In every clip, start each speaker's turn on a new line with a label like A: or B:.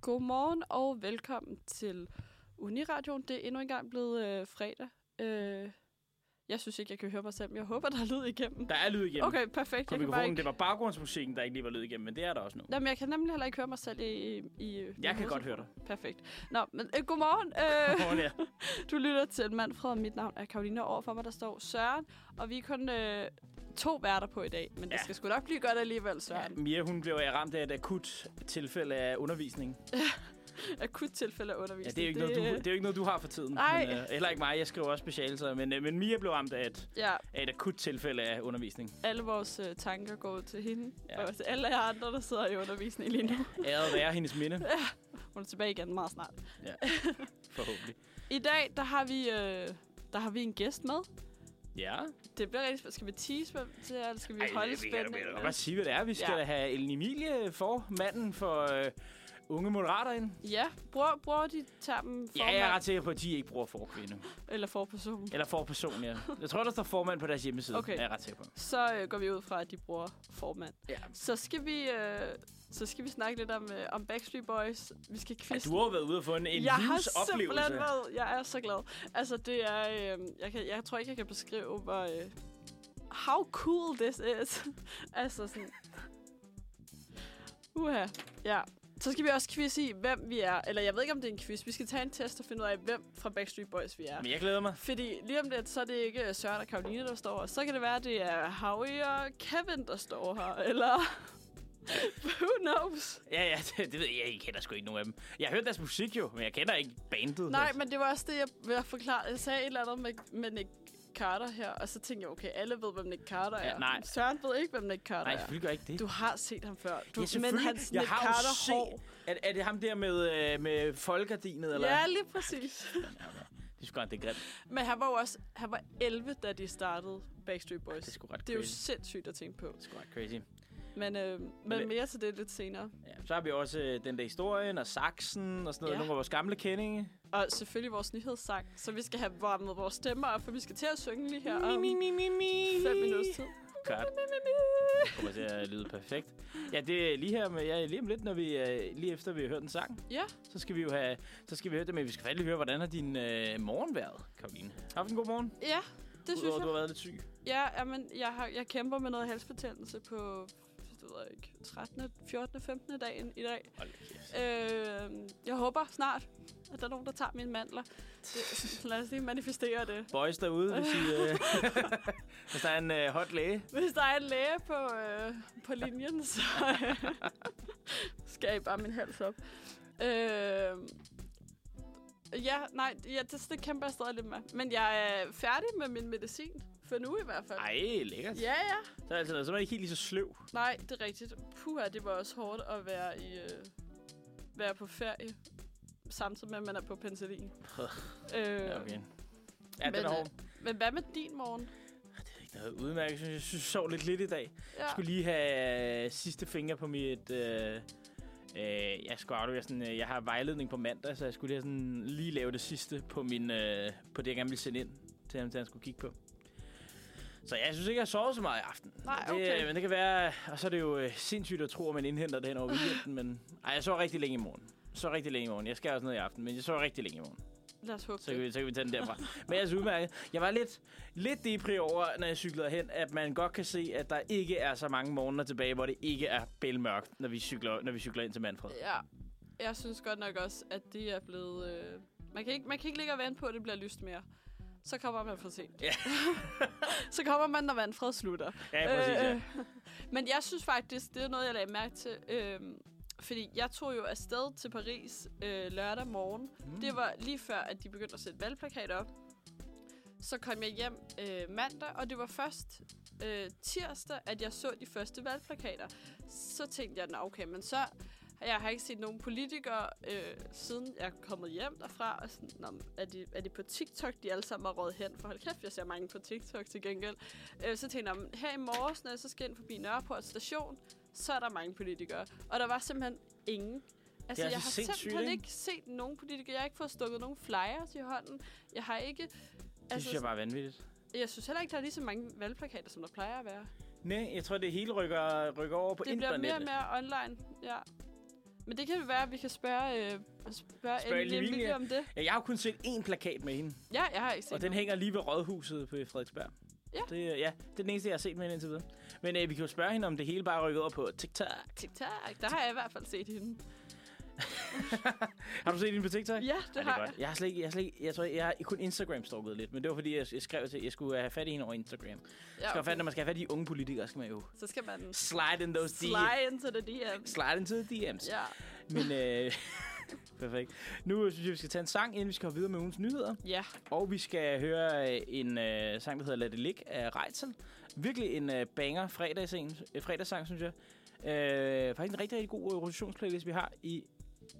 A: Godmorgen og velkommen til Uniradioen. Det er endnu engang blevet øh, fredag. Øh, jeg synes ikke, jeg kan høre mig selv, men jeg håber, der er lyd igennem.
B: Der er lyd igennem.
A: Okay, perfekt.
B: På
A: Jeg kan, bare
B: mikrofonen, ikke...
A: ikke...
B: det var baggrundsmusikken, der ikke lige var lyd igennem, men det er der også nu.
A: Jamen, jeg kan nemlig heller ikke høre mig selv i... i, i
B: Jeg kan godt høre dig.
A: Perfekt. Nå, men øh, godmorgen. Øh,
B: Godmorgen, ja.
A: Du lytter til Manfred, og mit navn er Karoline, og overfor mig der står Søren. Og vi er kun øh, to værter på i dag, men det
B: Ja.
A: skal sgu nok blive godt alligevel, Søren.
B: Mia, hun blev ramt af et akut tilfælde af undervisning.
A: Akut tilfælde af
B: Ja,
A: undervisning.
B: det er jo ikke, noget, du,
A: øh,
B: det er jo ikke noget, du har for tiden.
A: Nej.
B: Men, øh, heller ikke mig, jeg skriver også specialser. Men, øh, men Mia blev ramt af et,
A: Ja,
B: af et akut tilfælde af undervisning.
A: alle vores øh, tanker går til hende,
B: Ja.
A: ja. og til alle jer andre, der sidder i undervisning lige nu.
B: Æret være hendes minde,
A: Hun er tilbage igen meget snart.
B: forhåbentlig.
A: I dag, der har vi, øh, der har vi en gæst med.
B: Ja.
A: Det bliver rigtig spændende. Skal vi tease hvem til, eller skal vi
B: Ej,
A: holde
B: vi kan da- vi kan da
A: spændingen?
B: bare sige, hvad det er. Vi skal
A: Ja.
B: ja. have Ellen Emilie for, manden for øh, unge moderater ind.
A: Ja, bruger, bruger de termen
B: Ja, jeg er
A: formand
B: ret sikker på, at de ikke bruger for kvinde.
A: eller forperson?
B: Eller for person, ja. Jeg tror, der står formand på deres hjemmeside.
A: Okay.
B: Er jeg ret sikker på.
A: Så øh, går vi ud fra, at de bruger formand.
B: Ja.
A: Så skal vi, øh, så skal vi snakke lidt om, øh, om Backstreet Boys. Vi skal
B: Ej,
A: quizze.
B: du har jo været ude og få en, en
A: jeg har
B: livsoplevelse.
A: simpelthen været, jeg er så glad. Altså, det er, øh, jeg, kan, jeg tror ikke, jeg kan beskrive, hvor, øh, how cool this is. altså sådan, uha, ja. Så skal vi også quizze i, hvem vi er. Eller jeg ved ikke, om det er en quiz. Vi skal tage en test og finde ud af, hvem fra Backstreet Boys vi er.
B: Men jeg glæder mig.
A: Fordi lige om lidt, så er det ikke Søren og Karoline, der står her. Så kan det være, at det er Howie og Kevin, der står her. Eller... Who knows?
B: Ja, ja, det, det ved jeg. Jeg kender sgu ikke nogen af dem. Jeg har hørt deres musik jo, men jeg kender ikke bandet.
A: Nej,
B: Altså.
A: men det var også det, jeg ville forklare. Jeg sagde et eller andet med, med Nick Carter her, og så tænkte jeg, okay, alle ved, hvem Nick Carter er.
B: Ja, nej.
A: Søren ved ikke, hvem Nick Carter
B: Nej,
A: er.
B: selvfølgelig gør jeg ikke det.
A: Du har set ham før. Du,
B: ja,
A: men
B: selvfølgelig.
A: hans
B: jeg
A: Nick
B: har jo
A: Carter hår.
B: set... Er, er det ham der med, øh, med folkegardinet, eller?
A: Ja, lige præcis.
B: Det er sgu godt, det er grimt.
A: Men han var jo også han var 11, da de startede Backstreet Boys.
B: Det er sgu ret
A: det er jo
B: crazy.
A: sindssygt at tænke på.
B: Det er sgu ret crazy.
A: Men, øh, men
B: Men-
A: mere til det lidt senere.
B: Ja, så har vi også øh, den der historien og saksen og sådan noget.
A: Ja.
B: Nogle af vores gamle kendinge.
A: Og selvfølgelig vores nyhedssang, så vi skal have varmet vores stemmer op, for vi skal til at synge lige her om
B: mi, mi, mi.
A: 5 minutters tid.
B: Godt. Det kommer til at lyde perfekt. Ja, det er lige her med, ja, lige om lidt, når vi, øh, lige efter vi har hørt en sang.
A: Ja,
B: Så skal vi jo have, så skal vi høre det, men vi skal faktisk lige høre, hvordan har din øh, morgen været, Karoline? Har du haft en god morgen?
A: ja, det synes
B: Udover, du
A: jeg.
B: har været lidt syg.
A: Ja, jamen, jeg, har, jeg kæmper med noget halsbetændelse på det ved jeg ikke, 13., 14., 15. dagen i dag.
B: Hold da kæft.
A: Øh, jeg håber snart, at der er nogen, der tager mine mandler. Det, lad os lige manifestere det.
B: Boys derude, hvis, I, øh, hvis der er en øh, hot læge.
A: Hvis der er en læge på, øh, på linjen, så øh, skal jeg bare min hals op. Øh, ja, nej, ja, det, det kæmper jeg stadig lidt med. Men jeg er færdig med min medicin, for nu i hvert fald.
B: Ej, lækkert.
A: Ja, ja.
B: Så er, altså, så er man ikke helt lige så sløv.
A: Nej, det er rigtigt. Puha, det var også hårdt at være, i, øh, være på ferie, samtidig med, at man er på penicillin. øh,
B: Ja, okay. Ja,
A: Men,
B: den er
A: øh,
B: hård.
A: Men hvad med din morgen?
B: Det er ikke noget udmærket, synes jeg. Jeg synes, jeg sov lidt lidt i dag.
A: Ja.
B: Jeg skulle lige have øh, sidste finger på mit... Øh, øh, jeg, skulle aflevere sådan, øh, jeg har vejledning på mandag, så jeg skulle lige, have sådan, lige lave det sidste på, min, øh, på det, jeg gerne ville sende ind, til ham, til han skulle kigge på. Så jeg synes ikke, jeg har sovet så meget i aften.
A: Nej,
B: Det,
A: okay.
B: øh, men det kan være... Og så er det jo øh, sindssygt at tro, at man indhenter det hen over weekenden, men... Ej, jeg sov rigtig længe i morgen. Så rigtig længe i morgen. Jeg skal også ned i aften, men jeg sov rigtig længe i morgen.
A: Lad os håbe
B: Så kan,
A: det.
B: vi, så kan vi tage den derfra. Men jeg er udmærket. Jeg var lidt, lidt depri over, når jeg cyklede hen, at man godt kan se, at der ikke er så mange morgener tilbage, hvor det ikke er bælmørkt, når vi cykler, når vi cykler ind til Manfred.
A: Ja, jeg synes godt nok også, at det er blevet... Øh, man, kan ikke, man kan ikke ligge og vente på, at det bliver lyst mere. Så kommer man for sent.
B: Ja.
A: så kommer man, når vandfred slutter.
B: Ja, præcis. Ja.
A: Øh, Men jeg synes faktisk, det er noget, jeg lagde mærke til. Øh, fordi jeg tog jo afsted til Paris øh, lørdag morgen. Mm. Det var lige før, at de begyndte at sætte valgplakater op. Så kom jeg hjem øh, mandag, og det var først øh, tirsdag, at jeg så de første valgplakater. Så tænkte jeg, "Nå, okay, men så... Jeg har ikke set nogen politikere, øh, siden jeg er kommet hjem derfra. Og sådan, Nå, men er, de, er de på TikTok, de alle sammen har råd hen? For hold kæft, jeg ser mange på TikTok til gengæld. Øh, så tænkte jeg, "Nå, men her i morges, når jeg så skal ind forbi Nørreport station, så er der mange politikere. Og der var simpelthen ingen. Altså,
B: altså
A: jeg har
B: sindssygt,
A: simpelthen
B: ikke?
A: ikke set nogen politikere. Jeg har ikke fået stukket nogen flyers i hånden. Jeg har ikke... altså,
B: Det synes jeg bare er vanvittigt.
A: Jeg synes heller ikke, der er lige så mange valgplakater, som der plejer at være.
B: Nej, jeg tror, det hele rykker, rykker over på
A: det bliver mere og
B: internettet.
A: mere online, ja. Men det kan det være, at vi kan spørge, øh, spørge
B: Spørg
A: Ellie
B: Emilie.
A: Emilie om det.
B: Ja, jeg har jo kun set én plakat med hende,
A: Ja, jeg har ikke set
B: og den
A: nogen.
B: hænger lige ved Rådhuset på Frederiksberg.
A: Ja.
B: Det, øh, ja, det er den eneste, jeg har set med hende indtil videre. Men øh, vi kan jo spørge hende, om det hele bare rykker over på TikTok.
A: TikTok, der har jeg i hvert fald set hende.
B: Har du set hende på TikTok?
A: Ja, det,
B: Ja, det er
A: har jeg.
B: godt. Jeg har slet ikke, jeg har slet ikke, jeg tror, jeg har kun instagram stalket lidt, men det var fordi, jeg, jeg skrev til, at jeg skulle have fat i hende over Instagram. Ja,
A: Ja,
B: skal have fat,
A: okay.
B: når man skal have fat i de unge politikere, skal man jo
A: Så skal man
B: slide in those DMs.
A: slide into the DM.
B: Slide into the DMs.
A: Ja.
B: Men øh, perfekt. Nu synes jeg, vi skal tage en sang, inden vi skal hoppe videre med ugens nyheder.
A: ja,
B: Og vi skal høre øh, en øh, sang, der hedder Lad det ligge af Reitzel. Virkelig en øh, banger fredagssang, øh, fredagssang, synes jeg. Øh, faktisk en rigtig, rigtig god øh, rotationsplaylist, vi har i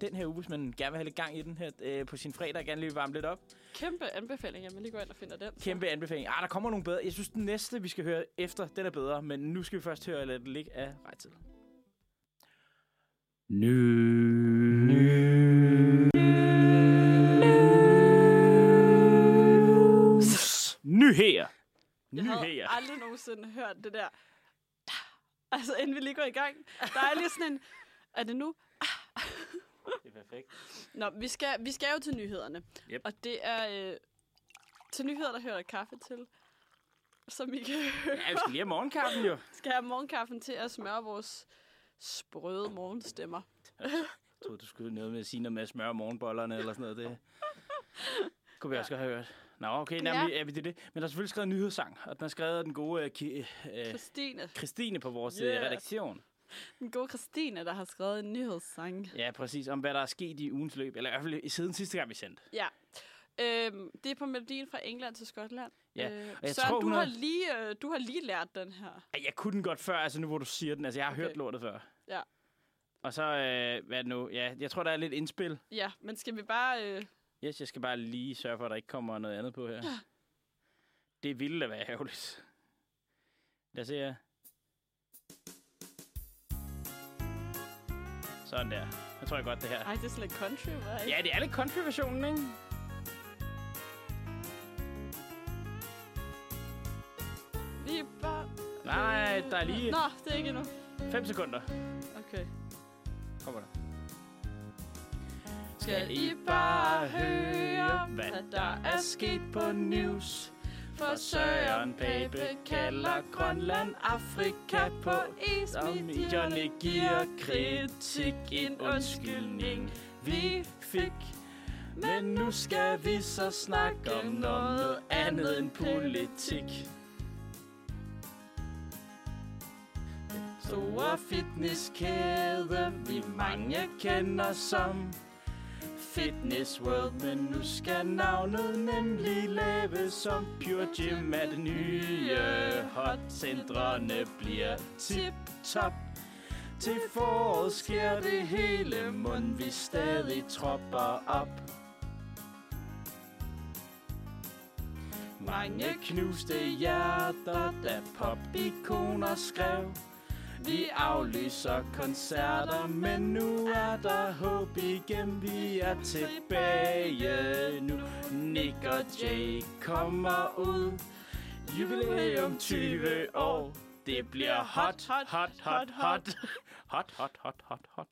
B: den her uge, hvis man gerne vil have lidt gang i den her øh, på sin fredag, og gerne lige varme lidt op.
A: kæmpe anbefaling, at man lige går ind og finder den.
B: Kæmpe anbefaling. Ah, der kommer nogle bedre. Jeg synes, den næste, vi skal høre efter, den er bedre. Men nu skal vi først høre Lad det ligge af Reitzel. Ny. Nyheder.
A: Jeg havde
B: Nyheder.
A: aldrig nogensinde hørt det der. Altså, inden vi lige går i gang. Der er lige sådan en... Er det nu?
B: Det er perfekt.
A: Nå, vi skal, vi skal jo til nyhederne.
B: Yep.
A: Og det er... Øh, til nyheder, der hører der kaffe til. Som I kan høre.
B: Ja, vi skal lige have morgenkaffen jo.
A: skal have morgenkaffen til at smøre vores sprøde morgenstemmer.
B: Jeg troede, du skulle noget med at sige noget med at smøre morgenbollerne eller sådan noget. Det kunne vi også godt have hørt. Nå, okay,
A: Ja.
B: nærmest, ja. det er det. Men der er selvfølgelig skrevet en nyhedssang, og den er skrevet af den gode øh, Ki- øh,
A: Christine.
B: Christine på vores
A: Yeah.
B: yeah. redaktion.
A: Den gode Christine, der har skrevet en nyhedssang.
B: Ja, præcis. Om hvad der er sket i ugens løb. Eller i hvert fald i- siden sidste gang, vi sendte.
A: Ja. Øhm, det er på melodien fra England til Skotland.
B: Ja,
A: Øh,
B: jeg
A: Søren,
B: tror,
A: du,
B: hun
A: har
B: har-
A: lige, øh, du har lige lært den her.
B: Ej, Jeg kunne den godt før, altså nu hvor du siger den. Altså, jeg har
A: Okay.
B: okay. hørt lortet før.
A: Ja.
B: Og så, øh, hvad er det nu? Ja, jeg tror, der er lidt indspil.
A: Ja, men skal vi bare... Øh,
B: Yes, jeg skal bare lige sørge for, at der ikke kommer noget andet på her. Ja. Det ville da være ærgerligt. Lad os se her. Sådan der. Jeg tror jeg godt, det her.
A: ej, det er sådan lidt country, var ikke?
B: Ja, det er lidt country-versionen, ikke?
A: Vi er bare...
B: Nej, der er lige
A: Nå, det er ikke endnu.
B: 5 sekunder.
A: Okay.
B: Kommer der.
A: Skal I bare høre, hvad der er sket på news? For Søren Pape kalder Grønland Afrika på is.
B: Og medierne giver kritik en undskyldning, vi fik. Men nu skal vi så snakke om noget andet end politik. Store fitnesskæde, vi mange kender som Fitness World, men nu skal navnet nemlig laves som Pure Gym er det nye hotcentrene bliver tip-top. Til foråret sker det hele, mund vi stadig tropper op. Mange knuste hjerter, da popikoner skrev. Vi aflyser koncerter, men nu er der håb igen. Vi er tilbage nu. Nick og Jay kommer ud. Jubilæum 20 år. Det bliver hot, hot, hot, hot, hot. Hot, hot, hot, hot, hot.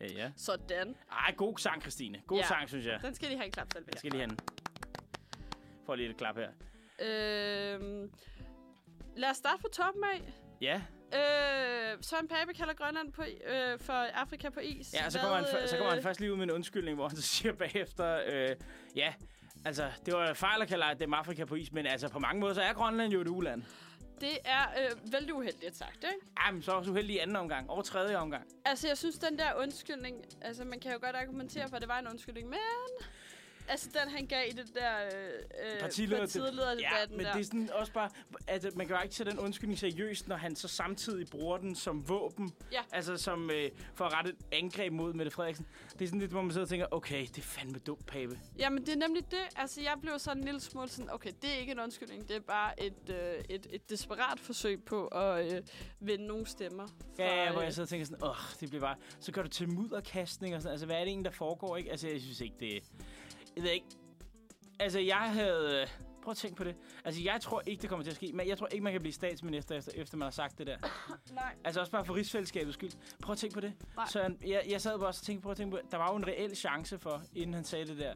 B: Ja, ja.
A: Sådan.
B: Ej, god sang, Christine. God
A: Ja.
B: sang, synes jeg.
A: Den skal de have en klap til.
B: Jeg skal lige have den. Får lige et klap her.
A: Øhm, lad os starte fra toppen af.
B: Ja,
A: Øh, Søren Pape kalder Grønland på, øh, for Afrika på is.
B: Ja, og så kommer, han, f- så kommer han først lige ud med en undskyldning, hvor han så siger bagefter, øh, ja, altså, det var fejl at kalde dem Afrika på is, men altså, på mange måder, så er Grønland jo et uland.
A: Det er øh, vældig uheldigt sagt, ikke?
B: Jamen, så er også uheldig i anden omgang, og tredje omgang.
A: Altså, jeg synes, den der undskyldning... Altså, man kan jo godt argumentere for, at det var en undskyldning, men... Altså, den han gav i det der øh,
B: Ja,
A: partilederdebatten
B: men
A: der.
B: det er sådan også bare, at man kan jo ikke tage den undskyldning seriøst, når han så samtidig bruger den som våben.
A: Ja.
B: Altså, som øh, for at rette et angreb mod Mette Frederiksen. Det er sådan lidt, hvor man sidder og tænker, okay, det er fandme dumt, Pape.
A: Jamen, det er nemlig det. Altså, jeg blev sådan en lille smule sådan, okay, det er ikke en undskyldning, det er bare et, øh, et, et desperat forsøg på at øh, vinde nogle stemmer. Fra,
B: Ja, ja, hvor
A: øh,
B: jeg sidder og tænker sådan, åh, det bliver bare... Så gør du til mudderkastning og sådan Altså, hvad er det egentlig, der foregår, ikke? Altså, jeg synes ikke, det... Jeg ved ikke... Altså, jeg havde... øh, Prøv at tænke på det. Altså, jeg tror ikke, det kommer til at ske. Men jeg tror ikke, man kan blive statsminister, efter, efter man har sagt det der.
A: Nej.
B: Altså, også bare for rigsfællesskabets skyld. Prøv at tænke på det.
A: Nej.
B: Så han, jeg, jeg sad bare også og tænkte, prøv at tænke på Der var jo en reel chance for, inden han sagde det der,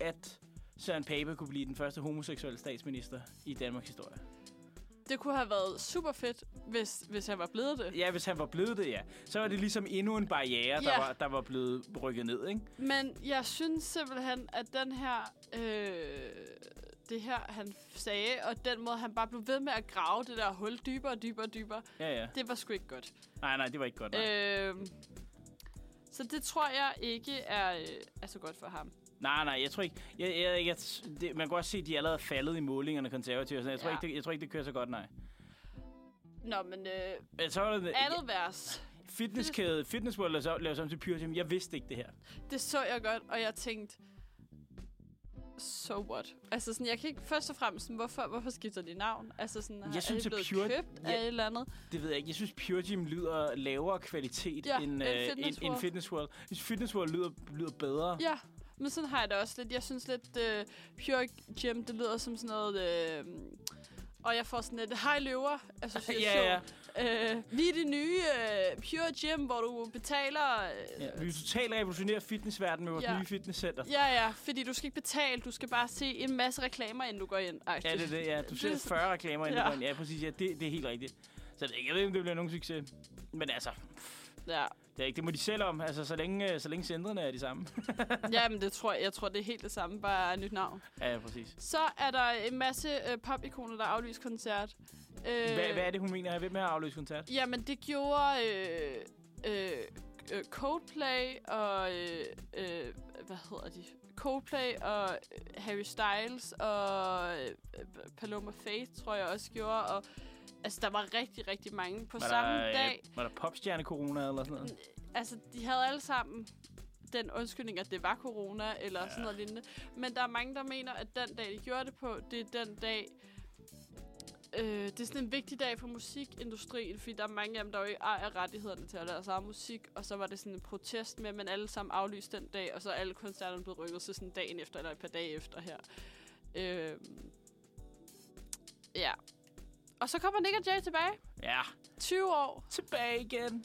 B: at Søren Pape kunne blive den første homoseksuelle statsminister i Danmarks historie.
A: Det kunne have været super fedt, hvis, hvis jeg var blevet det.
B: Ja, hvis han var blevet det, ja. Så var det ligesom endnu en barriere, der,
A: Ja.
B: var, der var blevet rykket ned, ikke?
A: Men jeg synes simpelthen, at den her, øh, det her, han f- sagde, og den måde, han bare blev ved med at grave det der hul dybere og dybere og dybere,
B: Ja, ja.
A: det var sgu ikke godt.
B: Nej, nej, det var ikke godt. Nej, øh.
A: Øh, så det tror jeg ikke er, øh, er så godt for ham.
B: nej, nej jeg tror ikke... Jeg, jeg, jeg, det, man kan også se, at de allerede er faldet i målingerne konservative. og Sådan. Jeg, tror
A: Ja.
B: ikke, det, jeg tror ikke, det kører så godt, nej.
A: Nå, men øh,
B: Men så var der
A: andet vers,
B: fitnesskæde, Fitness World laves om- laves om til Pyrotim. Jeg vidste ikke det her.
A: det så jeg godt, og jeg tænkte, so what? Altså sådan, jeg kan ikke, først og fremmest, sådan, hvorfor, hvorfor skifter de navn? Altså sådan, er-
B: synes,
A: er de
B: at
A: blevet
B: Pure-
A: købt af
B: Ja.
A: et eller andet?
B: Det ved jeg ikke. Jeg synes, Pure Gym lyder lavere kvalitet
A: Ja,
B: ja, end,
A: end
B: øh,
A: Fitness
B: end, end
A: World.
B: Fitness World. Jeg synes, Fitness World lyder, lyder bedre.
A: Ja, men sådan har jeg det også lidt. Jeg synes lidt, øh, Pure Gym, det lyder som sådan noget... Øh, og jeg får sådan lidt, hej løver, association.
B: ja, ja.
A: Øh, vi er det nye øh, Pure Gym, hvor du betaler... Øh,
B: ja. Vi vil totalt revolutionere fitnessverdenen med vores
A: Ja.
B: ja. nye fitnesscenter.
A: ja, ja, fordi du skal ikke betale, du skal bare se en masse reklamer, inden du går ind. Ej,
B: Ja, det er det. Ja. Du
A: Det-
B: ser 40 reklamer inden
A: Ja.
B: ja. ja, præcis. Ja, det, det er helt rigtigt. Så det- jeg ved ikke, om det bliver nogen succes. Men altså,
A: Ja,
B: det, er ikke, det må de selv om, altså, så, længe, øh, så længe centrene er de samme.
A: ja men det tror jeg, jeg tror, det er helt det samme, bare nyt navn.
B: Ja, ja, præcis.
A: Så er der en masse øh, popikoner, der aflyser koncert. Øh,
B: Hvad, hvad er det, hun mener? Hvem er afløst koncert?
A: Jamen, det gjorde øh, øh, øh, Coldplay og... Øh, øh, hvad hedder de? Coldplay og øh, Harry Styles og øh, øh, Paloma Faith, tror jeg også gjorde. Og, altså, der var rigtig, rigtig mange på var samme
B: der, øh,
A: dag.
B: Var der popstjerne-corona eller sådan noget?
A: Altså, de havde alle sammen den undskyldning, at det var corona eller ja. sådan noget lignende. Men der er mange, der mener, at den dag, de gjorde det på, det er den dag... Øh, det er sådan en vigtig dag for musikindustrien, fordi der er mange af dem, der jo ikke ejer rettighederne til at lave sig musik, og så var det sådan en protest med, at man alle sammen aflyste den dag, og så er alle koncerterne blevet rykket til sådan dagen efter, eller et par dage efter her. Øh, ja. Og så kommer Nick og Jay tilbage.
B: Ja,
A: 20 år.
B: tilbage igen.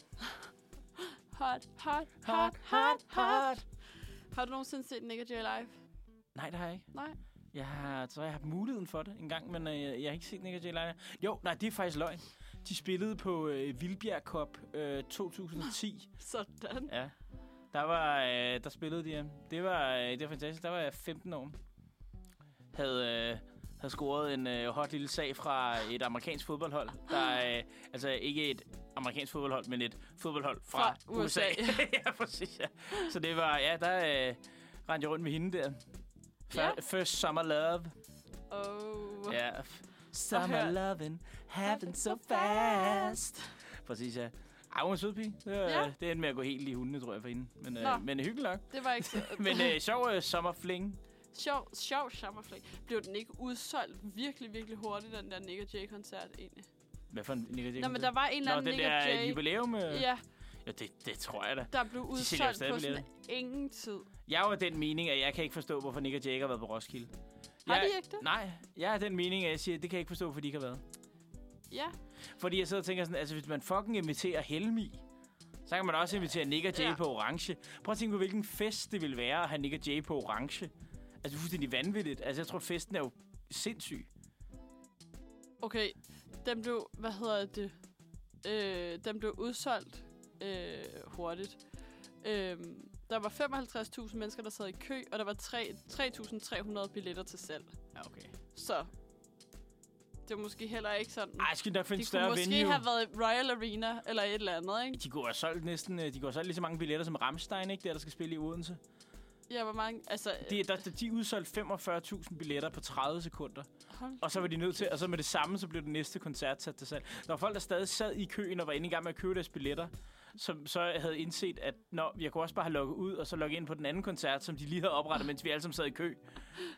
A: Hot, hot, hot, hot, hot. Har du nogensinde set Nick og Jay live?
B: Nej, det har jeg ikke.
A: Nej.
B: Jeg har, tror, jeg har haft muligheden for det en gang, men øh, jeg, jeg har ikke set Nick og Jay live. Jo, nej, det er faktisk løgn. De spillede på øh, Vildbjerg Cup øh, 2010.
A: Sådan.
B: ja. Der var, øh, der spillede de. øh. Det var, øh, det var fantastisk. Der var jeg 15 år. Havde, øh, havde scoret en øh, hot lille sag fra et amerikansk fodboldhold. Der, øh, altså ikke et amerikansk fodboldhold, men et fodboldhold fra,
A: Fra USA.
B: ja, præcis. Ja. Så det var, ja, der øh, rendte jeg rundt med hende der. Fir-
A: Ja.
B: First Summer Love.
A: Oh.
B: Ja.
A: hør.
B: Summer loving happen so fast. Præcis, ja. Ej, hun er en sød pige. Det,
A: Ja.
B: ja. det endte med at gå helt i hundene, tror jeg, for hende. Men,
A: Nå.
B: øh, men hyggeligt nok.
A: Det var ikke så...
B: Men øh, sjov øh, sommerfling.
A: sjov, sjov sommerflæk. Blev den ikke udsolgt virkelig, virkelig hurtigt, den der Nick og Jay-koncert egentlig?
B: Hvad for en Nick
A: Nå, men der var en eller
B: Nå,
A: anden
B: den
A: Nick og
B: der
A: Jay,
B: jubilæum. Øh, ja.
A: ja,
B: ja det, det tror jeg da.
A: der blev
B: jo
A: udsolgt
B: stadig
A: på sådan ingen tid.
B: Jeg er jo af den mening, at jeg kan ikke forstå, hvorfor Nick og Jay ikke har været på Roskilde.
A: Har
B: jeg,
A: de ikke det?
B: Nej, jeg er af den mening, at jeg siger, at det kan jeg ikke forstå, hvorfor de ikke har været.
A: Ja,
B: Fordi jeg sidder og tænker sådan, altså hvis man fucking inviterer Helmi, så kan man også invitere Nick og Jay
A: Ja.
B: ja. på orange. Prøv at tænke på, hvilken fest det ville være at have Nick og Jay på orange. Altså det er fuldstændig vanvittigt. Altså jeg tror, festen er jo sindssyg.
A: okay. Den blev, hvad hedder det? Øh, den blev udsolgt øh, hurtigt. Øh, der var 55.000 mennesker, der sad i kø, og der var tre- 3.300 billetter til salg.
B: Ja, okay.
A: Så det er måske heller ikke sådan.
B: Ej, jeg skal nok finde
A: de
B: et
A: kunne
B: større
A: måske
B: venue.
A: have været Royal Arena eller et eller andet, ikke?
B: De kunne have solgt næsten, øh, de kunne have solgt lige så mange billetter som Ramstein, ikke? Der, der skal spille i Odense.
A: Ja, hvor mange... Altså,
B: De, der, de udsolgte 45.000 billetter på 30 sekunder.
A: hold
B: Og så var de nødt til, og så med det samme, så blev det næste koncert sat til salg. Der var folk, der stadig sad i køen og var inde i gang med at købe deres billetter, som så havde indset, at nå, jeg kunne også bare have logget ud, og så logget ind på den anden koncert, som de lige havde oprettet, mens vi alle sammen sad i kø.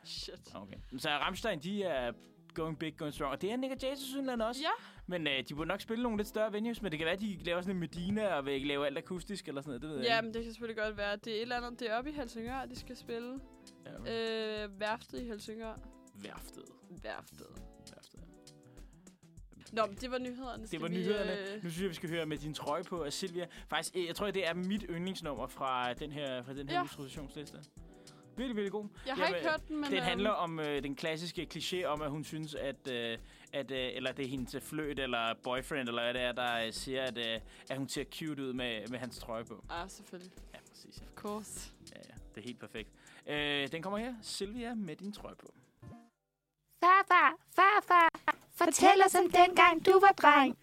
A: shit.
B: Okay. Så Ramstein, de er going big, going strong. Og det er Nick og Jay til Sydland også.
A: Ja.
B: Men øh, de burde nok spille nogle lidt større venues, men det kan være, at de laver sådan en Medina og vil ikke lave alt akustisk eller sådan noget. Det ved
A: Ja,
B: jeg
A: men det kan selvfølgelig godt være. Det er et eller øh. andet. Det er oppe i Helsingør, de skal spille.
B: ikke. Ja,
A: Øh, værftet i Helsingør.
B: Værftet.
A: Værftet.
B: Værftet.
A: Nå, men det var nyhederne. Skal
B: Det var
A: vi,
B: nyhederne.
A: øh,
B: Nu synes jeg, vi skal høre med din trøje på af Silvia. Faktisk, øh, jeg tror, det er mit yndlingsnummer fra den her, fra den her
A: Ja.
B: ja. introduktionsliste. Virkelig, virkelig god.
A: Jeg har
B: Jamen,
A: ikke hørt den, men...
B: Den
A: øhm,
B: handler om øh, den klassiske kliché om, at hun synes, at, øh, at øh, eller det er hendes fløt eller boyfriend, eller hvad det er, der øh, siger, at, øh, at hun ser cute ud med, med hans trøje på.
A: Ah, selvfølgelig.
B: Ja, præcis. Ja.
A: Of course.
B: Ja, ja. Det er helt perfekt. Øh, den kommer her. Silvia med din trøje på.
C: Farfar, farfar, fortæl os om dengang du var dreng.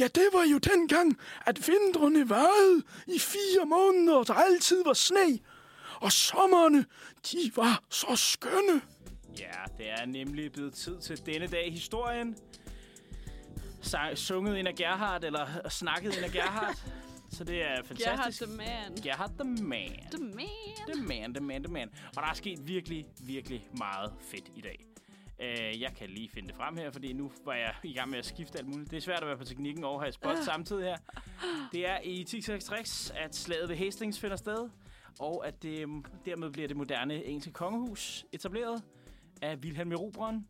D: Ja, det var jo dengang, at vintrene varede i fire måneder, og der altid var sne. Og sommerne, de var så skønne.
B: Ja, det er nemlig blevet tid til denne dag i historien. Sang, sunget ind af Gerhard, eller snakket ind af Gerhard. Så det er
A: Gerhard
B: fantastisk.
A: the man.
B: Gerhard the man.
A: The man.
B: The man, the man, the man. Og der er sket virkelig, virkelig meget fedt i dag. Øh, jeg kan lige finde det frem her, fordi nu var jeg i gang med at skifte alt muligt. Det er svært at være på teknikken og have spot samtidig her. Det er i 1066, at slaget ved Hastings finder sted, og at det, mm, dermed bliver det moderne engelske kongehus etableret af Wilhelm Erobreren,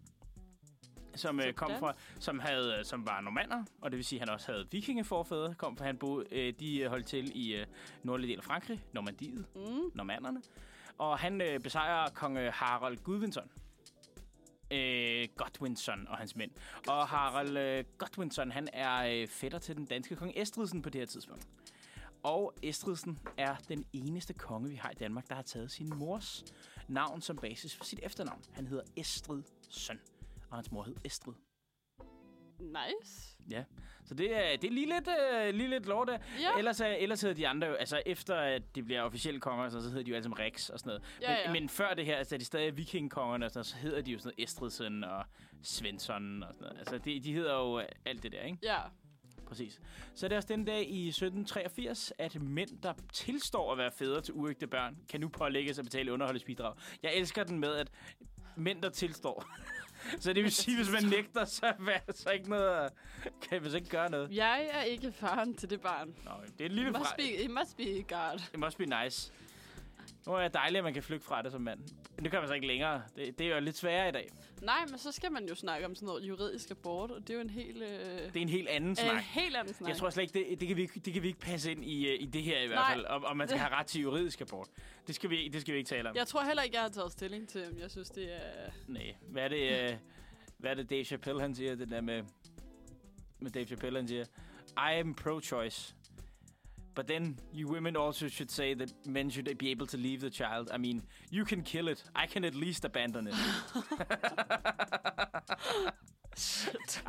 B: som, øh, kom
A: Sådan.
B: fra, som, havde, øh, som var normander, og det vil sige, at han også havde vikingeforfædre, kom fra, han boede, øh, de øh, holdt til i øh, nordlige del af Frankrig, Normandiet,
A: Mm.
B: normanderne. Og han øh, besejrer kong øh, Harald Gudvinsson. Øh, Godwinson og hans mænd. Og Harald øh, Godwinson, han er øh, fætter til den danske kong Estridsen på det her tidspunkt. Og Estridsen er den eneste konge, vi har i Danmark, der har taget sin mors navn som basis for sit efternavn. Han hedder Estridsen, og hans mor hed Estrid.
A: Nice.
B: Ja, så det er, det er lige lidt, øh, lige lidt lort der.
A: Ja.
B: Ellers, er, ellers hedder de andre jo, altså efter at de bliver officielle konger, og sådan, noget, så hedder de jo alle sammen Rex og sådan noget.
A: Ja,
B: men,
A: ja.
B: men før det her, altså da de stadig er vikingkongerne og sådan noget, så hedder de jo sådan noget Estridsen og Svensson og sådan noget. Altså de, de hedder jo øh, alt det der, ikke?
A: Ja.
B: Præcis. Så det er også den dag i 1783, at mænd, der tilstår at være fædre til uægte børn, kan nu pålægges at betale underholdsbidrag. Jeg elsker den med, at mænd, der tilstår. så det vil sige, hvis man nægter, så er der så ikke noget, at- kan man så ikke gøre noget.
A: Jeg er ikke faren til det barn.
B: Nå, det er en lille
A: It must
B: fra...
A: be, it must be God.
B: Det must be nice. Nu er det dejligt, at man kan flygte fra det som mand. Men det kan man så ikke længere. Det, det er jo lidt sværere i dag.
A: Nej, men så skal man jo snakke om sådan noget juridisk abort, og det er jo en helt... Øh,
B: Det er en helt anden
A: er en
B: snak.
A: helt anden snak.
B: Jeg tror slet ikke, det, det, kan vi, ikke- det kan vi ikke passe ind i, øh, i det her i hvert
A: Nej.
B: fald, om, om man skal have ret til juridisk abort. Det skal vi, det skal vi ikke tale om.
A: jeg tror heller ikke, jeg har taget stilling til, om jeg synes, det er...
B: Nej. Hvad er det, øh, hvad er det Dave Chappelle han siger, det der med, med Dave Chappelle han siger, I am pro-choice. But then you women also should say that men should be able to leave the child. I mean, you can kill it. I can at least abandon it. Shit.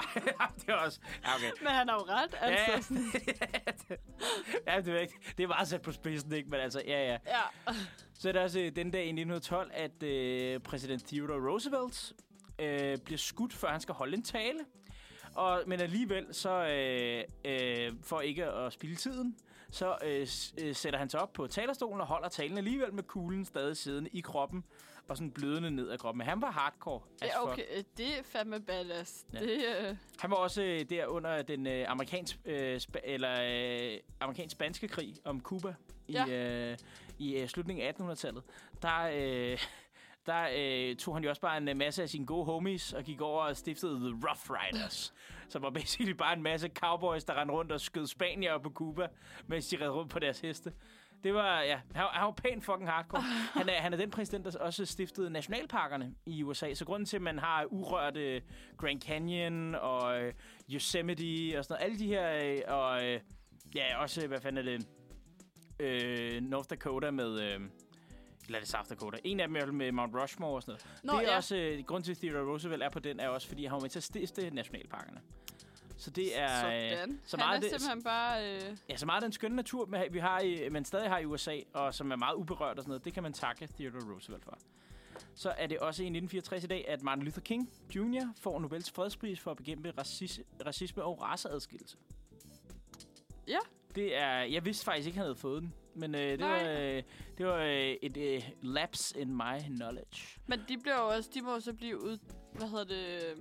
B: det er også... Ja, okay.
A: Men han har jo ret, altså.
B: Ja,
A: Ja. Sådan,
B: ja, det er ikke. Det er meget sat på spidsen, ikke? Men altså, ja, ja.
A: ja.
B: Så er det også øh, den dag i 1912, at øh, præsident Theodore Roosevelt øh, bliver skudt, før han skal holde en tale. Og, men alligevel, så øh, øh, for ikke at spilde tiden, så øh, s- øh, sætter han sig op på talerstolen og holder talen alligevel med kuglen stadig siddende i kroppen og sådan blødende ned af kroppen. Men Han var hardcore. as
A: ja,
B: fuck.
A: okay. øh, Det er fandme ballast.
B: Ja.
A: Ja. Det, øh,
B: Han var også øh, der under den øh, amerikansk, øh, spa- eller øh, amerikansk-spanske krig om Cuba i,
A: Ja.
B: øh, i øh, slutningen af 1800-tallet. Der, øh, der øh, tog han jo også bare en øh, masse af sine gode homies og gik over og stiftede The Rough Riders, som var basically bare en masse cowboys, der rendte rundt og skød spanier på Cuba, mens de red rundt på deres heste. Det var, ja, han, var- han var pænt fucking hardcore. Han er, han er den præsident, der også stiftede nationalparkerne i USA. Så grunden til, at man har urørte Grand Canyon og øh, Yosemite og sådan noget, alle de her, øh, og øh, ja, også, øh, hvad fanden er det, øh, North Dakota med, øh, eller er det South Dakota? En af dem er med Mount Rushmore og sådan noget.
A: Nå,
B: det er
A: ja.
B: også, øh, grunden til, at Theodore Roosevelt er på den, er også, fordi han var med til at stifte nationalparkerne. Så det er... øh,
A: sådan.
B: Så
A: Så
B: meget
A: han er
B: af det,
A: simpelthen bare... Øh,
B: Ja, så meget af den skønne natur, man- vi har i, man stadig har i USA, og som er meget uberørt og sådan noget, det kan man takke Theodore Roosevelt for. Så er det også i 1964 i dag, at Martin Luther King Jr. får Nobels fredspris for at bekæmpe racisme, racisme og raceadskillelse.
A: Ja.
B: Det er, jeg vidste faktisk ikke, han havde fået den, men øh, det,
A: Nej.
B: var, øh, det var øh, et øh, lapse in my knowledge.
A: men de bliver jo også... De må jo så blive ud... Hvad hedder det? øh,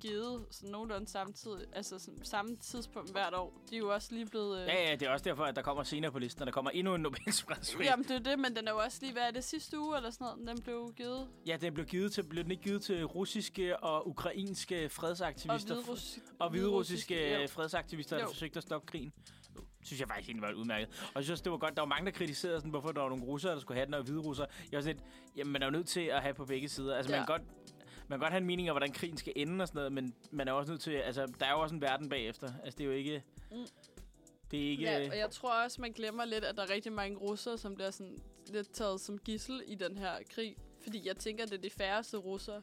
A: givet sådan nogenlunde samtidig, altså sådan, samme tidspunkt hvert år. De er jo også lige blevet... Øh,
B: Ja, ja, det er også derfor, at der kommer senere på listen, og der kommer endnu en Nobelpris.
A: Jamen, det er jo det, men den er jo også lige, hvad er det, sidste uge eller sådan noget, den blev givet?
B: Ja, den blev, givet til, blev den ikke givet til russiske og ukrainske
A: Og
B: fredsaktivister.
A: hvidrus,
B: og hvidrussiske
A: ja.
B: øh, fredsaktivister, der
A: Jo.
B: forsøgte at stoppe krigen. Nu synes jeg faktisk egentlig var udmærket. Og jeg synes også, det var godt. Der var mange, der kritiserede, sådan, hvorfor der var nogle russere, der skulle have den, og hvide russere. Jeg var sådan lidt, jamen man er jo nødt til at have på begge sider. Altså, man,
A: Ja.
B: kan godt, man kan godt have en mening om, hvordan krigen skal ende og sådan noget, men man er også nødt til, altså, der er jo også en verden bagefter. Altså, det er jo ikke...
A: Mm.
B: Det er ikke... øh,
A: Ja, og jeg tror også, man glemmer lidt, at der er rigtig mange russere, som bliver sådan lidt taget som gissel i den her krig. Fordi jeg tænker, det er de færreste russere.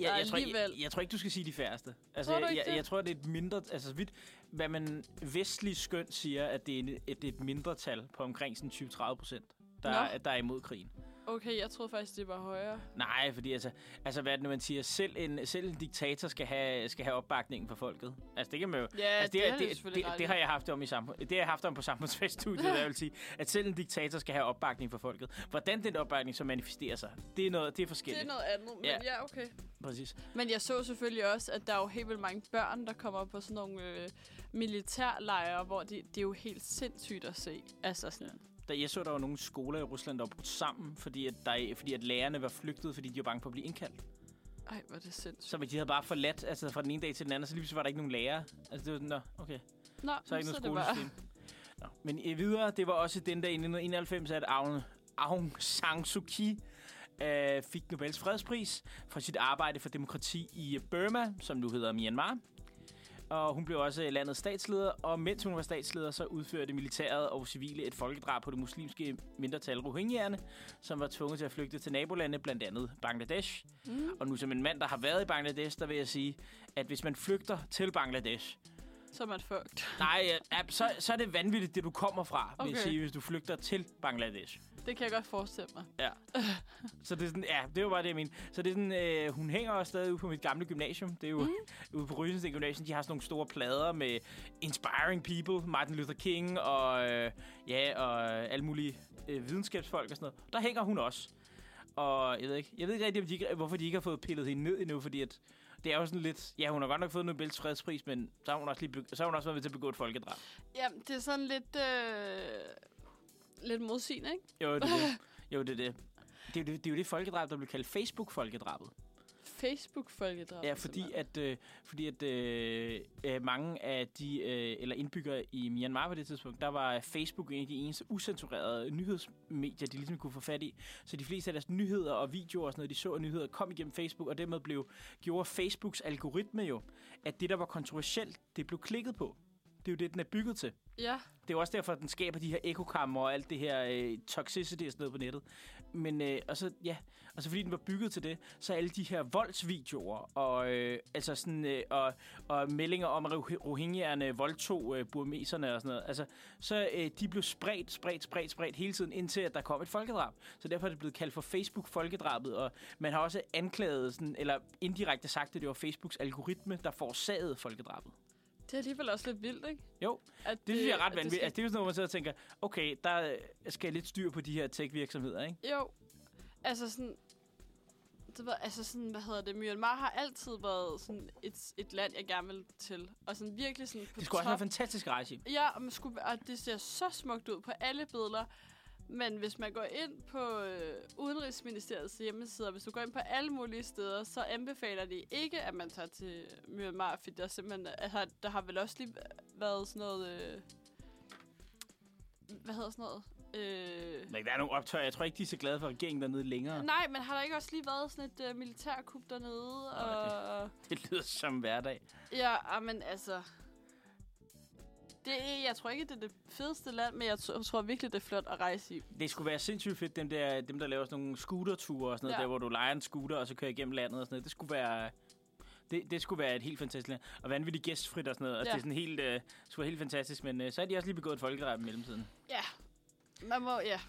B: Ja,
A: Og
B: jeg, tror, jeg,
A: alligevel-
B: jeg tror ikke, du skal sige de færreste. Altså,
A: Tror du
B: jeg,
A: ikke
B: jeg,
A: det?
B: jeg tror, det er et mindre... Altså, så vidt, hvad man vestlig skøn siger, at det er, en, at det er et mindretal på omkring sådan 20-30 procent, der,
A: Nå.
B: der er imod krigen.
A: Okay, jeg troede faktisk, det var højere.
B: Nej, fordi altså, altså hvad er det, nu, man siger? Selv en, selv en diktator skal have, skal have opbakningen fra folket. Altså, det kan man jo...
A: Ja,
B: altså,
A: det
B: er-
A: har du
B: det, det,
A: selvfølgelig ret i.
B: det, har jeg haft om i samfund, det har jeg haft om på samfundsfeststudiet, hvad jeg vil sige. At selv en diktator skal have opbakning fra folket. Hvordan den opbakning så manifesterer sig, det er, noget, det er
A: Det
B: forskelligt.
A: er noget andet, men
B: Ja.
A: ja. ja, okay.
B: Præcis.
A: Men jeg så selvfølgelig også, at der er jo helt vildt mange børn, der kommer på sådan nogle øh, militærlejre, hvor de, det er jo helt sindssygt at se. Altså sådan,
B: Da jeg så, der var nogle skoler i Rusland, der var brudt sammen, fordi at, der, fordi at lærerne var flygtet, fordi de var bange for at blive indkaldt.
A: ej, hvor er det sindssygt.
B: Så de havde bare forladt altså, fra den ene dag til den anden, og så lige pludselig var der ikke nogen lærere. Altså, det var sådan, nå, okay.
A: Nå,
B: Så er ikke
A: så
B: noget
A: det bare-
B: skolesystem. Nå. Men øh, videre, det var også den der i 1991, at Aung, Aung San Suu Kyi øh, fik Nobels fredspris for sit arbejde for demokrati i øh, Burma, som nu hedder Myanmar. Og hun blev også øh, landets statsleder, og mens hun var statsleder, så udførte militæret og civile et folkedrab på det muslimske mindretal Rohingyaerne, som var tvunget til at flygte til nabolande, blandt andet Bangladesh. Mm. Og nu som en mand, der har været i Bangladesh, der vil jeg sige, at hvis man flygter til Bangladesh,
A: Så er man fucked.
B: Nej, ja, ja, så, så er det vanvittigt, det du kommer fra, okay. vil jeg
A: Okay.
B: sige, hvis du flygter til Bangladesh.
A: Det kan jeg godt forestille mig.
B: Ja. så det er sådan, ja, det var bare det, jeg mente. Så det er sådan, øh, hun hænger også stadig ude på mit gamle gymnasium. Det er jo mm. ude på Rysensten Gymnasium. De har sådan nogle store plader med Inspiring People, Martin Luther King og, øh, ja, og alle mulige øh, videnskabsfolk og sådan noget. Der hænger hun også. Og jeg ved ikke, jeg ved ikke rigtig, om de, ikke- hvorfor de ikke har fået pillet hende ned endnu, fordi at det er jo sådan lidt... Ja, hun har godt nok fået Nobels fredspris, men så har hun også, lige be- så har hun også været med til at begå et folkedrab.
A: Jamen, det er sådan lidt... Øh, lidt modsigende, ikke?
B: Jo, det er det. Jo, det er det. Det er, jo det, det er jo det folkedrab, der blev kaldt Facebook-folkedrabet.
A: Facebook-folkedrab.
B: Ja, fordi
A: simpelthen.
B: at, øh, fordi at øh, øh, mange af de øh, eller indbyggere i Myanmar på det tidspunkt, der var Facebook en af de eneste ucensurerede nyhedsmedier, de ligesom kunne få fat i. Så de fleste af deres nyheder og videoer og sådan noget, de så af nyheder, kom igennem Facebook, og dermed blev, gjorde Facebooks algoritme jo, at det, der var kontroversielt, det blev klikket på. Det er jo det, den er bygget til.
A: Ja,
B: Det er jo også derfor, at den skaber de her ekokammer og alt det her øh, toxicity og sådan noget på nettet. Men, øh, og så, ja, og så fordi den var bygget til det, så alle de her voldsvideoer og, øh, altså sådan, øh, og, og meldinger om, at Roh- rohingyaerne voldtog øh, burmeserne og sådan noget, altså, så øh, de blev spredt, spredt, spredt, spredt hele tiden, indtil at der kom et folkedrab. Så derfor er det blevet kaldt for Facebook-folkedrabet, og man har også anklaget, sådan, eller indirekte sagt, at det var Facebooks algoritme, der forårsagede folkedrabet.
A: det er alligevel også lidt vildt, ikke?
B: Jo,
A: At
B: det synes jeg er ret
A: Øh, at det
B: vanvittigt.
A: skal-
B: Altså, det er jo sådan noget, man sidder og tænker, okay, der øh, skal lidt styr på de her tech-virksomheder, ikke?
A: Jo. Altså sådan... Det var, altså sådan, hvad hedder det? Myanmar har altid været sådan et, et land, jeg gerne vil til. Og sådan virkelig sådan på
B: Det skulle også
A: top.
B: være en fantastisk rejse.
A: Ja, og, man skulle, og det ser så smukt ud på alle billeder. Men hvis man går ind på øh, Udenrigsministeriets hjemmeside, og hvis du går ind på alle mulige steder, så anbefaler de ikke, at man tager til Myanmar, fordi der simpelthen altså, der har vel også lige været sådan noget... Øh, hvad hedder sådan noget? Øh,
B: Men der er nogle optøjer. Jeg tror ikke, de er så glade for regeringen dernede længere.
A: Nej, men har der ikke også lige været sådan et øh, militærkup dernede? Og,
B: Det lyder som hverdag.
A: ja, ah, men altså... Det, er- jeg tror ikke, det er det fedeste land, men jeg t- tror virkelig, det er flot at rejse i.
B: Det skulle være sindssygt fedt, dem der, dem der laver sådan nogle scooterture og sådan noget, ja.
A: Ja.
B: der hvor du leger en scooter, og så kører igennem landet og sådan noget. Det skulle være... Det, det skulle være et helt fantastisk land. Og vanvittigt gæstfrit og sådan noget. Og
A: Ja.
B: det er sådan helt, øh, skulle være helt fantastisk, men øh, så har de også lige begået et folkedrab i mellemtiden.
A: Ja, man må, ja.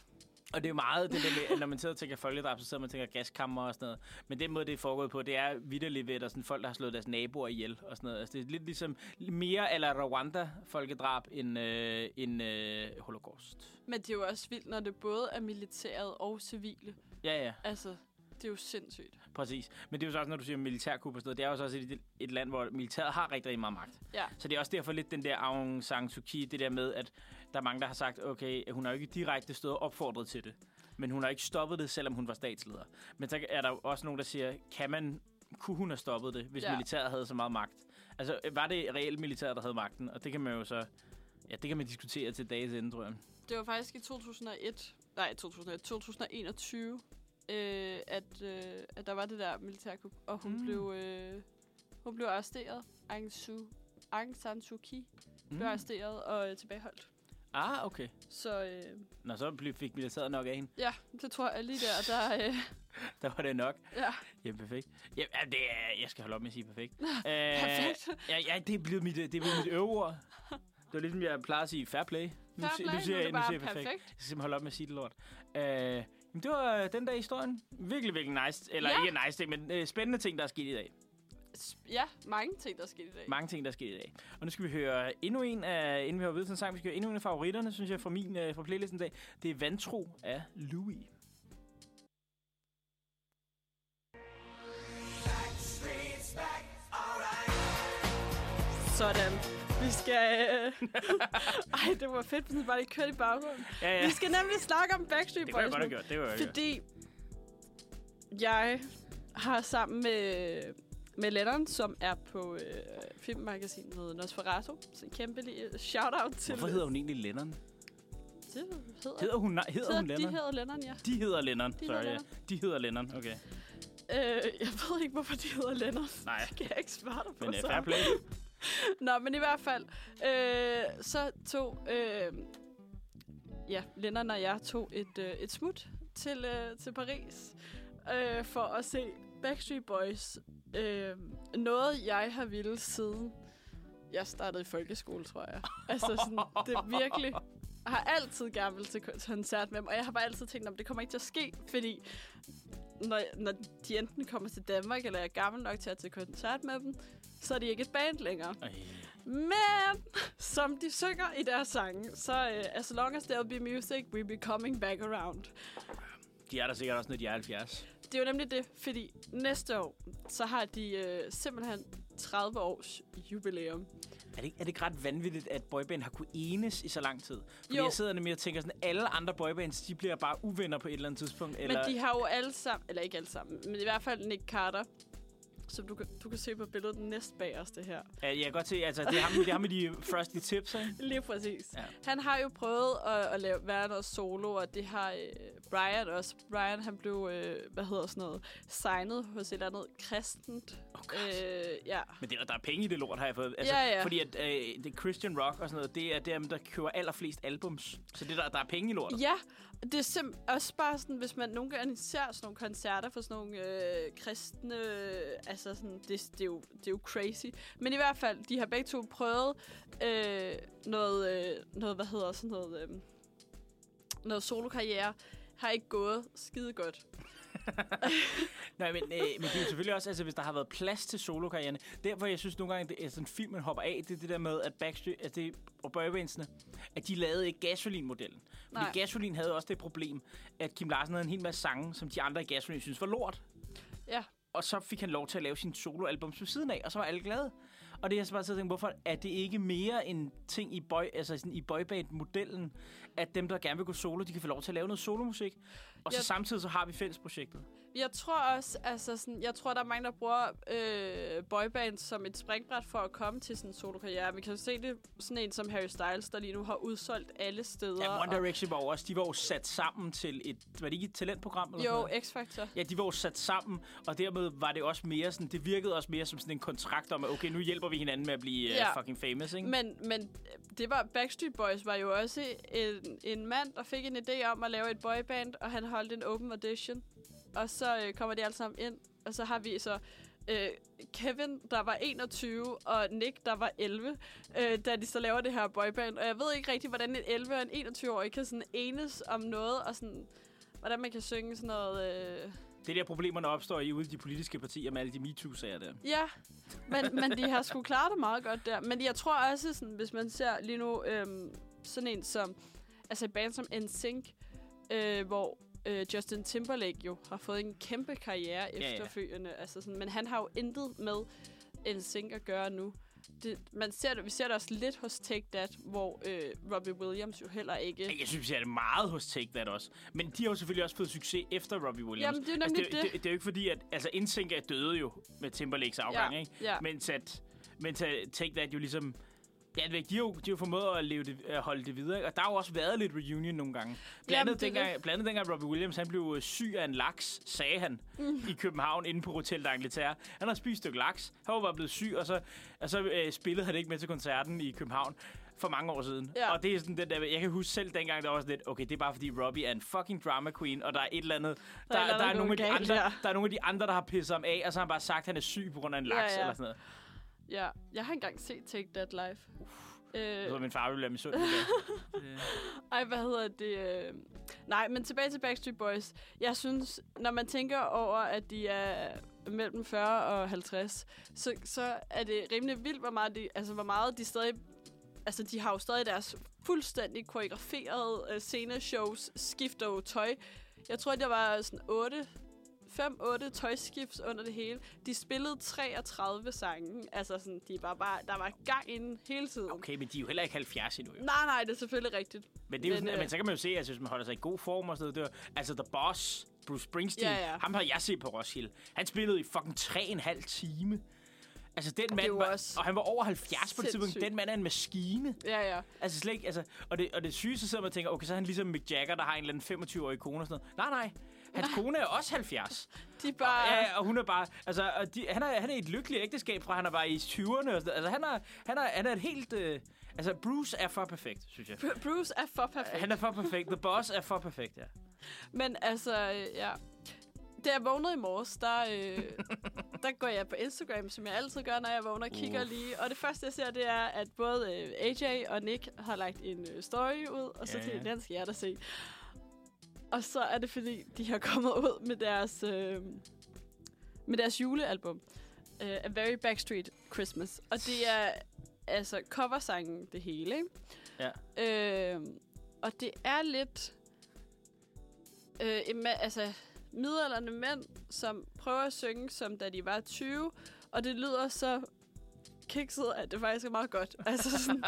B: Og det er jo meget det der med, at når man sidder og tænker folkedrab, så sidder man og tænker gaskammer og sådan noget. Men den måde, det er foregået på, det er vidderligt ved, at der er sådan folk, der har slået deres naboer ihjel og sådan noget. Altså, det er lidt ligesom mere eller Rwanda folkedrab end, øh, end øh, holocaust.
A: Men det er jo også vildt, når det både er militæret og civile.
B: Ja, ja.
A: Altså, Det er jo sindssygt.
B: Præcis. Men det er jo så også, når du siger militærkup og sådan noget, det er jo så også et, et land, hvor militæret har rigtig, rigtig meget magt.
A: Ja.
B: Så det er også derfor lidt den der Aung San Suu Kyi, det der med, at der er mange, der har sagt, okay, hun har jo ikke direkte stået og opfordret til det, men hun har ikke stoppet det, selvom hun var statsleder. Men så er der jo også nogen, der siger, kan man, kunne hun have stoppet det, hvis ja.
A: Ja.
B: militæret havde så meget magt? Altså, var det reelt militæret, der havde magten? Og det kan man jo så, ja, det kan man diskutere til dages ende, tror jeg.
A: Det var faktisk i 2001, nej 2001, 2021, øh, at, øh, at der var det der militærkup, og hun,
B: Mm.
A: mm. blev, øh, hun blev arresteret. Aung, Su, Aung San Suu Kyi mm. blev arresteret og øh, tilbageholdt.
B: Ah, okay.
A: Så øh,
B: Nå, så blev- fik militæret nok af hende.
A: ja, det tror jeg lige der, der øh,
B: Der var det nok.
A: ja,
B: Ja, perfekt. Ja, ja, det er, jeg skal holde op med at sige perfekt. Æh, perfekt.
A: Perfekt.
B: Ja, ja, det er blevet mit, øh, det er blevet mit øveord. Det var ligesom, jeg plejer at sige fair play.
A: fair
B: si-
A: play, nu, er det
B: nu
A: bare
B: siger jeg
A: perfekt.
B: Jeg skal simpelthen holde op med at sige det lort. Æh, jamen, det var øh, den der historien. Virkelig, virkelig nice. Eller
A: Ja.
B: ikke nice ting, men øh, spændende ting, der er sket i dag.
A: S- Ja, mange ting, der er sket i dag.
B: Mange ting, der er sket i dag. Og nu skal vi høre endnu en af, inden vi har videre til en sang, vi skal høre endnu en af favoritterne, synes jeg, fra min øh, fra playlisten i dag. Det er Vantro af Louis.
A: Sådan. Vi skal... Øh... Ej, det var fedt, hvis vi bare lige kørte i baggrunden.
B: Ja, ja.
A: Vi skal nemlig snakke om Backstreet
B: Det
A: Boys
B: kunne
A: nu.
B: jeg godt have gjort. Det var jeg gjort.
A: Fordi jeg har sammen med, med Lennon, som er på øh, filmmagasinet Nosferatu, så en kæmpe li- shout-out til...
B: Hvorfor hedder hun egentlig Lennon?
A: Det hedder,
B: Hedder hun, nej, hedder hun
A: hedder-
B: Lennon?
A: De hedder Lennon, ja.
B: De hedder Lennon.
A: hedder
B: Sorry, ja.
A: Lennon.
B: De hedder Lennon, okay.
A: Øh, jeg ved ikke, hvorfor de hedder Lennon.
B: Nej.
A: Det kan jeg ikke svare dig på.
B: Men uh,
A: så.
B: fair play.
A: Nå, men i hvert fald, øh, så tog øh, ja, Lennon og jeg tog et, øh, et smut til, øh, til Paris øh, for at se Backstreet Boys. Øh, noget, jeg har ville siden jeg startede i folkeskole, tror jeg. Altså sådan, det er virkelig... Jeg har altid gerne vil til koncert med dem, og jeg har bare altid tænkt, om det kommer ikke til at ske, fordi når, når de enten kommer til Danmark, eller jeg er gammel nok til at tage til koncert med dem, så er de ikke et band længere.
B: Ej,
A: Men som de synger i deres sange, så uh, as long as there'll be music, we'll be coming back around.
B: de er der sikkert også, når de er 70.
A: Det er jo nemlig det, fordi næste år, så har de uh, simpelthen 30 års jubilæum.
B: Er det, ikke- er det ikke ret vanvittigt, at boyband har kunne enes i så lang tid? Fordi
A: Jo.
B: jeg sidder nemlig og tænker sådan, alle andre boybands, de bliver bare uvenner på et eller andet tidspunkt. Eller,
A: Men de har jo alle sammen, eller ikke alle sammen, men i hvert fald Nick Carter, som du, kan- du kan se på billedet den næste bagerste her.
B: Ja, jeg kan godt se, altså, det er ham, det er ham med de frosty tips, ikke?
A: Lige præcis.
B: Ja.
A: Ja. Han har jo prøvet at, at lave, være noget solo, og det har øh, Brian også. Brian, han blev, øh, hvad hedder sådan noget, signet hos et eller andet kristent. øh, ja,
B: Men det, er- der er penge i det lort, har jeg fået. Altså,
A: Ja, ja.
B: Fordi at, øh, det er Christian Rock og sådan noget, det er dem, der køber allerflest albums. Så det, der, der er penge i lortet.
A: Ja, det er simpelthen også bare sådan, hvis man nogle gange ser sådan nogle koncerter for sådan nogle øh, kristne, øh, altså sådan, det, det, er jo, det er jo crazy. Men i hvert fald, de har begge to prøvet øh, noget, øh, noget, hvad hedder sådan noget, øh, noget solokarriere, har ikke gået skide godt.
B: Nej, men, øh, men det er jo selvfølgelig også, altså, hvis der har været plads til solokarrieren. Der, hvor jeg synes nogle gange, det altså, er sådan, filmen hopper af, det er det der med, at Backstreet at det, og Burbandsene, at de lavede ikke Gasolin-modellen. Fordi
A: Nej.
B: Gasolin havde også det problem, at Kim Larsen havde en hel masse sange, som de andre i Gasolin synes var lort.
A: Ja,
B: Og så fik han lov til at lave sin soloalbum ved siden af, og så var alle glade. Og det er jeg så bare siddet og tænkt, hvorfor er det ikke mere en ting i, boy, altså sådan i boyband-modellen, at dem, der gerne vil gå solo, de kan få lov til at lave noget solomusik. Og så
A: Jeg-
B: samtidig så har vi fællesprojektet.
A: Jeg tror også, altså sådan, jeg tror, der er mange, der bruger øh, boybands som et springbræt for at komme til sådan en solokarriere. Vi kan jo se det sådan en som Harry Styles, der lige nu har udsolgt alle steder.
B: Ja, One
A: og-
B: Direction var jo også, de var jo sat sammen til et, var det ikke et talentprogram? Eller sådan
A: Jo,
B: noget?
A: X-Factor.
B: Ja, de var jo sat sammen, og dermed var det også mere sådan, det virkede også mere som sådan en kontrakt om, at okay, nu hjælper vi hinanden med at blive ja.
A: Ja.
B: uh, fucking famous, ikke?
A: Men, men det var Backstreet Boys var jo også en, en mand, der fik en idé om at lave et boyband, og han holdt en open audition. Og så øh, kommer de alle sammen ind, og så har vi så øh, Kevin, der var 21, og Nick, der var 11, øh, da de så laver det her boyband. Og jeg ved ikke rigtig, hvordan en 11 og en 21-årig kan sådan enes om noget, og sådan, hvordan man kan synge sådan noget... Øh,
B: Det der problemer, der opstår i ude i de politiske partier med alle de MeToo-sager der.
A: Ja, men, men de har sgu klaret det meget godt der. Men jeg tror også, sådan, hvis man ser lige nu øhm, sådan en som... Altså et band som NSYNC, øh, hvor øh, Justin Timberlake jo har fået en kæmpe karriere
B: ja.
A: efterfølgende. Altså sådan, men han har jo intet med NSYNC at gøre nu. Det, man ser det, vi ser det også lidt hos Take That, hvor øh, Robbie Williams jo heller ikke...
B: Jeg synes, jeg er det meget hos Take That også. Men de har jo selvfølgelig også fået succes efter Robbie Williams.
A: Jamen, det er
B: altså,
A: nemlig
B: det, er jo-
A: det.
B: det. Det, er jo ikke fordi, at... Altså, NSYNC er døde jo med Timberlakes afgang,
A: Ja,
B: ikke?
A: ja.
B: Mens, at, mens at Take That jo ligesom... Ja, det ved jeg, de har jo, de har jo formået at, leve det, at holde det videre, ikke? Og der har jo også været lidt reunion nogle gange. Blandt
A: Jamen,
B: andet
A: det er
B: dengang, blandt andet dengang Robbie Williams han blev øh, syg af en laks, sagde han, mm. i København inde på Hotel d'Angleterre. Han har spist et stykke laks, han var bare blevet syg, og så, og så øh, spillede han ikke med til koncerten i København for mange år siden.
A: Ja.
B: Og det er sådan den der, jeg kan huske selv dengang, der var sådan lidt, okay, det er bare fordi Robbie er en fucking drama queen, og der er et eller andet, der,
A: eller
B: der, der, er,
A: andet
B: nogle af de
A: galt,
B: andre,
A: ja.
B: der er nogle af de andre, der har pisset ham af, og så har han bare sagt, at han er syg på grund af en
A: Ja,
B: laks
A: ja.
B: eller sådan noget.
A: Ja, jeg har engang set Take That live.
B: Jeg tror,
A: Øh,
B: min far ville være misundelig. Øh, der.
A: ej, hvad hedder det? Øh, nej, men tilbage til Backstreet Boys. Jeg synes, når man tænker over, at de er mellem 40 og 50, så, så er det rimelig vildt, hvor meget de, altså, hvor meget de stadig... Altså, de har jo stadig deres fuldstændig koreograferede øh, sceneshows, skifter jo tøj. Jeg tror, der var sådan 8 5-8 tøjskift under det hele. De spillede 33 sange. Altså sådan, de var bare, der var gang inden hele tiden.
B: Okay, men de er jo heller ikke 70 endnu. Jo.
A: Nej, nej, det er selvfølgelig rigtigt.
B: Men, det er jo
A: Men,
B: sådan,
A: øh,
B: men så kan man jo se, at altså, hvis man holder sig i god form og sådan noget, det var, altså The Boss, Bruce Springsteen,
A: Ja, ja.
B: ham har jeg set på Roskilde. Han spillede i fucking tre og en halv time. Altså den mand,
A: jo
B: var,
A: også
B: og han var over 70 på det tidspunkt,
A: sindssygt.
B: den mand er en maskine.
A: Ja, ja.
B: Altså slet ikke, altså, og det, og det syge, så sidder man og tænker, okay, så er han ligesom Mick Jagger, der har en eller anden 25-årig kone og sådan noget. Nej, nej, hans kone er også 70.
A: De er bare...
B: Ja, ja, og hun er bare... Altså, og de, han, er, han er i et lykkeligt ægteskab, fra han er bare i 20'erne. Og sådan, altså, han er, han, er, han er et helt... Øh, altså, Bruce er for perfekt, synes jeg.
A: Bru- Bruce er for perfekt.
B: Han er for perfekt. The Boss er for perfekt, ja.
A: Men altså, øh, ja. Da jeg vågnede i morges, der, øh, der går jeg på Instagram, som jeg altid gør, når jeg vågner og kigger lige. Og det første, jeg ser, det er, at både øh, AJ og Nick har lagt en øh, story ud, og så
B: Ja,
A: yeah. tænkte
B: ja.
A: jeg, den skal jeg da se. Og så er det, fordi de har kommet ud med deres, øh, med deres julealbum, øh, A Very Backstreet Christmas. Og det er altså coversangen, det hele, ikke?
B: Ja.
A: Øh, og det er lidt... Øh, en ma- altså, midalderne mænd, som prøver at synge, som da de var 20, og det lyder så kikset, at det faktisk er meget godt. Altså sådan,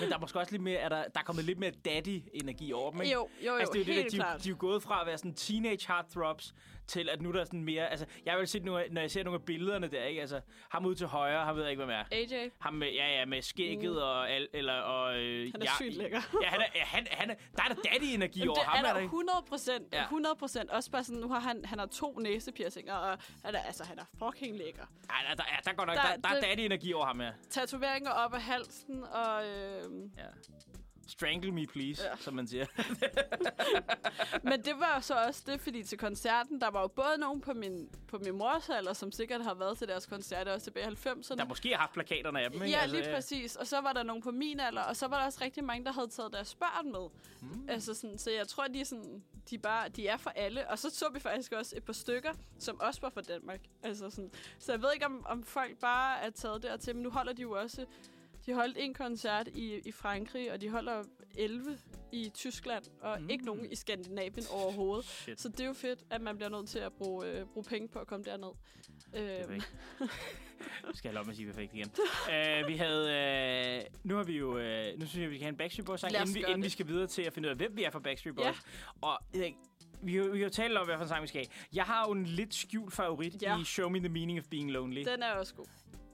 B: Men der er måske også lidt mere... Er der, der er kommet lidt mere daddy-energi over dem,
A: jo,
B: ikke?
A: jo, jo,
B: altså, det er jo
A: helt
B: det, der, de,
A: klart.
B: de er jo gået fra at være sådan teenage heartthrobs, til at nu er der er sådan mere... Altså, jeg vil se, nu, når jeg ser nogle af billederne der, ikke? Altså, ham ude til højre, ham ved jeg ikke, hvad man er.
A: AJ,
B: Ham med, ja, ja, med skægget og... Al, eller, og øh,
A: han er
B: ja,
A: sygt lækker.
B: Ja, han er, ja, han, han er, der er der daddy-energi
A: Jamen,
B: over
A: det
B: ham,
A: er
B: er
A: der
B: der
A: 100 procent.
B: Ja.
A: 100 procent. Også bare sådan, nu har han, han har to næsepiercinger, og han er, altså, han er fucking lækker.
B: Nej, der, der, er- der, går nok,
A: Der-
B: der, der, er
A: det-
B: daddy-energi over ham, ja.
A: Tatoveringer op af halsen, og... Øh,
B: ja. Strangle me, please, ja. som man siger.
A: Men det var jo så også det, fordi til koncerten, der var jo både nogen på min, på min mors alder, som sikkert har været til deres koncerter også tilbage i 90'erne.
B: Der måske har haft plakaterne af dem, ikke?
A: Altså,
B: Altså, øh,
A: Ja, lige præcis. Og så var der nogen på min alder, og så var der også rigtig mange, der havde taget deres børn med. Mm. Altså sådan, så jeg tror, de er, sådan, de, er bare, de er for alle. Og så så vi faktisk også et par stykker, som også var fra Danmark. Altså sådan, så jeg ved ikke, om, om folk bare er taget dertil, men nu holder de jo også... De holdt en koncert i, i Frankrig, og de holder 11 i Tyskland, og mm. ikke nogen i Skandinavien overhovedet.
B: Shit.
A: Så det er jo fedt, at man bliver nødt til at bruge, øh, bruge penge på at komme derned. Øh,
B: Perfekt. Nu skal jeg lov med at sige perfekt igen. uh, vi havde... Uh, nu har vi jo... Uh, nu synes jeg, vi kan have en Backstreet Boys-sang,
A: Lad os
B: inden, vi,
A: gøre
B: inden
A: det.
B: vi skal videre til at finde ud af, hvem vi er fra Backstreet Boys.
A: Ja.
B: Og øh, vi, har jo- vi har jo talt om, hvad for en sang vi skal have. Jeg har jo en lidt skjult favorit
A: Ja.
B: i Show Me The Meaning Of Being Lonely.
A: den er også god.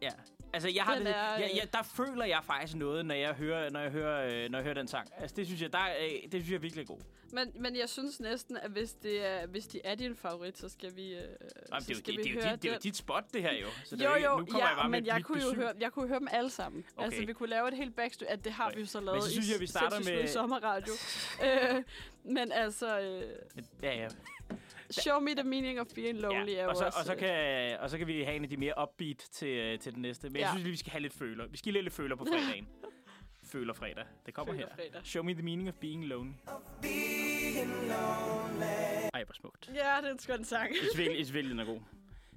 B: Ja. Altså, jeg har
A: Den
B: det,
A: er,
B: jeg,
A: øh,
B: jeg, der føler jeg faktisk noget, når jeg hører, når jeg hører, øh, når jeg hører den sang. Altså, det synes jeg, der, er, øh, det synes jeg er virkelig god.
A: Men, men jeg synes næsten, at hvis, det er, hvis de er din favorit, så skal vi, øh, så
B: Jamen, det, er jo,
A: skal
B: det, det,
A: vi
B: er jo
A: høre
B: dit, det er jo
A: den.
B: dit spot, det her jo. Så det er
A: jo,
B: ikke-
A: jo,
B: nu kommer
A: ja,
B: jeg bare med
A: men
B: et
A: jeg
B: vildt
A: kunne, jo
B: besyv.
A: høre, jeg kunne høre dem alle sammen.
B: Okay.
A: Okay. Altså, vi kunne lave et helt backstreet. At det har
B: Okay.
A: vi jo så
B: Men
A: lavet
B: så synes
A: i
B: jeg, vi starter
A: sindssygt
B: med-
A: sommerradio. øh, men altså, øh,
B: Ja, ja.
A: show me the meaning of being lonely
B: ja.
A: er
B: Og,
A: jo
B: så,
A: også,
B: og, så
A: øh,
B: kan, og så kan vi have en af de mere upbeat til, øh, til den næste. Men ja. jeg
A: Ja.
B: synes lige, vi skal have lidt føler. Vi skal lige have lidt føler på fredagen. føler fredag. Det kommer her.
A: Følerfredag.
B: Show me the meaning of being lonely. Ej, hvor smukt.
A: Ja, det er en skøn sang.
B: Jeg synes virkelig, jeg synes virkelig, den er god.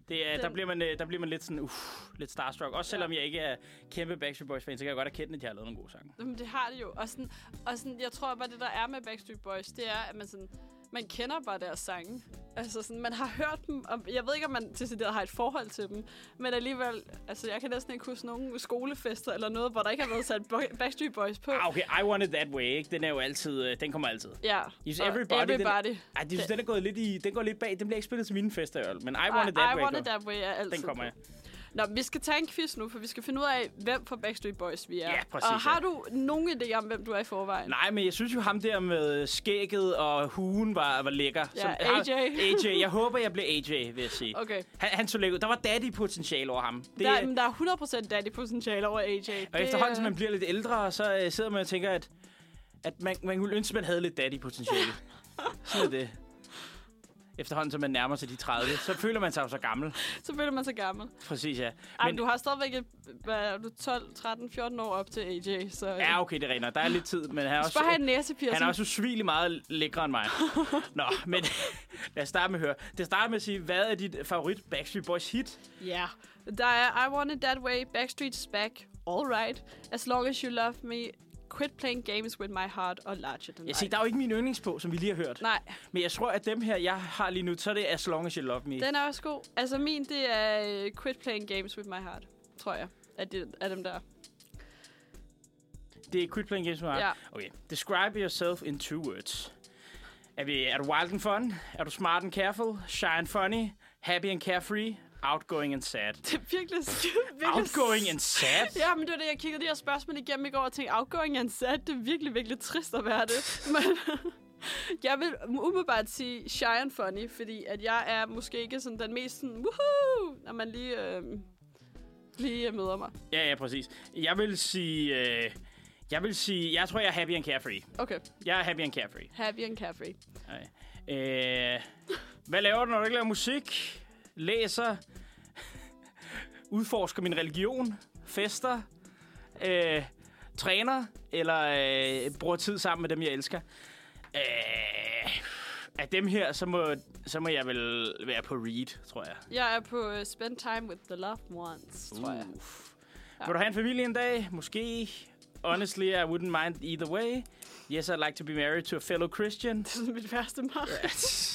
B: Det er, der,
A: Den-
B: bliver man, øh, der bliver man lidt sådan, uff, lidt starstruck. Også selvom jeg ikke er kæmpe Backstreet Boys fan, så kan jeg godt erkende, at de har lavet nogle gode sange.
A: Jamen, det har det jo. Og, sådan, og sådan, jeg tror bare, det der er med Backstreet Boys, det er, at man sådan... man kender bare deres sange. Altså sådan, man har hørt dem, og jeg ved ikke, om man til har et forhold til dem, men alligevel, altså jeg kan næsten ikke huske nogen skolefester eller noget, hvor der ikke har været sat Bo- Backstreet Boys på.
B: Ah, okay, I Want It That Way, ikke? Den er jo altid, øh, den kommer altid.
A: Ja,
B: Is
A: og
B: everybody den-
A: everybody. Den,
B: Ej, det, synes, den er gået lidt i, den går lidt bag, den bliver ikke spillet til mine fester, i øvrigt, men I,
A: I
B: Want It That
A: Ah, I
B: Way,
A: want
B: gør.
A: it that way er altid
B: den
A: på.
B: kommer jeg.
A: Nå, men vi skal tage en quiz nu, for vi skal finde ud af, hvem for Backstreet Boys vi er.
B: Ja, præcis,
A: Og har
B: ja.
A: du nogen idé om, hvem du er i forvejen?
B: Nej, men jeg synes jo, ham der med skægget og huen var, var lækker.
A: Ja,
B: ham-
A: AJ.
B: AJ. Jeg håber, jeg bliver AJ, vil jeg sige.
A: Okay.
B: Han, han så lækker ud. Der var daddy-potentiale over ham. Det,
A: Det... Der, men der er 100% daddy-potentiale over AJ.
B: og efterhånden, som man bliver lidt ældre, så øh, sidder man og tænker, at, at man, man kunne ønske, man havde lidt daddy-potentiale. Sådan er det. Efterhånden, som man nærmer sig de 30, så føler man sig jo så gammel.
A: Så føler man sig gammel.
B: Præcis, ja.
A: Ej, men du har stadigvæk et, hvad er du, 12, 13, 14 år op til AJ, så...
B: Ja, okay, det regner. Der er lidt tid, men han er også...
A: Spørg han næsepiercing.
B: Han er også usvigelig meget lækre end mig. Nå, men lad os starte med at høre. Det starter med at sige, hvad er dit favorit Backstreet Boys hit?
A: Ja. Der er I Want It That Way, Backstreet's Back, All Right, As Long As You Love Me, Quit Playing Games With My Heart og Larger Than
B: Jeg
A: Life.
B: siger, der er jo ikke min yndlings på, som vi lige har hørt.
A: Nej,
B: Men jeg tror, at dem her, jeg har lige nu, så er det As Long As You Love Me.
A: den er også god. Altså min, det er øh, Quit Playing Games With My Heart, tror jeg. At det er dem der.
B: Det er Quit Playing Games With My Heart. Okay. Describe yourself in two words. Er, vi, er du wild and fun? Er du smart and careful? Shy and funny? Happy and carefree? Outgoing and sad?
A: Det er virkelig... virkelig
B: Outgoing and sad?
A: Ja, men det var det, jeg kiggede de her spørgsmål igennem i går og tænkte, afgøring er en sat, det er virkelig, virkelig trist at være det. Men jeg vil umiddelbart sige shy and funny, fordi at jeg er måske ikke sådan den mest sådan, woohoo, når man lige, øh, lige øh, møder mig.
B: Ja, ja, præcis. Jeg vil sige... Øh, jeg vil sige... Jeg tror, jeg er happy and carefree.
A: Okay,
B: Jeg er happy and carefree.
A: happy and carefree.
B: Nej. Øh, hvad laver du, når du ikke laver musik? Læser? Udforsker min religion? Fester? Øh, træner? Eller øh, bruger tid sammen med dem, jeg elsker? Øh, af dem her, så må, så må jeg vel være på read, tror jeg.
A: Jeg er på uh, spend time with the loved ones, tror jeg.
B: Uff. Vil du have en familie en dag? Måske. Honestly, I wouldn't mind either way. Yes, I'd like to be married to a fellow Christian.
A: Det er sådan mit værste mark.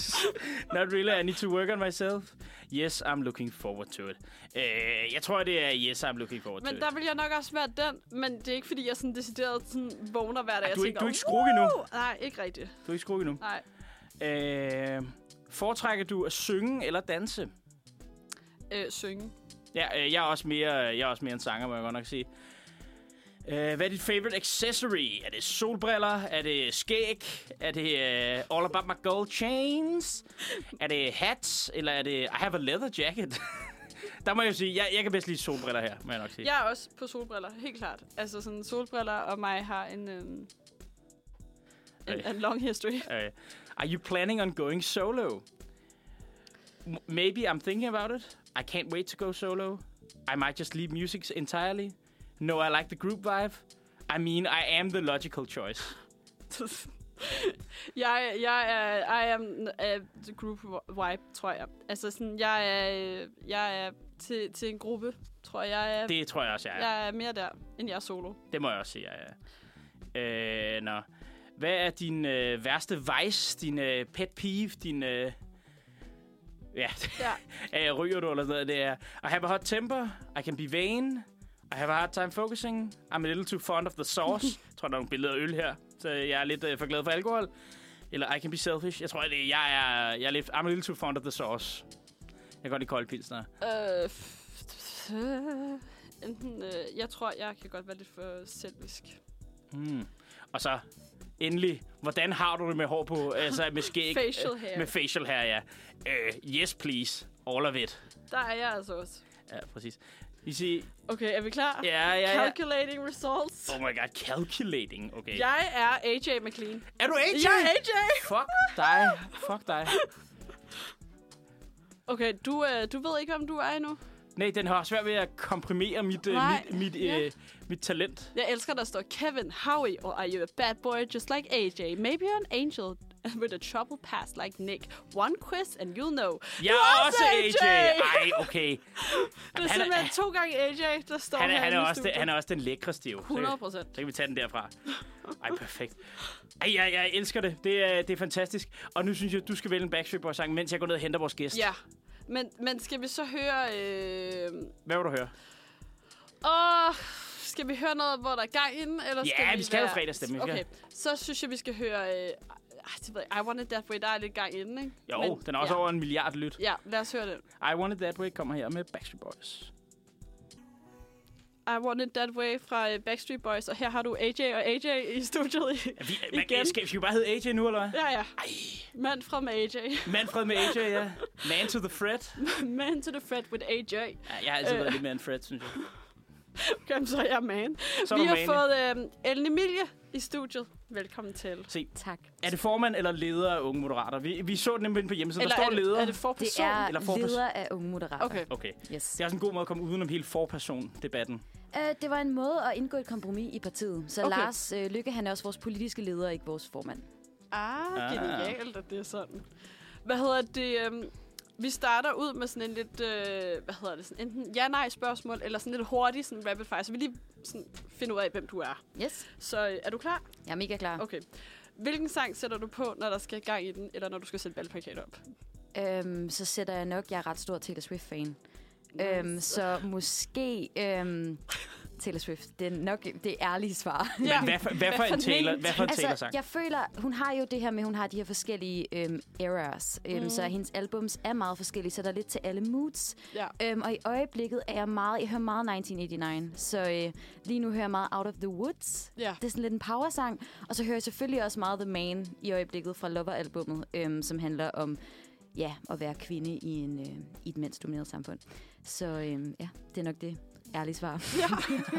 B: Not really, I need to work on myself. Yes, I'm looking forward to it. Øh, jeg tror, det er yes, I'm looking forward
A: Men
B: to
A: der
B: it.
A: vil jeg nok også være den, men det er ikke fordi, jeg sådan decideret sådan vågner hver dag.
B: Ej,
A: Jeg
B: du er ikke-
A: tænker,
B: du er ikke skruk endnu.
A: "Woo!" Nej, ikke rigtigt.
B: Du er ikke skruet endnu.
A: Nej.
B: Øh, foretrækker du at synge eller danse?
A: Øh, synge.
B: Ja, øh, jeg, er også mere, jeg er også mere en sanger, må jeg godt nok sige. Øh, hvad er dit favorite accessory? Er det solbriller? Er det skæg? Er det uh, All About My Gold Chains? Er det hats? Eller er det I Have a Leather Jacket? der må jeg jo sige, jeg, jeg kan bedst lide solbriller her, må jeg nok sige.
A: Jeg er også på solbriller, helt klart. Altså sådan solbriller og mig har en, øhm, en,
B: Ej.
A: en long history.
B: Uh, are you planning on going solo? M- maybe I'm thinking about it. I can't wait to go solo. I might just leave music entirely. No, I like the group vibe. I mean, I am the logical choice.
A: jeg, jeg er, I am uh, the group vibe, tror jeg. Altså sådan, jeg er, øh, jeg er til, til en gruppe, tror jeg. Jeg er,
B: Det tror jeg også, jeg er.
A: jeg er mere der, end jeg er solo.
B: Det må jeg også sige, jeg er. Øh, nå. Hvad er din øh, værste vice, din øh, pet peeve, din... Øh, ja,
A: Ja.
B: Øh, ryger du eller sådan noget? Det er, I have a hot temper, I can be vain, I have a hard time focusing, I'm a little too fond of the sauce. jeg tror, der er nogle billeder af øl her, så jeg er lidt øh, for glad for alkohol. Eller I can be selfish. Jeg tror, det er, jeg er, jeg er lidt, I'm a little too fond of the sauce. Jeg kan godt lide kolde pilsner.
A: Øh, f- f- øh, enten, øh, jeg tror, jeg kan godt være lidt for selvisk.
B: Mm. Og så endelig, hvordan har du det med hår på? Altså med skæg?
A: Facial
B: øh,
A: hair.
B: Med facial hair, ja. Uh, yes, please. All of it.
A: Der er jeg altså også.
B: Ja, præcis. I siger,
A: Okay, er vi klar?
B: ja, ja, ja.
A: Calculating results.
B: Oh my god, calculating. Okay.
A: Jeg er AJ McLean.
B: Er du AJ?
A: Jeg er AJ!
B: Fuck dig. Fuck dig.
A: Okay, du, øh, du ved ikke, om du er endnu.
B: Nej, den har svært ved at komprimere mit, øh,
A: Nej,
B: mit, mit,
A: ja.
B: øh, mit talent.
A: Jeg elsker, der står Kevin, Howie, or are you a bad boy just like AJ? Maybe you're an angel and with a trouble past like Nick. One quiz, and you'll know.
B: Jeg
A: Du
B: er også AJ! Ej, okay.
A: Det er
B: Han er-
A: simpelthen to gange AJ, der står
B: Han er,
A: her
B: han er, også, den,
A: det,
B: han er også den lækreste, jo. Så-
A: 100 procent.
B: Så kan vi tage den derfra. Ej, perfekt. Ej, jeg, jeg elsker det. Det er, det er fantastisk. Og nu synes jeg, du skal vælge en Backstreet Boys-sang, mens jeg går ned og henter vores gæst.
A: Ja. Men, men skal vi så høre... Øh...
B: Hvad vil du høre?
A: Åh, skal vi høre noget, hvor der er gang inden? Eller
B: Ja,
A: skal
B: vi skal jo
A: være-
B: fredagsstemning, vi
A: Okay,
B: skal.
A: så synes jeg, vi skal høre... Øh... ej, det ved jeg, I Want It That Way, der er lidt gang inden, ikke?
B: Jo,
A: Men-
B: den er også
A: ja.
B: over en milliard lyt.
A: Ja, lad os høre den.
B: I Want It That Way kommer her med Backstreet Boys.
A: I Want It That Way fra øh, Backstreet Boys, og her har du AJ og AJ i studiet i,
B: Vi,
A: igen.
B: man, skal, skal vi bare hedde AJ nu, eller hvad?
A: Ja, ja.
B: Ej,
A: Mand fra med AJ.
B: Manfred med AJ, ja. Man to the Fred.
A: man to the Fred with AJ.
B: Ja, jeg har altid
A: Øh.
B: været lidt mere en Fred, synes jeg.
A: Kom så, er jeg er man.
B: Så er
A: Vi
B: du
A: har
B: man, ja.
A: fået øh, Ellen Emilie i studiet. Velkommen til.
B: Se,
E: Tak.
B: er det formand eller leder af Unge Moderater? Vi, vi så den nemlig inde på hjemmesiden. der står
A: er,
B: leder.
A: det, er det for
E: Det
A: person?
E: er
B: eller forpers-
E: leder af Unge Moderater.
A: Okay.
B: Okay.
E: Yes.
B: Det er også en god måde at komme udenom hele forperson-debatten.
E: Uh, det var en måde at indgå et kompromis i partiet. Så
A: Okay.
E: okay. Lars uh, Lykke, han er også vores politiske leder, ikke vores formand.
A: Ah,
B: Ah.
A: genialt, at det er sådan. Hvad hedder det? øhm, vi starter ud med sådan en lidt, øh, hvad hedder det, sådan enten ja-nej-spørgsmål, eller sådan lidt hurtigt sådan rapid fire, så vi lige sådan finder ud af, hvem du er.
E: Yes,
A: Så øh, er du klar?
E: jeg er mega klar.
A: Okay. Hvilken sang sætter du på, når der skal gang i den, eller når du skal sætte valgplakater op?
E: Okay. Øhm, så sætter jeg nok, jeg er ret stor Taylor Swift-fan. Nice. Øhm, så måske øhm, Taylor Swift. Det er nok det ærlige svar.
A: Ja.
B: Hvad for, hvad for en Taylor, hvad for en Taylor
E: Altså,
B: sang?
E: jeg føler, hun har jo det her med, hun har de her forskellige øhm, eras. Øhm, mm. Så hendes albums er meget forskellige, så der er lidt til alle moods.
A: Ja.
E: Øhm, og i øjeblikket er jeg meget, jeg hører meget 1989, så øh, lige nu hører jeg meget Out of the Woods.
A: Ja.
E: Det er sådan lidt en powersang. Og så hører jeg selvfølgelig også meget The Man i øjeblikket fra Lover-albummet, øhm, som handler om ja, at være kvinde i, en, øh, i et mandsdomineret samfund. Så øhm, ja, det er nok det ærlige svar.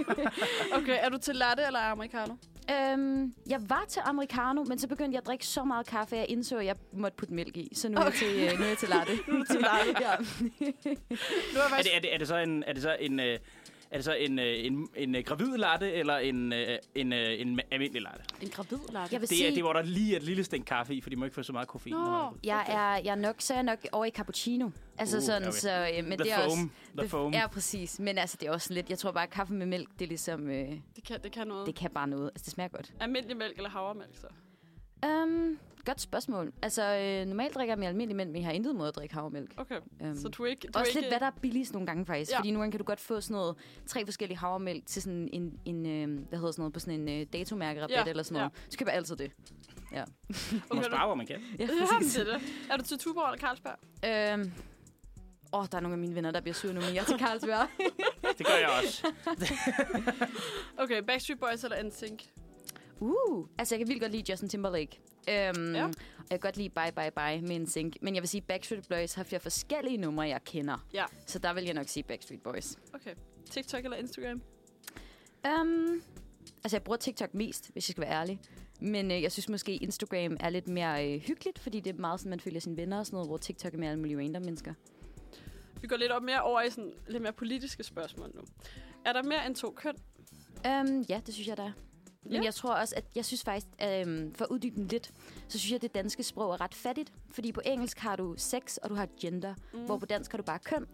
A: Okay, er du til latte eller americano?
E: Øhm, jeg var til americano, men så begyndte jeg at drikke så meget kaffe, at jeg indså, at jeg måtte putte mælk i. Så nu er jeg til, øh, nu er jeg til latte. nu er til latte, ja.
A: Nu er
B: Er
A: jeg
B: det, er, det, er det så en, er det så en, øh, er det så en, øh, en, en, øh, gravid latte, eller en, øh, en, øh, en ma- almindelig latte?
A: en gravid latte.
E: Jeg vil
B: Det er,
E: sige,
B: det, hvor der lige er et lille stænk kaffe i, for de må ikke få så meget koffein.
A: Nå.
B: når man-
E: jeg, er, jeg er nok, så er jeg nok over i cappuccino. Altså
B: Uh,
E: uh, sådan,
B: okay.
E: så... Øh, men
B: The
E: det er
B: foam.
E: Også,
B: The foam.
E: Ja, præcis. Men altså, det er også lidt... Jeg tror bare, at kaffe med mælk, det er ligesom... Øh,
A: Det kan, det kan noget.
E: det kan bare noget. Altså, det smager godt.
A: Almindelig mælk eller havremælk, så?
E: Um, godt spørgsmål. Altså, øh, normalt drikker jeg med almindelig mælk, men jeg har intet mod at drikke havremælk.
A: Okay,
E: Øhm,
A: så du er ikke... Du er
E: Også
A: ikke,
E: lidt, hvad der er billigst nogle gange faktisk.
A: Ja.
E: Ja. Fordi nogle gange kan du godt få sådan noget, tre forskellige havremælk til sådan en, en øh, hvad hedder sådan noget, på sådan en øh, datomærkerabat
A: Ja,
E: ja. eller sådan noget. Ja. Så køber jeg altid det.
B: Man
A: Okay,
B: sparer, hvor man kan.
E: Ja,
A: Ja, det er det. Er du til Tuborg eller Carlsberg?
E: Øhm, Åh, oh, der er nogle af mine venner, der bliver sure nu, men jeg er til Carlsberg.
B: Det gør jeg også.
A: Okay, Backstreet Boys eller NSYNC?
E: uh, altså, jeg kan vildt godt lide Justin Timberlake. Øhm,
A: Ja.
E: ja. Og jeg kan godt lide Bye Bye Bye med en sink. Men jeg vil sige, Backstreet Boys har flere forskellige numre, jeg kender.
A: Ja.
E: Så der vil jeg nok sige Backstreet Boys.
A: Okay. TikTok eller Instagram?
E: Um, altså, jeg bruger TikTok mest, hvis jeg skal være ærlig. Men øh, jeg synes måske, Instagram er lidt mere øh, hyggeligt, fordi det er meget sådan, man følger sine venner og sådan noget, hvor TikTok er mere alle mulige random mennesker.
A: Vi går lidt op mere over i sådan lidt mere politiske spørgsmål nu. Er der mere end to køn?
E: Um, ja, det synes jeg, der er. Men
A: Ja.
E: jeg tror også, at jeg synes faktisk, øhm, for at uddybe den lidt, så synes jeg, at det danske sprog er ret fattigt. Fordi på engelsk har du sex, og du har gender, mm. hvor på dansk har du bare køn.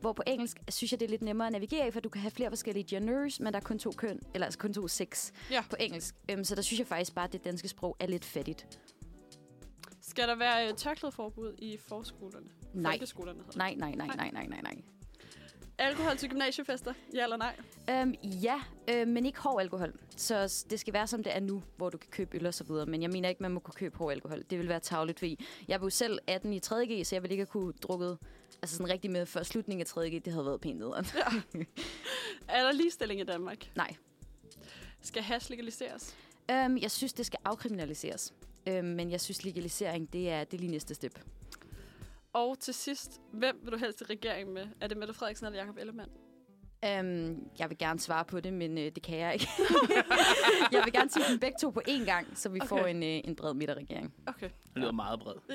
E: Hvor på engelsk synes jeg, det er lidt nemmere at navigere i, for du kan have flere forskellige genders, men der er kun to køn, eller altså kun to sex
A: Ja.
E: på engelsk. Øhm, så der synes jeg faktisk bare, at det danske sprog er lidt fattigt.
A: Skal der være øh, tørklædeforbud i forskolerne?
E: Nej.
A: Folkeskolerne hedder det.
E: Nej, nej, nej, nej, nej, nej, nej.
A: Alkohol til gymnasiefester? Ja eller nej?
E: Øhm, ja, øh, men ikke hård alkohol. Så s- det skal være, som det er nu, hvor du kan købe øl og så videre. Men jeg mener ikke, man må kunne købe hård alkohol. Det vil være tavligt, fordi jeg var jo selv 18 i 3.G, så jeg ville ikke have kunne drukket altså sådan rigtig med før slutningen af 3.G. Det havde været pænt nederen.
A: Er der ligestilling i Danmark?
E: Nej.
A: Skal hash legaliseres?
E: Øhm, jeg synes, det skal afkriminaliseres. Øhm, men jeg synes, legalisering, det er, det er lige næste step.
A: Og til sidst, hvem vil du helst i regeringen med? Er det Mette Frederiksen eller Jacob Ellemann?
E: Øhm, jeg vil gerne svare på det, men øh, det kan jeg ikke. jeg vil gerne sige dem begge to på én gang, så vi okay. får
A: Okay.
E: en, øh, en bred midterregering.
A: Okay.
B: Det lyder meget bred.
A: Ja.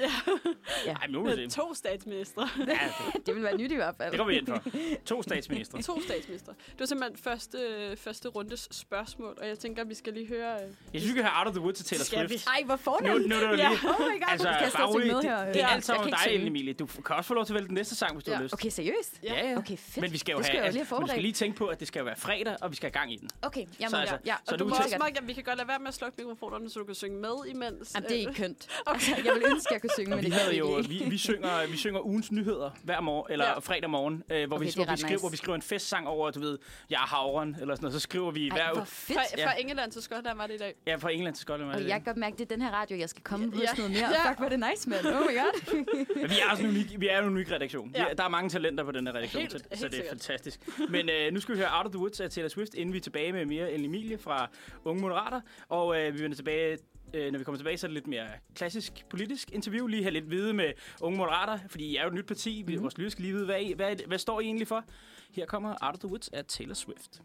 B: Ej, men nu må vi
A: Med
B: se.
A: to statsministre.
B: Ja, det-
E: Det vil være nyt i hvert fald.
B: det går vi ind for. To statsministre.
A: To statsministre. Det var simpelthen første, øh, første rundes spørgsmål, og jeg tænker, at vi skal lige høre... øh,
B: Jeg synes, vi kan have Out of the Woods til Taylor
A: Skal
B: Swift.
E: Ej, hvor
B: Nu,
E: fornemt.
B: nu er det jo
A: Ja.
B: lige...
E: Oh my god,
B: Altså,
E: altså, skal jeg
B: bare
E: stadig
B: rolig.
E: synge med
B: Det,
E: her?
B: det er
A: Ja,
B: alt sammen
E: jeg
B: om
E: kan
B: dig,
E: ikke synge.
B: Emilie. Du f- kan også få lov til at vælge den næste sang, hvis du
A: Ja,
B: har lyst.
E: Okay, seriøst?
A: Ja.
B: ja.
E: Okay, fedt.
B: Men vi skal jo
E: det skal
B: have,
E: jeg jo lige have
B: men vi skal
E: forberedt.
B: lige tænke på, at det skal jo være fredag, og vi skal have gang i den.
E: Okay, jeg
B: Så
E: må,
B: altså-
E: ja.
B: så
E: og
A: Du
B: du
A: må
B: tænker-
A: også mærke, at vi kan godt lade være med at slukke mikrofonerne, så du kan synge med imens. øh,
E: Jamen, det er ikke kønt. Altså, jeg ville ønske, jeg kunne synge,
B: Og vi
E: men det kan
B: havde
E: jeg
B: jo,
E: ikke.
B: vi, vi, synger, vi synger ugens nyheder hver morgen, eller
A: Ja.
B: fredag morgen, øh, hvor,
E: Okay,
B: vi,
E: det er
B: hvor, vi
E: ret
B: skriver,
E: nice.
B: hvor vi skriver en festsang over, du ved, jeg er havren, eller sådan noget, så skriver vi
E: Ej,
B: hver
E: hvor
B: uge.
E: fedt.
A: Fra, fra England til Skotland var det i dag.
B: Ja, fra England til Skotland. var
E: Og
B: det
E: jeg
B: det.
E: kan godt mærke, det er den her radio, jeg skal komme ja.
A: Ja.
E: hos noget mere.
A: Ja.
E: Fuck, hvor er det nice, mand. Oh my god.
B: Men vi er, også en unik, vi er jo en unik redaktion. Ja.
A: Ja.
B: Vi er, der er mange talenter på den her redaktion,
A: Helt-
B: så,
A: helt
B: så det er
A: sikkert.
B: fantastisk. Men øh, nu skal vi høre Out of the Woods af Taylor Swift, inden vi er tilbage med mere end Emilie fra Unge Moderater. Og øh, vi vender tilbage, øh, når vi kommer tilbage, så er det lidt mere klassisk politisk interview. Lige have lidt vide med Unge Moderater, fordi jeg er jo et nyt parti.
A: Mhm.
B: Mm-hmm. Vores lytter skal lige vide, hvad, I, hvad, hvad står I egentlig for? Her kommer Out of the Woods af Taylor Swift.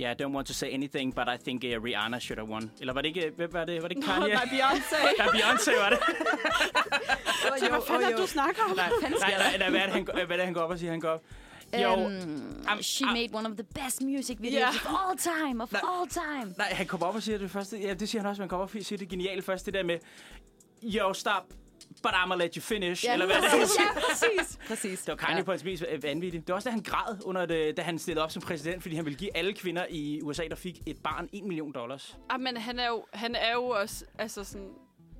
B: Yeah, I don't want to say anything, but I think uh, Rihanna should have won. Eller var det ikke, hvem var det? Var det ikke Kanye?
A: Nej, Beyoncé.
B: Ja, Beyoncé var det.
E: Oh,
A: Hvad fanden er det, du snakker om?
B: Nej, nej, nej, nej, hvad er det, han, går- hvad er det, han går op og siger? Han går op. Jo,
E: Um,
B: am-
E: she
B: am-
E: made one of the best music videos
A: Ja.
E: yeah. of all time, of
B: Nej.
E: all time.
B: nej, han kommer op og siger det første. Ja, det siger han også, men han kommer op og siger det geniale først. Det der med, yo, stop, but I'ma let you finish. eller hvad det er.
E: ja, præcis. præcis.
B: Det var Kanye ja. på hans mest øh, vanvittige. Det var også, da han græd, under det, da han stillede op som præsident, fordi han ville give alle kvinder i USA, der fik et barn, 1 million dollars.
A: Ah, men han er jo, han er jo også, altså sådan,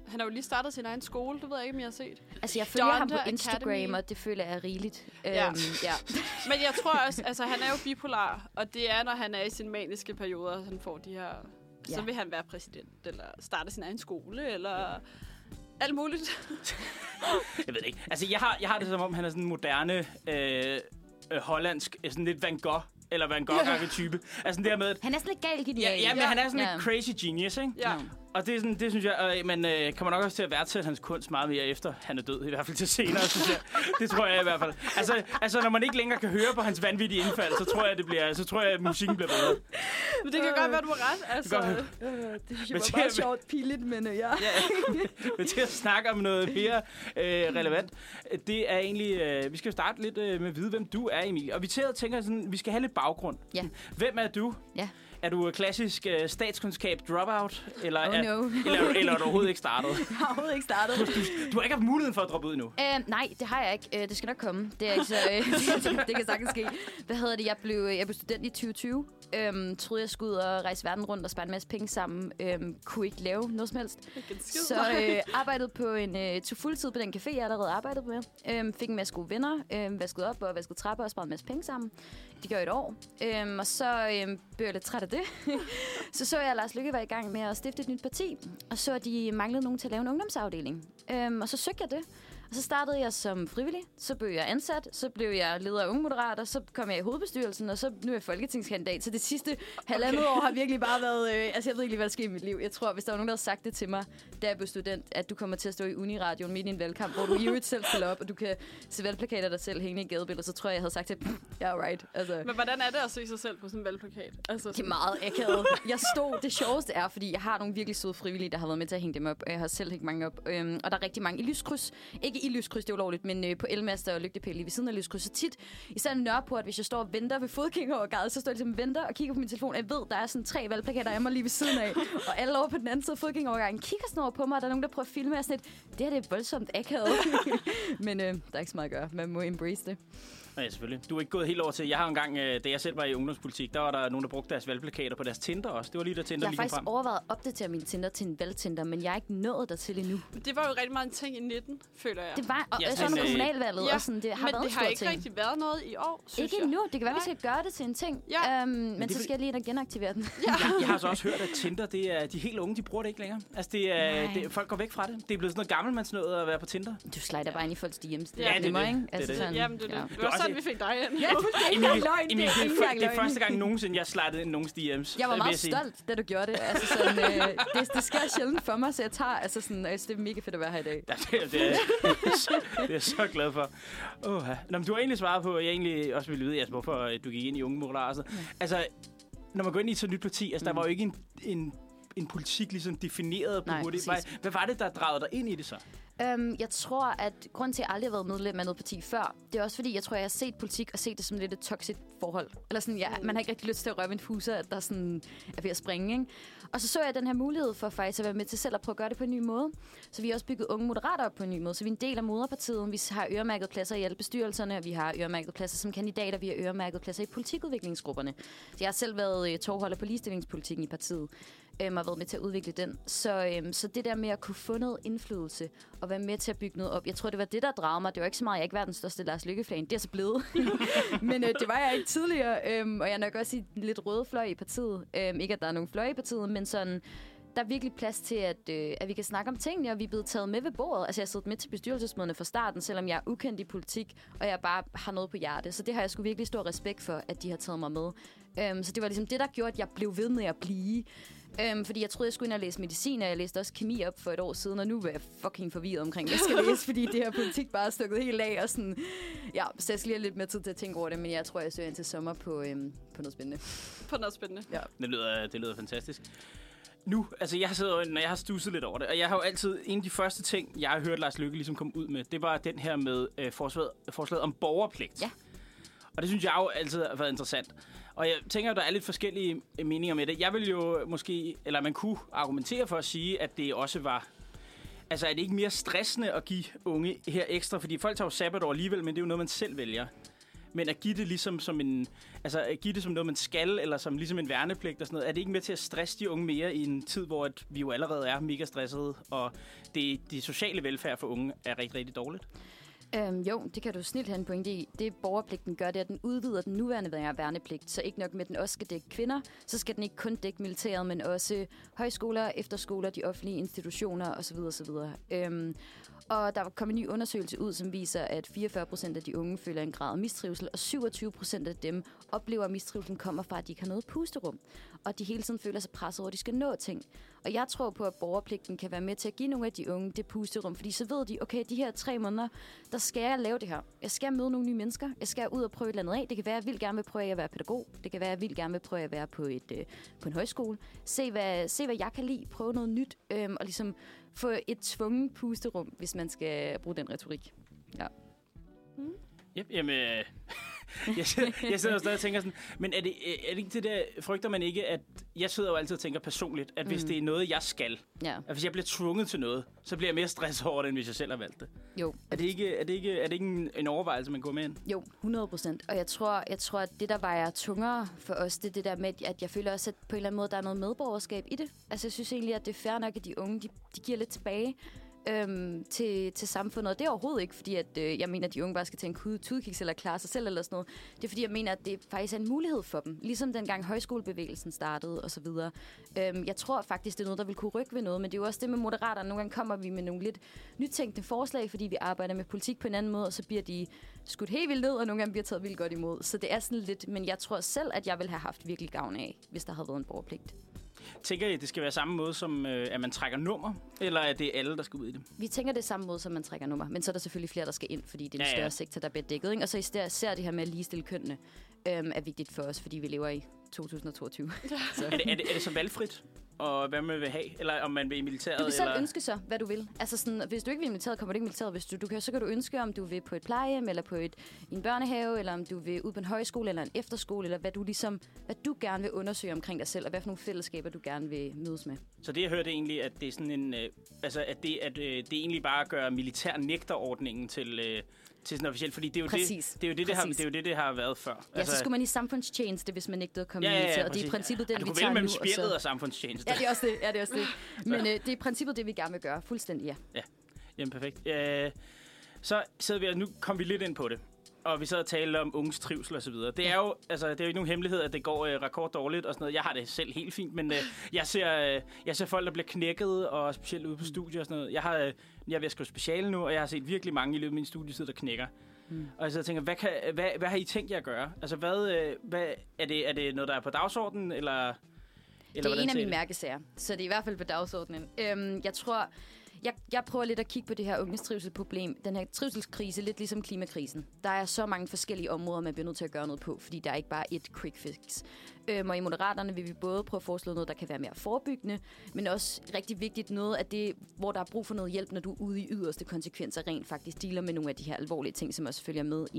A: han har jo lige startet sin egen skole, det ved jeg ikke, om I har set.
E: Altså, jeg følger ham
A: Donda
E: på
A: Academy.
E: Instagram, og det føler jeg er rigeligt.
A: Ja.
E: Øhm, ja.
A: Men jeg tror også, altså han er jo bipolar, og det er, når han er i sine maniske perioder, han får de her... Ja. Så
E: Ja.
A: vil han være præsident, eller starte sin egen skole, eller alt muligt.
B: Jeg ved det ikke. Altså, jeg har, jeg har det som om, han er sådan en moderne øh, øh, hollandsk, øh, sådan lidt Van Gogh, eller Van Gogh-agtig type. Altså, det her med, at-
E: Han er sådan lidt galt genial.
B: Ja, ja, men han er sådan ja. lidt crazy genius, ikke?
A: Ja.
B: Og det, er sådan, det synes jeg, øh, man øh, kommer nok også til at værdsætte hans kunst meget mere efter han er død, i hvert fald til senere, synes jeg. Det tror jeg i hvert fald. Altså, altså når man ikke længere kan høre på hans vanvittige indfald, så tror jeg, det bliver, så tror jeg at musikken bliver bedre.
A: Men det kan godt være, du har ret. Altså,
B: kan godt Men var til- meget
E: sjovt, piligt, men øh, ja.
B: Ja. Men til at snakke om noget mere øh, relevant, det er egentlig, øh, vi skal jo starte lidt øh, med at vide, hvem du er, Emil. Og vi til at tænke sådan, vi skal have lidt baggrund.
E: Ja.
B: Hvem er du?
E: Ja.
B: Er du klassisk øh, statskundskab dropout, eller,
E: Oh,
B: er,
E: no.
B: eller, eller er du overhovedet ikke startet?
E: Jeg har overhovedet ikke startet.
B: Du har ikke haft muligheden for at droppe ud endnu.
E: Øhm, nej, det har jeg ikke. Øh, det skal nok komme. Det, er ikke så, øh, det, det kan sagtens ske. Hvad hedder det? Jeg blev, jeg blev student i 2020. Øhm, troede, jeg skulle ud og rejse verden rundt og spare en masse penge sammen. Øhm, kunne ikke lave noget som helst. Så øh, arbejdede på en, øh, til fuldtid på den café, jeg allerede arbejdede med. Øhm, fik en masse gode venner. Øhm, vaskede op og vaskede trapper og sparede en masse penge sammen. Det gør et år. Øhm, og så øhm, blev jeg lidt træt af det. så så jeg, at Lars Lykke var i gang med at stifte et nyt parti. Og så at de manglede nogen til at lave en ungdomsafdeling. Øhm, og så søgte jeg det. Og så startede jeg som frivillig, så blev jeg ansat, så blev jeg leder af Unge Moderater, så kom jeg i hovedbestyrelsen, og så nu er jeg folketingskandidat. Så det sidste halvandet okay. år har virkelig bare været... Øh, altså, jeg ved ikke lige, hvad der sker i mit liv. Jeg tror, hvis der var nogen, der havde sagt det til mig, da jeg blev student, at du kommer til at stå i Uniradioen midt i en valgkamp, hvor du i øvrigt selv stiller op, og du kan se valgplakater af dig selv hængende i gadebilleder, så tror jeg, jeg havde sagt til dem, ja, yeah, right. Altså.
A: Men hvordan er det at se sig selv på sådan en valgplakat? Altså,
E: Det er
A: sådan,
E: meget akavet. Jeg stod, det sjoveste er, fordi jeg har nogle virkelig søde frivillige, der har været med til at hænge dem op. og Jeg har selv hængt mange op. Øhm, og der er rigtig mange i lyskryds. Ikke i lyskryds, det er ulovligt, men øh, på elmaster og lygtepæl lige ved siden af lyskryds. Så tit, især i Nørreport, hvis jeg står og venter ved fodgængerovergade, så står jeg ligesom og venter og kigger på min telefon. Jeg ved, der er sådan tre valgplakater af mig lige ved siden af. Og alle over på den anden side af fodgængerovergangen kigger sådan over på mig, og der er nogen, der prøver at filme og jeg er sådan lidt, det her det er voldsomt akavet. men øh, der er ikke så meget at gøre. Man må embrace det.
B: Ja, selvfølgelig. Du er ikke gået helt over til... Jeg har engang, øh, da jeg selv var i ungdomspolitik, der var der nogen, der brugte deres valgplakater på deres Tinder også. Det var lige da Tinder
E: Jeg har
B: lige kom
E: faktisk
B: frem.
E: overvejet at opdatere min Tinder til en valgtinder, men jeg er ikke nået dertil endnu.
A: det var jo rigtig meget en ting i 19, føler jeg.
E: Det var og
B: Ja,
E: ja, så
B: sådan,
E: under
B: øh,
E: kommunalvalget, ja, og sådan, det har
A: men
E: været
A: det
E: en
A: har
E: stor
A: ikke
E: ting.
A: rigtig været noget i år, synes
E: Ikke
A: jeg.
E: endnu. Det kan være, vi
A: Nej.
E: skal gøre det til en ting.
A: Ja.
E: Ja. Øhm, men, men
B: det
E: så
B: vil-
E: skal jeg lige ind og genaktivere den.
B: Ja. Jeg, jeg har så også hørt, at Tinder, det er de helt unge, de bruger det ikke længere. Altså, det er,
E: Nej.
B: det, folk går væk fra det. Det er blevet sådan noget gammelmandsnød at være på Tinder.
E: Du slider bare ind i folks DM's. Det
A: Ja,
E: er
A: det er
E: nemmere,
B: det.
E: ikke?
B: Det er det.
E: sådan,
A: Jamen, det er
E: ja.
A: det. Det
B: Det er
A: var
B: også
A: hvordan vi fik dig ind.
E: Ja, fuldstændig
B: Emil,
E: løgn.
B: Emil, det,
E: ikke
B: er,
E: engang
B: det er
E: løgn.
B: første gang nogensinde, jeg slattede ind i nogens DM's.
E: Jeg var
B: øh, vil
E: meget
B: sige.
E: stolt, da du gjorde det. Altså, sådan, øh, det, det sker sjældent for mig, så jeg tager... Altså, sådan, altså, det er mega fedt at være her i dag.
B: Ja, det, er- det, er, det, er, så- det er jeg så glad for. Oh, Nå, men du har egentlig svaret på, at jeg egentlig også ville vide, altså, hvorfor øh, du gik ind i Unge Moderater. og sådan noget. Altså, når man går ind i et så nyt parti, altså, der
E: Mm.
B: var jo ikke en, en, en politik ligesom defineret på
E: Nej,
B: hurtigt.
E: præcis.
B: Hvad, hvad var det, der dragede dig ind i det så?
E: Øhm, jeg tror, at grund til, at jeg aldrig har været medlem af noget parti før, det er også fordi, jeg tror, jeg har set politik og set det som lidt et toxic forhold. Eller sådan, ja, man har ikke rigtig lyst til at røre ved en fuser, at der sådan er ved at springe, ikke? Og så så jeg den her mulighed for faktisk at være med til selv at prøve at gøre det på en ny måde. Så vi har også bygget unge moderater op på en ny måde. Så vi er en del af moderpartiet. Vi har øremærket pladser i alle bestyrelserne, og vi har øremærket pladser som kandidater. Vi har øremærket pladser i politikudviklingsgrupperne. Så jeg har selv været øh, tovholder på ligestillingspolitikken i partiet øhm, og været med til at udvikle den. Så, øhm, så det der med at kunne få noget indflydelse og være med til at bygge noget op, jeg tror, det var det, der dragede mig. Det var ikke så meget, at jeg ikke var den største Lars Lykkefan. Det er jeg så blevet. Men øh, det var jeg ikke tidligere, øhm, og jeg er nok også i den lidt røde fløj i partiet. Øhm, ikke, at der er nogen fløj i partiet, men sådan... Der er virkelig plads til, at, øh, at vi kan snakke om tingene, og vi er blevet taget med ved bordet. Altså, jeg har siddet med til bestyrelsesmøderne fra starten, selvom jeg er ukendt i politik, og jeg bare har noget på hjerte. Så det har jeg sgu virkelig stor respekt for, at de har taget mig med. Øhm, så det var ligesom det, der gjorde, at jeg blev ved med at blive. Øhm, fordi jeg troede, jeg skulle ind og læse medicin, og jeg læste også kemi op for et år siden, og nu er jeg fucking forvirret omkring, hvad jeg skal læse, fordi det her politik bare er stukket helt af, og sådan, ja, så jeg skal lige have lidt mere tid til at tænke over det, men jeg tror, jeg søger ind til sommer på, øhm, på noget spændende.
A: På noget spændende.
B: Det lyder, det lyder fantastisk. Nu, altså jeg sidder og, når jeg har stusset lidt over det, og jeg har jo altid, en af de første ting, jeg har hørt Lars Lykke ligesom komme ud med, det var den her med øh, forslaget, forslaget om borgerpligt.
E: Ja.
B: Og det synes jeg jo altid har været interessant. Og jeg tænker, at der er lidt forskellige øh, meninger med det. Jeg vil jo måske, eller man kunne argumentere for at sige, at det også var Altså, er det ikke mere stressende at give unge her ekstra? Fordi folk tager jo sabbatår alligevel, men det er jo noget, man selv vælger. Men at give det ligesom som en... Altså, at give det som noget, man skal, eller som ligesom en værnepligt og sådan noget. Er det ikke med til at stresse de unge mere i en tid, hvor at vi jo allerede er mega stressede, og det, det sociale velfærd for unge er rigtig, rigtig dårligt?
E: Øhm, jo, det kan du snilt have en pointe i. Det borgerpligten gør, det er, at den udvider den nuværende vær- værnepligt, så ikke nok med, at den også skal dække kvinder, så skal den ikke kun dække militæret, men også højskoler, efterskoler, de offentlige institutioner osv. osv. Øhm, og der kom en ny undersøgelse ud, som viser, at 44 procent af de unge føler en grad af mistrivsel, og 27 procent af dem oplever, at mistrivselen kommer fra, at de ikke har noget pusterum, og at de hele tiden føler sig presset over, at de skal nå ting. Og jeg tror på, at borgerpligten kan være med til at give nogle af de unge det pusterum, fordi så ved de, okay, de her tre måneder, der skal jeg lave det her. Jeg skal møde nogle nye mennesker. Jeg skal ud og prøve et eller andet af. Det kan være, at jeg vildt gerne vil prøve at være pædagog. Det kan være, at jeg vildt gerne vil prøve at være på, et, øh, på en højskole. Se hvad, se, hvad jeg kan lide. Prøve noget nyt. Øhm, og ligesom få et tvunget pusterum, hvis man skal bruge den retorik.
B: Yep, jamen, øh, jeg, sidder, jeg sidder jo stadig og tænker sådan, men er det, øh, er det ikke det der, frygter man ikke, at jeg sidder jo altid og tænker personligt, at hvis mm. det er noget, jeg skal, at
E: Ja,
B: hvis jeg bliver tvunget til noget, så bliver jeg mere stresset over det, end hvis jeg selv har valgt det.
E: jo.
B: Er det ikke, er det ikke, er det ikke en, en overvejelse, man går med ind?
E: Jo, 100 procent. Og jeg tror, jeg tror, at det, der vejer tungere for os, det er det der med, at jeg føler også, at på en eller anden måde, der er noget medborgerskab i det. Altså, jeg synes egentlig, at det er fair nok, at de unge, de, de giver lidt tilbage øhm, til, til samfundet. Og det er overhovedet ikke, fordi at, øh, jeg mener, at de unge bare skal tænke kud- tudekiks eller klare sig selv eller sådan noget. Det er fordi, jeg mener, at det faktisk er en mulighed for dem. Ligesom dengang højskolebevægelsen startede og så videre. Øhm, jeg tror faktisk, det er noget, der vil kunne rykke ved noget, men det er jo også det med moderaterne. Nogle gange kommer vi med nogle lidt nytænkende forslag, fordi vi arbejder med politik på en anden måde, og så bliver de skudt helt vildt ned, og nogle gange bliver taget vildt godt imod. Så det er sådan lidt, men jeg tror selv, at jeg ville have haft virkelig gavn af, hvis der havde været en borgerpligt.
B: Tænker I, at det skal være samme måde, som øh, at man trækker nummer? Eller er det alle, der skal ud i det?
E: Vi tænker det samme måde, som man trækker nummer, men så er der selvfølgelig flere, der skal ind, fordi det er en
B: Ja,
E: ja,
B: ja.
E: større sektor, der bliver dækket. Ikke? Og så især, især det her med at ligestille kønnene øhm, er vigtigt for os, fordi vi lever i 2022. så.
B: Er det, er det, er det så valgfrit? Og hvad man vil have? Eller om man vil i militæret?
E: Du kan selv
B: eller...
E: ønske så, hvad du vil. Altså sådan, hvis du ikke vil i militæret, kommer du ikke i militæret. Hvis du, du kan, så kan du ønske, om du vil på et plejehjem, eller på et, i en børnehave, eller om du vil ud på en højskole, eller en efterskole, eller hvad du, ligesom, hvad du gerne vil undersøge omkring dig selv, og hvad for nogle fællesskaber, du gerne vil mødes med.
B: Så det, jeg hørte egentlig, at det er sådan en... Øh, altså, at det, at, øh, det er egentlig bare at gøre militær nægterordningen til... Øh, til sådan officielt, fordi det er jo
E: Præcis.
B: det, det, er jo det, det, har,
E: Præcis.
B: det, er jo det, det har været før.
E: Ja, altså, så skulle man i samfundstjeneste, hvis man nægtede at komme
B: ja,
E: ja, i
B: ja,
E: militæret.
B: ja,
E: og det er i
B: præcis.
E: princippet den,
B: ja,
E: vi
B: du kunne
E: tager
B: vælge
E: nu.
B: mellem
E: og så-
B: spillet og samfundstjeneste.
E: Ja, det er også det. Ja, det er også det. Men øh, det er i princippet det, vi gerne vil gøre. Fuldstændig, ja.
B: Jamen, perfekt. Øh, så sidder vi, og nu kom vi lidt ind på det, og vi sad og talte om unges trivsel og så videre. Det er jo, altså, det er jo ikke nogen hemmelighed, at det går øh, rekorddårligt og sådan noget. Jeg har det selv helt fint, men øh, jeg, ser, øh, jeg ser folk, der bliver knækket, og
E: Mm.
B: specielt ude på studier og sådan noget. Jeg, har, øh, jeg er ved at skrive speciale nu, og jeg har set virkelig mange i løbet af min studietid, der knækker.
E: Mm.
B: Og så tænker jeg, hvad, kan, hvad, hvad har I tænkt jer at gøre? Altså, hvad, øh, hvad, er, det, er det noget, der er på dagsordenen, eller... eller
E: Det er
B: hvordan
E: en af
B: ser I
E: mine mærkesager, så det er i hvert fald på dagsordenen. Øhm, jeg tror, jeg, jeg prøver lidt at kigge på det her ungestrivselproblem, den her trivselskrise, lidt ligesom klimakrisen. Der er så mange forskellige områder, man bliver nødt til at gøre noget på, fordi der er ikke bare et quick fix. Øhm, og i Moderaterne vil vi både prøve at foreslå noget, der kan være mere forebyggende, men også rigtig vigtigt noget af det, hvor der er brug for noget hjælp, når du er ude i yderste konsekvenser, rent faktisk dealer med nogle af de her alvorlige ting, som også følger med i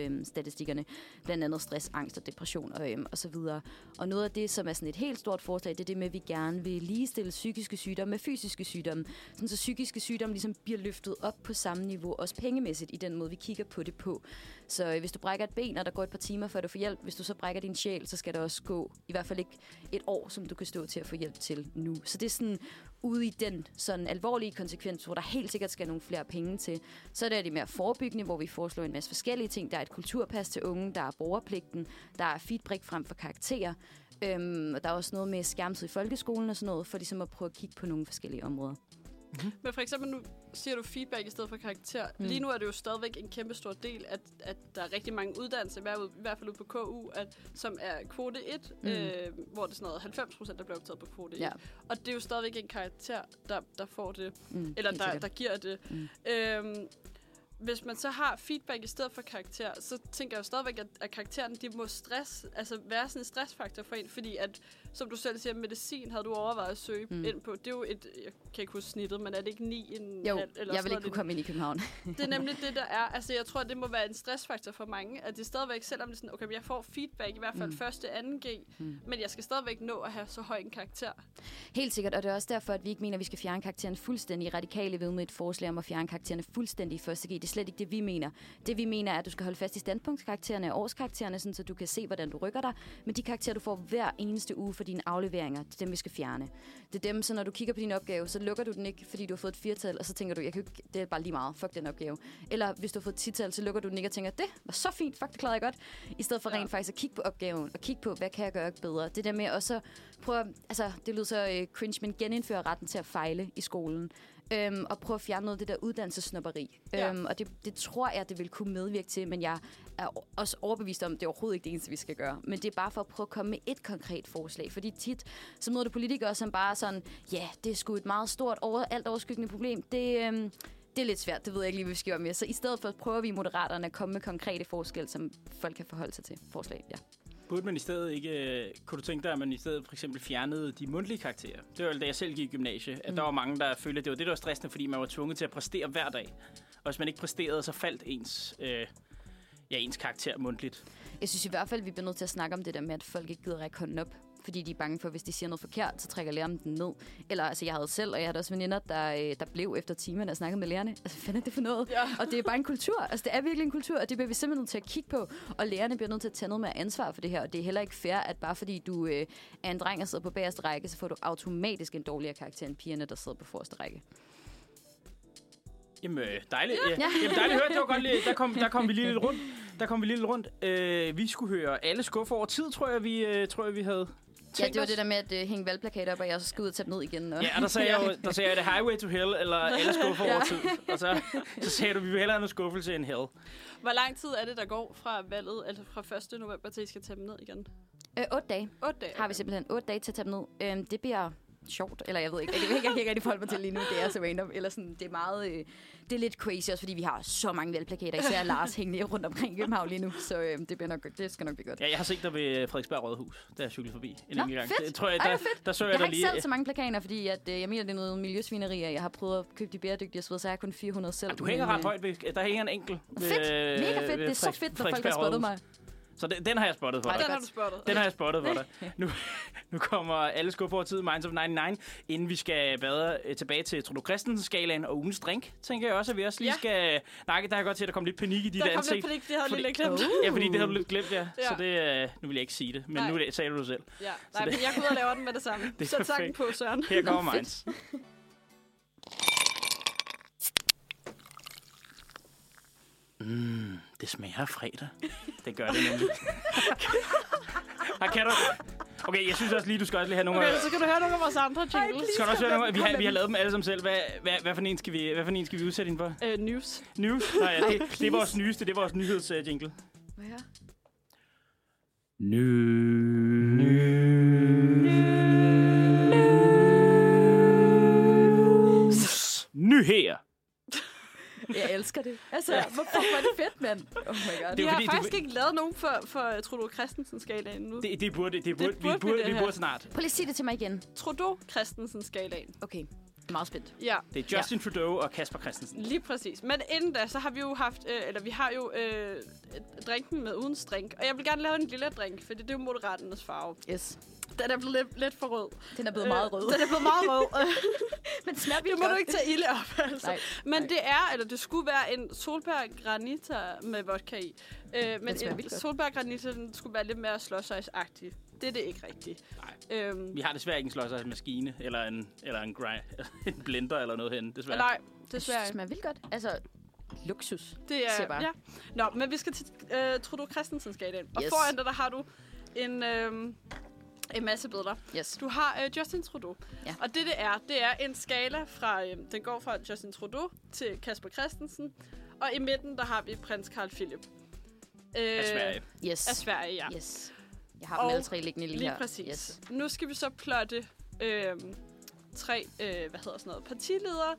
E: mistrivselsstatistikkerne, blandt andet stress, angst og depression og, øhm, og så videre. Og noget af det, som er sådan et helt stort forslag, det er det med, at vi gerne vil ligestille psykiske sygdomme med fysiske sygdomme. Sådan så psykiske sygdomme ligesom bliver løftet op på samme niveau, også pengemæssigt i den måde, vi kigger på det på. Så øh, hvis du brækker et ben, og der går et par timer, før du får hjælp, hvis du så brækker din sjæl, så skal der også gå i hvert fald ikke et år, som du kan stå til at få hjælp til nu. Så det er sådan ude i den sådan alvorlige konsekvens, hvor der helt sikkert skal nogle flere penge til. Så er det det mere forebyggende, hvor vi foreslår en masse forskellige ting. Der er et kulturpas til unge, der er borgerpligten, der er feedback frem for karakterer. Øhm, og der er også noget med skærmtid i folkeskolen og sådan noget, for ligesom at prøve at kigge på nogle forskellige områder.
A: Men for eksempel nu siger du feedback i stedet for karakter.
E: Mm.
A: Mm. Lige nu er det jo stadigvæk en kæmpe stor del, at, at der er rigtig mange uddannelser, i hver- i hvert fald ude på KU, at, som er kvote 1,
E: Mm.
A: mm. øh, hvor det er sådan noget 90 procent, der bliver optaget på kvote 1.
E: Ja.
A: Og det er jo stadigvæk en karakter, der, der får det,
E: Mm,
A: eller
E: helt
A: der,
E: sikkert.
A: der giver det.
E: Mm.
A: Mm. Øhm, hvis man så har feedback i stedet for karakter, så tænker jeg jo stadigvæk, at, at karakteren de må stress, altså være sådan en stressfaktor for en, fordi at, som du selv siger, medicin havde du overvejet at søge
E: Mm.
A: mm. ind på. Det er jo et, jeg kan ikke huske snittet, men er det ikke 9? En,
E: Jo,
A: halv eller
E: jeg
A: sådan
E: vil ikke kunne
A: noget?
E: komme ind i København.
A: Det er nemlig det, der er. Altså, jeg tror, det må være en stressfaktor for mange, at det stadigvæk, selvom det er sådan, okay, men jeg får feedback, i hvert fald
E: Mm.
A: mm. første, anden G,
E: Mm.
A: mm. men jeg skal stadigvæk nå at have så høj en karakter.
E: Helt sikkert, og det er også derfor, at vi ikke mener, at vi skal fjerne karakteren fuldstændig. Radikale ved med et forslag om at fjerne karaktererne fuldstændig i 1. G. Det er slet ikke det, vi mener. Det, vi mener, er, at du skal holde fast i standpunktskaraktererne og årskaraktererne, sådan, så du kan se, hvordan du rykker dig. Men de karakterer, du får hver eneste uge for dine afleveringer, det er dem, vi skal fjerne. Det er dem, så når du kigger på din opgave, så lukker du den ikke, fordi du har fået et firtal, og så tænker du, jeg kan jo ikke, det er bare lige meget, fuck den opgave. Eller hvis du har fået et tital, så lukker du den ikke og tænker, det var så fint, fuck det klarede jeg godt. I stedet for
A: Ja.
E: rent faktisk at kigge på opgaven, og kigge på, hvad kan jeg gøre bedre. Det der med også at prøve, at- altså det lyder så øh, cringe, men genindføre retten til at fejle i skolen. Øhm, og prøve at fjerne noget af det der uddannelsesnopperi.
A: Ja.
E: Øhm, og det, det tror jeg, det vil kunne medvirke til, men jeg er o- også overbevist om, at det er overhovedet ikke det eneste, vi skal gøre. Men det er bare for at prøve at komme med et konkret forslag. Fordi tit, så møder du politikere, som bare er sådan, ja, det er sgu et meget stort, over, alt overskyggende problem. Det, øhm, det er lidt svært, det ved jeg ikke lige, hvad vi skal gøre med. Så i stedet for prøver vi i moderaterne at komme med konkrete forskel, som folk kan forholde sig til. Forslag, ja.
B: Burde man i stedet ikke... øh, Kunne du tænke dig, at man i stedet for eksempel fjernede de mundtlige karakterer? Det var jo, da jeg selv gik i gymnasiet, at der
E: Mm.
B: var mange, der følte, at det var det, der var stressende, fordi man var tvunget til at præstere hver dag. Og hvis man ikke præsterede, så faldt ens, øh, ja, ens karakter mundtligt.
E: Jeg synes i hvert fald, vi bliver nødt til at snakke om det der med, at folk ikke gider række hånden op. Fordi de er bange for, hvis de siger noget forkert, så trækker læreren den ned. Eller altså, jeg havde selv, og jeg havde også veninder, der, øh, der blev efter timen og snakkede med lærerne. Altså, hvad fanden er det for noget?
A: Ja.
E: Og det er bare en kultur. Altså, det er virkelig en kultur, og det bliver vi simpelthen nødt til at kigge på. Og lærerne bliver nødt til at tage noget med ansvar for det her. Og det er heller ikke fair, at bare fordi du øh, er en dreng og sidder på bagerste række, så får du automatisk en dårligere karakter end pigerne, der sidder på forreste række.
B: Jamen, øh, dejligt. Ja. Jamen, dejligt hørt. Det var godt lige. Der kom, der kom vi lige lidt rundt. Der kom vi lige lidt rundt. Øh, vi skulle høre alle skuffer over tid, tror jeg, vi, øh, tror jeg, vi havde.
E: Ja,
B: tænkt
E: det var
B: os.
E: det der med at øh, hænge valgplakater op, og jeg så skal ud og tage dem ned igen. Og...
B: Ja, og der sagde jeg jo, der sagde jeg, det highway to hell, eller alle skuffer over tid. Og så, så sagde du, vi vil hellere have noget skuffelse end hell.
A: Hvor lang tid er det, der går fra valget, altså fra 1. november til, I skal tage dem ned igen?
E: Øh, otte dage.
A: 8 dage.
E: har vi simpelthen 8 dage til at tage dem ned. Øhm, det bliver sjovt, eller jeg ved ikke, jeg kan jeg kan ikke rigtig forholde mig til lige nu, det er så random, eller sådan, det er meget, øh, det er lidt crazy også, fordi vi har så mange valgplakater, især Lars hængende rundt omkring i København lige nu, så øh, det, bliver nok, det skal nok blive godt.
B: Ja, jeg har set dig ved øh, Frederiksberg Rådhus, der jeg cyklede forbi en
E: Nå,
B: enkelt gang.
E: fedt.
B: Det, tror jeg,
E: Ej,
B: der,
E: hvor
B: der så jeg,
E: Jeg
B: der
E: har ikke
B: lige...
E: selv så mange plakater, fordi at, øh, jeg mener, det er noget miljøsvineri, og jeg har prøvet at købe de bæredygtige osv., så jeg har kun 400 selv.
B: du hænger
E: men,
B: ret
E: øh,
B: højt. Ved, der hænger en enkelt. ved-
E: Fedt, mega
B: ved øh,
E: fedt, det er så
B: Frederiks-
E: fedt, når folk har
B: Frederiksberg
E: spottet mig.
B: Rådhus. Så den, den har jeg spottet for
E: Ej,
B: dig.
E: det
A: Den
E: er
A: har
E: godt.
A: du spottet.
B: Den har jeg spottet for dig. Nu, nu kommer alle skuffer over tid, Minds of 99, inden vi skal badre, øh, tilbage til Trude Christensen-skalaen og ugens drink, tænker jeg også, at vi også lige
A: Ja.
B: skal... Nej, der kan jeg godt se, at der kom lidt panik i dit
A: Der kom
B: ansigt.
A: lidt panik, det havde jeg lige lidt glemt.
B: Ja, fordi det havde du lidt glemt, ja.
A: Ja.
B: Så det, øh, nu vil jeg ikke sige det, men
A: Nej.
B: nu sagde du det selv.
A: Ja,
B: Så
A: nej,
B: det-
A: men jeg går ud og laver den med det samme.
B: er
A: det Sæt takken
B: perfekt.
A: på, Søren.
B: Her kommer Minds. Mm, det smager af fredag. Det gør det nemlig. Her kan du... Okay, jeg synes også lige, du skal også lige have nogle...
A: Okay, så kan du høre nogle af vores andre jingles.
B: Skal du også høre nogle... Vi har, vi har lavet dem alle sammen selv. Hvad, hvad, hvad, for en skal vi, hvad for en skal vi udsætte hende for?
A: Øh, news.
B: News? Nej, ja, det, det, er vores nyeste. Det er vores nyhedsjingle.
E: Hvad her?
B: Nyheder.
E: Jeg elsker det. Altså, hvorfor var det fedt, mand? Oh my god.
A: Vi
B: Det er jo
A: har
B: fordi, det-
A: faktisk ikke lavet nogen for, for øh, Trudeau Christensen skalaen nu.
B: Det, det burde, det burde, det burde, vi,
A: burde vi,
B: burde,
A: det
B: vi
A: her.
B: burde snart.
E: Prøv lige at sige det til mig igen.
A: Trudeau Christensen skalaen.
E: Okay, meget spændt.
A: Ja,
B: Det er Justin ja. Trudeau og Kasper Christensen.
A: lige præcis. Men inden da, så har vi jo haft, øh, eller vi har jo øh, drinken med uden drink. Og jeg vil gerne lave en lille drink, for det er jo moderaternes farve.
E: Yes.
A: Den er blevet lidt, lidt for rød.
E: Den er blevet meget rød.
A: Den Øh, er blevet meget rød.
E: Øh, Men smager
A: det må du ikke tage ilde op, altså.
E: Nej,
A: men
E: nej.
A: det er, eller det skulle være en solbær granita med vodka i. Øh, men
E: smager
A: en
E: vildt godt.
A: solbær granita den skulle være lidt mere slåsøjsagtig. Det er det ikke rigtigt.
B: Nej.
A: Øhm,
B: Vi har desværre ikke en slåsøjsmaskine, eller en, eller en, grind, en blender eller noget herinde, desværre.
A: nej,
E: Det
A: desværre.
E: smager vildt godt. Altså, luksus.
A: Det er,
E: Siger bare.
A: ja. Nå, men vi skal til øh, Trudeau Christensen skalaen. Og
E: Yes.
A: foran dig, der har du en, øh, en masse billeder.
E: Yes.
A: Du har øh, Justin Trudeau.
E: Ja.
A: Og det, det er, det er en skala fra, øh, den går fra Justin Trudeau til Kasper Christensen. Og i midten, der har vi prins Carl Philip. Øh,
B: Af Sverige.
E: Yes.
A: Af Sverige, ja.
E: Yes. Jeg har dem
A: Og
E: alle tre liggende lige,
A: Lige
E: her.
A: præcis.
E: Yes.
A: Nu skal vi så plotte øh, tre, øh, hvad hedder sådan noget, partiledere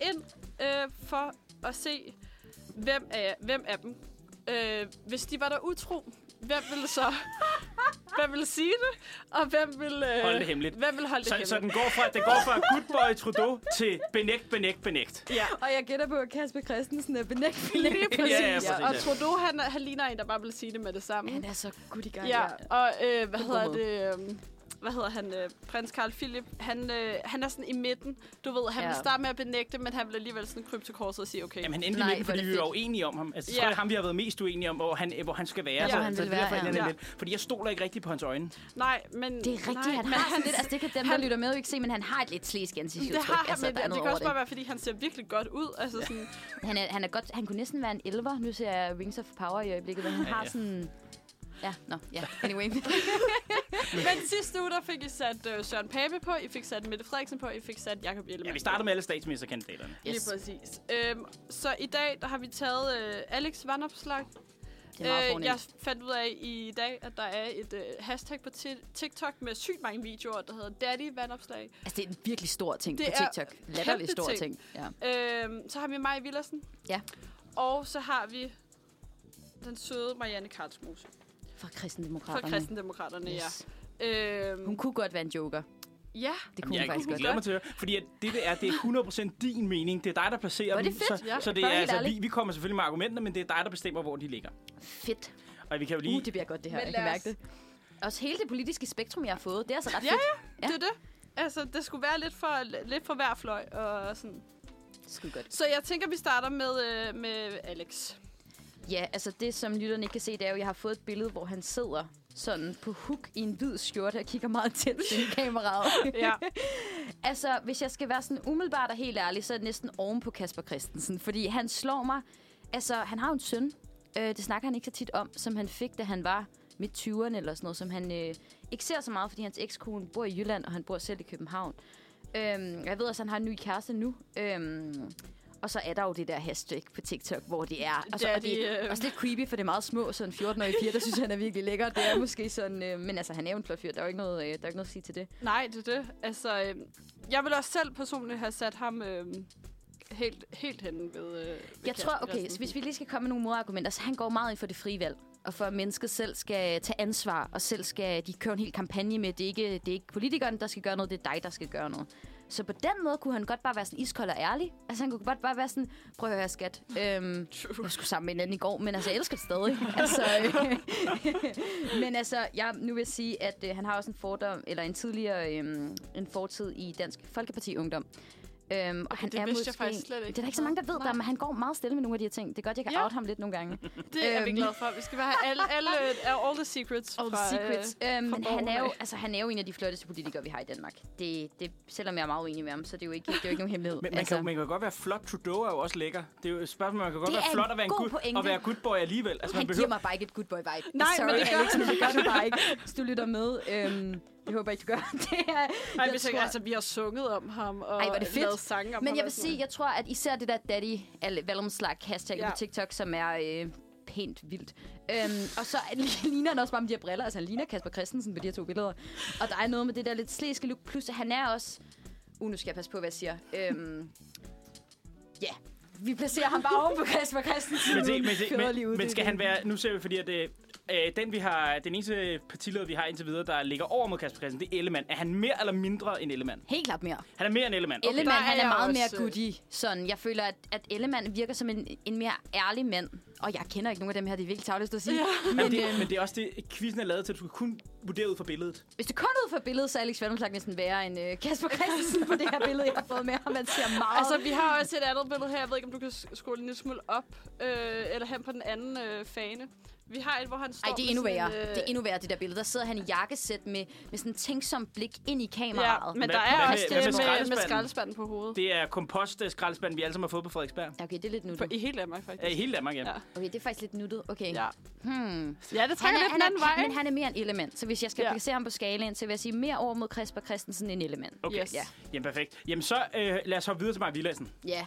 A: ind øh, for at se, hvem af, hvem af dem, øh, hvis de var der utro, hvem ville så, hvem ville sige det, og hvem ville... Øh,
B: Hold det hemmeligt.
A: Hvem vil holde det
B: Så,
A: hemmeligt?
B: så den går fra, den går fra good boy Trudeau til benægt, benægt, benægt.
A: Ja.
E: Og jeg gætter på, at Kasper Christensen er benægt.
A: Lige præcis.
B: Ja, ja, præcis,
A: og
B: ja.
A: Trudeau, han, er- han ligner en, der bare vil sige det med det samme.
E: Han er så godt i gang.
A: Ja, og øh, hvad
E: På en
A: hedder
E: god
A: det? Øh, hvad hedder han? Øh, prins Carl Philip. Han, øh, han er sådan i midten. Du ved, han
E: Ja.
A: ja. vil starte med at benægte, men han vil alligevel sådan krybe til korset og sige, okay. Jamen,
B: Jamen, han endte
E: Nej,
B: Nej, lidt,
E: hvor er
B: fordi
E: det
B: vi var
E: fedt.
B: uenige om ham. Altså,
A: Ja.
B: tror jeg, ham vi har været mest uenige om, hvor han, hvor han skal være.
A: Ja,
B: så,
A: hvor han
B: så
E: vil
B: det er
E: være,
B: derfor,
E: ja.
B: den er
A: Ja.
B: lidt, fordi jeg stoler ikke rigtigt på hans øjne.
A: nej, men...
E: Det er rigtigt,
A: nej,
E: han
A: men
E: har sådan lidt, altså det kan dem, der
A: han-
E: lytter med, jo ikke se, men han har et lidt slæsk ansigtsudtryk.
A: Det har han, altså,
E: altså,
A: men
E: der er
A: det, det kan
E: noget over
A: også bare
E: det.
A: være, fordi han ser virkelig godt ud. Altså ja. sådan,
E: Han, er, han, er godt, han kunne næsten være en elver. Nu ser jeg Wings of Power i øjeblikket, men han
B: Ja,
E: har
B: ja.
E: sådan... Ja, nå, ja. Anyway.
A: men sidste uge, der fik I sat øh, Søren Pape på, I fik sat Mette Frederiksen på, I fik sat Jacob Ellemann
B: Ja, vi
A: på.
B: starter med alle statsministerkandidaterne.
A: Lige
E: Yes,
A: præcis. Øhm, så i dag, der har vi taget øh, Alex Vandopslag.
E: det er meget
A: Øh, jeg
E: fornemt.
A: fandt ud af i dag, at der er et øh, hashtag på ti- TikTok med sygt mange videoer, der hedder Daddy Vandopslag.
E: Altså, det er en virkelig stor ting
A: Det
E: på
A: er
E: TikTok. Latterlig
A: kæmpe
E: stor ting.
A: ting.
E: Ja.
A: Øhm, så har vi Maja Villersen.
E: Ja.
A: Og så har vi den søde Marianne Karlsmose
E: For
A: fra
E: kristendemokraterne.
A: Kristendemokraterne,
E: Yes.
A: ja. Øhm,
E: Hun kunne godt være en joker.
A: ja,
E: Det
B: Jamen,
E: kunne hun
B: jeg
E: faktisk
B: jeg
E: godt.
B: glæder mig til at høre, fordi at det, det er, det er 100% din mening. Det er dig, der placerer
E: Hvor er det
B: dem.
E: fedt.
B: Så,
A: Ja,
B: så det er,
E: bare helt
B: altså, vi,
E: ærligt.
B: vi kommer selvfølgelig med argumenter, men det er dig, der bestemmer, hvor de ligger.
E: Fedt.
B: Og vi kan jo lige...
E: Uh, det bliver godt, det her.
A: Men
E: Jeg kan
A: lad
E: mærke det. Også hele det politiske spektrum, jeg har fået, det er altså ret
A: Ja,
E: fedt. Ja.
A: ja, det er det. Altså, det skulle være lidt for, lidt for hver fløj og sådan.
E: Skide godt.
A: Så jeg tænker, vi starter med, øh, med Alex.
E: Ja, altså det, som lytterne ikke kan se, det er jo, at jeg har fået et billede, hvor han sidder sådan på hook i en hvid skjorte og kigger meget tæt til kameraet.
A: Ja.
E: altså, hvis jeg skal være sådan umiddelbart og helt ærlig, så er det næsten oven på Kasper Christensen, fordi han slår mig. Altså, han har jo en søn, øh, det snakker han ikke så tit om, som han fik, da han var midt 20'erne eller sådan noget, som han øh, ikke ser så meget, fordi hans ekskone bor i Jylland, og han bor selv i København. Øhm, jeg ved også, at han har en ny kæreste nu. Øhm, og så er der jo det der hashtag på TikTok, hvor det er. altså, Og, så, og det
A: Daddy,
E: er
A: øh.
E: også lidt creepy, for det er meget små, sådan 14-årige piger, der synes, han er virkelig lækker. Det er måske sådan, øh, men altså, han er jo en flot fyr. Der er jo ikke noget, øh, der er jo ikke noget at sige til det.
A: Nej, det er det. Altså, øh, jeg ville også selv personligt have sat ham øh, helt, helt henne ved, øh, ved
E: Jeg
A: Kasper
E: tror, okay, så
A: Christensen.
E: hvis vi lige skal komme med nogle modargumenter, så han går meget ind for det frie valg, og for at mennesket selv skal tage ansvar, og selv skal de køre en hel kampagne med, det er ikke, det er ikke politikeren, der skal gøre noget, det er dig, der skal gøre noget. Så på den måde kunne han godt bare være sådan iskold og ærlig. Altså han kunne godt bare være sådan, prøv at høre skat, øhm, jeg skulle sammen med en anden i går, men altså jeg elsker det stadig. altså, øh, men altså, jeg, nu vil jeg sige, øhm, at øh, han har også en fordom, eller en tidligere øh, en fortid i Dansk Folkeparti Ungdom. Øhm, og han
A: det
E: er
A: vidste jeg
E: måske,
A: faktisk slet ikke,
E: Det er der
A: han
E: ikke så mange, der
A: havde.
E: ved
A: Nej.
E: der, men han går meget stille med nogle af de her ting. Det er godt, jeg kan
A: Ja.
E: out ham lidt nogle gange.
A: Det er vi
E: Øhm.
A: glade for. Vi skal bare have alle, alle, øh, all the secrets.
E: All
A: fra,
E: the secrets. Øh,
A: fra
E: men han er, jo,
A: borgerne.
E: altså, han er jo en af de flotteste politikere, vi har i Danmark. Det, det, selvom jeg er meget uenig med ham, så det er jo ikke, det er jo ikke nogen hemmelighed.
B: Men man, altså, kan, man kan godt være flot. Trudeau er jo også lækker. Det er jo et spørgsmål, man kan godt
E: Det er
B: være
E: en
B: flot og være en
E: god
B: good,
E: pointe.
B: og være good boy alligevel. Altså, man
E: han giver
B: behøver,
E: mig bare ikke et good boy vibe.
A: Nej,
E: Sorry,
A: men det gør-
E: Alex, men det gør du bare ikke. Hvis du lytter med, øhm, jeg håber ikke, du gør det. Er,
A: Ej,
E: jeg
A: vi tænker, altså, vi har sunget om ham og
E: Ej, hvor er det fedt.
A: lavet sange om ham.
E: Men jeg
A: og
E: vil
A: sådan
E: sige, jeg tror, at især det der daddy al- valumslag hashtag ja.
A: Ja.
E: på TikTok, som er øh, pænt vildt. Øhm, og så ligner han også bare med de her briller. Altså, han ligner Kasper Christensen på de her to billeder. Og der er noget med det der lidt slæske look. Plus, at han er også... Uh, nu skal jeg passe på, hvad jeg siger. Øhm, ja, vi placerer ham bare oven på Kasper Christensen.
B: men, det, men,
E: Federe
B: det, men,
E: uddeling.
B: men skal han være... Nu ser vi, fordi at det, øh, den, vi har, den eneste partileder, vi har indtil videre, der ligger over mod Kasper Christensen, det er Ellemann. Er han mere eller mindre end Ellemann?
E: Helt klart mere.
B: Han er mere end Ellemann.
E: Ellemann,
A: der er
E: han er
A: jeg
E: meget
A: også,
E: mere goody. Sådan, jeg føler, at, at Ellemann virker som en, en mere ærlig mand. Og jeg kender ikke nogen af dem her, det er virkelig tavligt at sige. Ja. Men,
B: Men
E: men
B: det,
E: øh,
B: men det er også det, quizzen er lavet til, at du skal kun vurdere ud fra billedet.
E: hvis du kun er ud fra billedet, så er Alex Vandomslag næsten værre end øh, Kasper Christensen på det her billede, jeg har fået med ham. Man ser meget...
A: Altså, vi har også et andet billede her. Jeg ved ikke, om du kan s- scrolle en lille smule op. Øh, eller hen på den anden øh, fane. Vi har et, hvor han står
E: Ej, det er endnu
A: med øh, sådan
E: værre.
A: en,
E: Det er endnu værre, det der billede. Der sidder han i jakkesæt med, med sådan en tænksom blik ind i
A: Ja,
E: kameraet.
A: men
B: Hvad-
A: der er
B: hvad
A: også
B: med-
A: det
B: hvad med
A: med, med
B: skraldespanden?
A: skraldespanden på hovedet.
B: Det er kompost-skraldespanden, vi alle sammen har fået på Frederiksberg.
E: Ja, okay, det er lidt
A: På,
E: nuttet.
A: I hele Danmark,
B: Ja,
A: faktisk.
B: I hele Danmark, ja.
A: Ja.
B: ja.
E: Okay, det er faktisk lidt nuttet. Okay.
A: Ja.
E: Hmm.
A: ja, det
E: Han
A: trækker
E: er,
A: lidt
E: han
A: den anden
E: er,
A: vej.
E: men han er mere en element. Så hvis jeg skal
A: Ja.
E: ja. placere ham på skalaen, så vil jeg sige mere over mod Kasper Christensen end element.
B: Okay.
A: Yes.
E: Ja.
B: Jamen, perfekt. Jamen, så øh, lad os hoppe videre til Maja Villadsen.
E: Ja.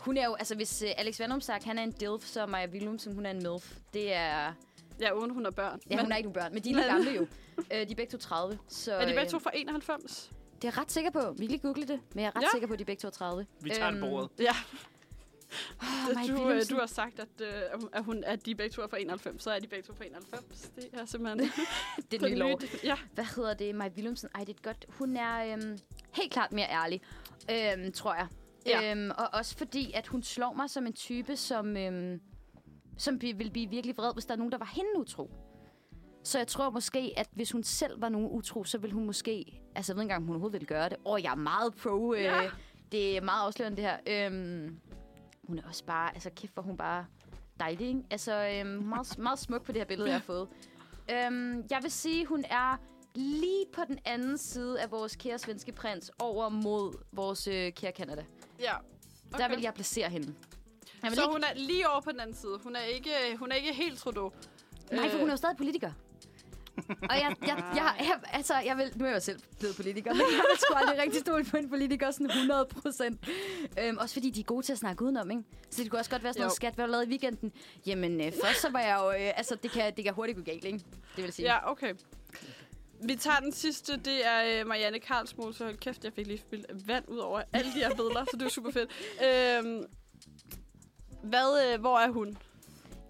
E: Hun er jo, altså hvis uh, Alex Vandomsak, han er en dilf, så er Maja Willumsen, hun er en milf. Det er,
A: Ja, uden hun har børn.
E: ja, men, hun
A: er,
E: har ikke nogen børn, men de er lidt
A: Men-
E: gamle jo. Øh, de er begge to 30, så...
A: er de begge to
E: øh,
A: fra 91?
E: det er jeg ret sikker på. Vi kan lige google det, men jeg er ret
A: Ja.
E: ja. sikker på, at de er begge to 30.
B: Vi tager øhm, det på ordet.
A: Ja,
E: Oh, Maja
A: du, øh,
E: Willumsen.
A: du har sagt, at, øh, at, hun, at de begge to er fra 91, så er de begge to fra 91. Det er simpelthen
E: det er den nye lov.
A: Ja,
E: Hvad hedder det? Maja Willumsen? Ej, det er godt. Hun er øhm, helt klart mere ærlig, øhm, tror jeg.
A: Ja.
E: Ja. Øhm, og også fordi, at hun slår mig som en type, som, øhm, som bi- ville blive virkelig vred, hvis der er nogen, der var hende utro. Så jeg tror måske, at hvis hun selv var nogen utro, så ville hun måske... Altså, jeg ved ikke engang, om hun overhovedet ville gøre det. Åh, jeg er meget pro... Øh,
A: Ja.
E: ja. Det er meget afslørende, det her. Øhm, hun er også bare... Altså, kæft, hvor hun bare dejlig, ikke? Altså, øhm, meget, meget smuk på det her billede, jeg har fået. Øhm, jeg vil sige, hun er lige på den anden side af vores kære svenske prins over mod vores øh, kære Kanada. Okay.
A: ja. Okay.
E: Der vil jeg placere hende. Jeg vil
A: så
E: ikke,
A: hun er lige over på den anden side. Hun er ikke, øh, hun er ikke helt Trudeau.
E: nej, for
A: Øh,
E: hun er jo stadig politiker. og jeg, jeg, jeg, jeg, altså, jeg vil, nu er jeg jo selv blevet politiker, men jeg vil sgu aldrig rigtig stole på en politiker sådan 100 procent. Øhm, også fordi de er gode til at snakke udenom, ikke? Så det kunne også godt være sådan noget
A: Jo.
E: skat, hvad har du lavet i weekenden? Jamen, øh, først så var jeg jo, øh, altså, det kan, det kan hurtigt gå galt, ikke? Det vil sige.
A: Ja, okay. Vi tager den sidste, det er øh, Marianne Karlsmose. Så hold kæft, jeg fik lige spildt vand ud over alle de her billeder, så det er super fedt. Øhm, hvad, øh, hvor er hun?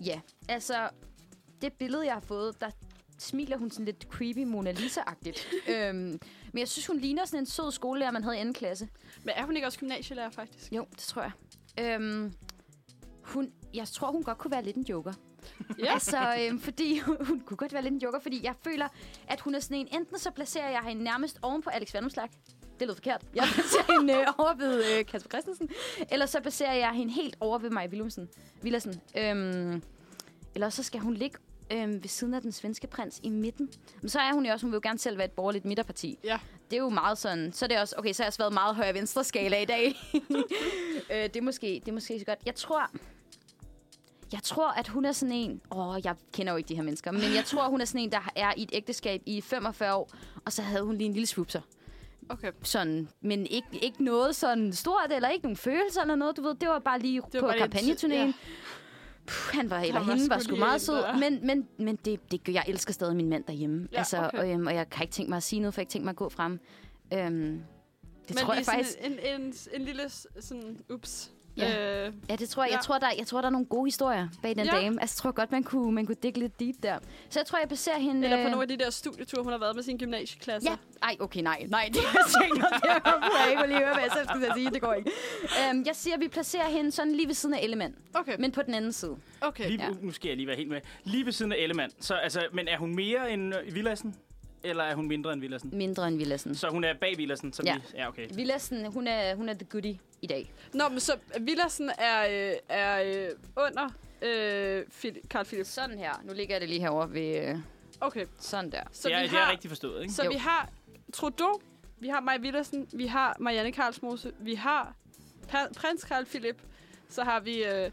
E: Ja, altså, det billede, jeg har fået, der smiler hun sådan lidt creepy Mona Lisa-agtigt. øhm, men jeg synes, hun ligner sådan en sød skolelærer, man havde i anden klasse.
A: Men er hun ikke også gymnasielærer, faktisk?
E: Jo, det tror jeg. Øhm, hun, jeg tror, hun godt kunne være lidt en joker.
A: Ja.
E: Altså, øhm, fordi hun, hun kunne godt være lidt en joker, fordi jeg føler, at hun er sådan en... Enten så placerer jeg hende nærmest oven på Alex Vandomslag. Det lød forkert. Jeg placerer hende øh, over ved øh, Kasper Christensen. Eller så placerer jeg hende helt over ved Maja Willumsen. Villersen. Øhm, eller så skal hun ligge øhm, ved siden af den svenske prins i midten. Men så er hun jo også, hun vil jo gerne selv være et borgerligt midterparti.
A: Ja.
E: Det er jo meget sådan, så er det også, okay, så har jeg også været meget højre venstre skala i dag. øh, det, er måske, det er måske så godt. Jeg tror, jeg tror, at hun er sådan en... Åh, jeg kender jo ikke de her mennesker. Men jeg tror, hun er sådan en, der er i et ægteskab i 45 år. Og så havde hun lige en lille svupser.
A: Okay.
E: Sådan, men ikke, ikke noget sådan stort, eller ikke nogen følelser eller noget. Du ved, det var bare lige
A: var
E: på
A: bare lige-
E: kampagneturnéen.
A: ja.
E: Ja. Puh, han var, eller
A: var
E: hende var
A: sgu
E: sgu
A: lige en,
E: meget sød.
A: der-
E: Men, men, men det, det, gør- jeg elsker stadig min mand derhjemme.
A: Ja,
E: Ja, altså,
A: okay.
E: okay. og, øhm, og, jeg har ikke tænkt mig at sige noget, for jeg har ikke tænkt mig at gå frem. Øhm, det
A: Men lige
E: tror jeg
A: sådan
E: faktisk...
A: En, en, en, en lille s- sådan, ups.
E: Ja.
A: Øh,
E: Ja, det tror jeg.
A: Ja.
E: Jeg, tror, der, jeg tror, der er nogle gode historier bag den
A: Ja.
E: ja. dame. Altså, jeg tror godt, man kunne, man kunne digge lidt deep der. Så jeg tror, jeg baserer hende...
A: eller på
E: øh,
A: nogle af de der studieture, hun har været med sin gymnasieklasse.
E: Ja, Altså, ej, okay, nej, nej, det har jeg tænkt mig, det var jeg ikke lige høre, hvad jeg selv skulle til at sige, det går ikke. Øhm, jeg siger, at vi placerer hende sådan lige ved siden af Ellemann,
A: Okay,
E: men på den anden side.
A: okay.
B: Lige,
E: Ja.
B: Nu skal jeg lige være helt med. Lige ved siden af Ellemann. Så, altså, men er hun mere end øh, Villadsen? Eller er hun mindre end
A: Mm.
B: Villersen?
E: mindre end Villersen.
B: Så hun er bag Villersen, som
E: Ja.
B: vi... Ja, okay.
E: Villersen, hun er, hun er the goodie i dag.
A: Nå, men så Villersen er, øh, er øh, under øh, Phil- Carl Philip.
E: Sådan her. Nu ligger jeg det lige herovre ved... øh,
A: Okay,
E: Sådan der.
A: så
B: det, er,
A: vi
B: det er
A: har,
B: rigtig forstået, ikke?
A: så
E: Jo.
A: vi har Trudeau, vi har Maja Villersen, vi har Marianne Karlsmose, vi har pa- prins Carl Philip, så har vi... Øh,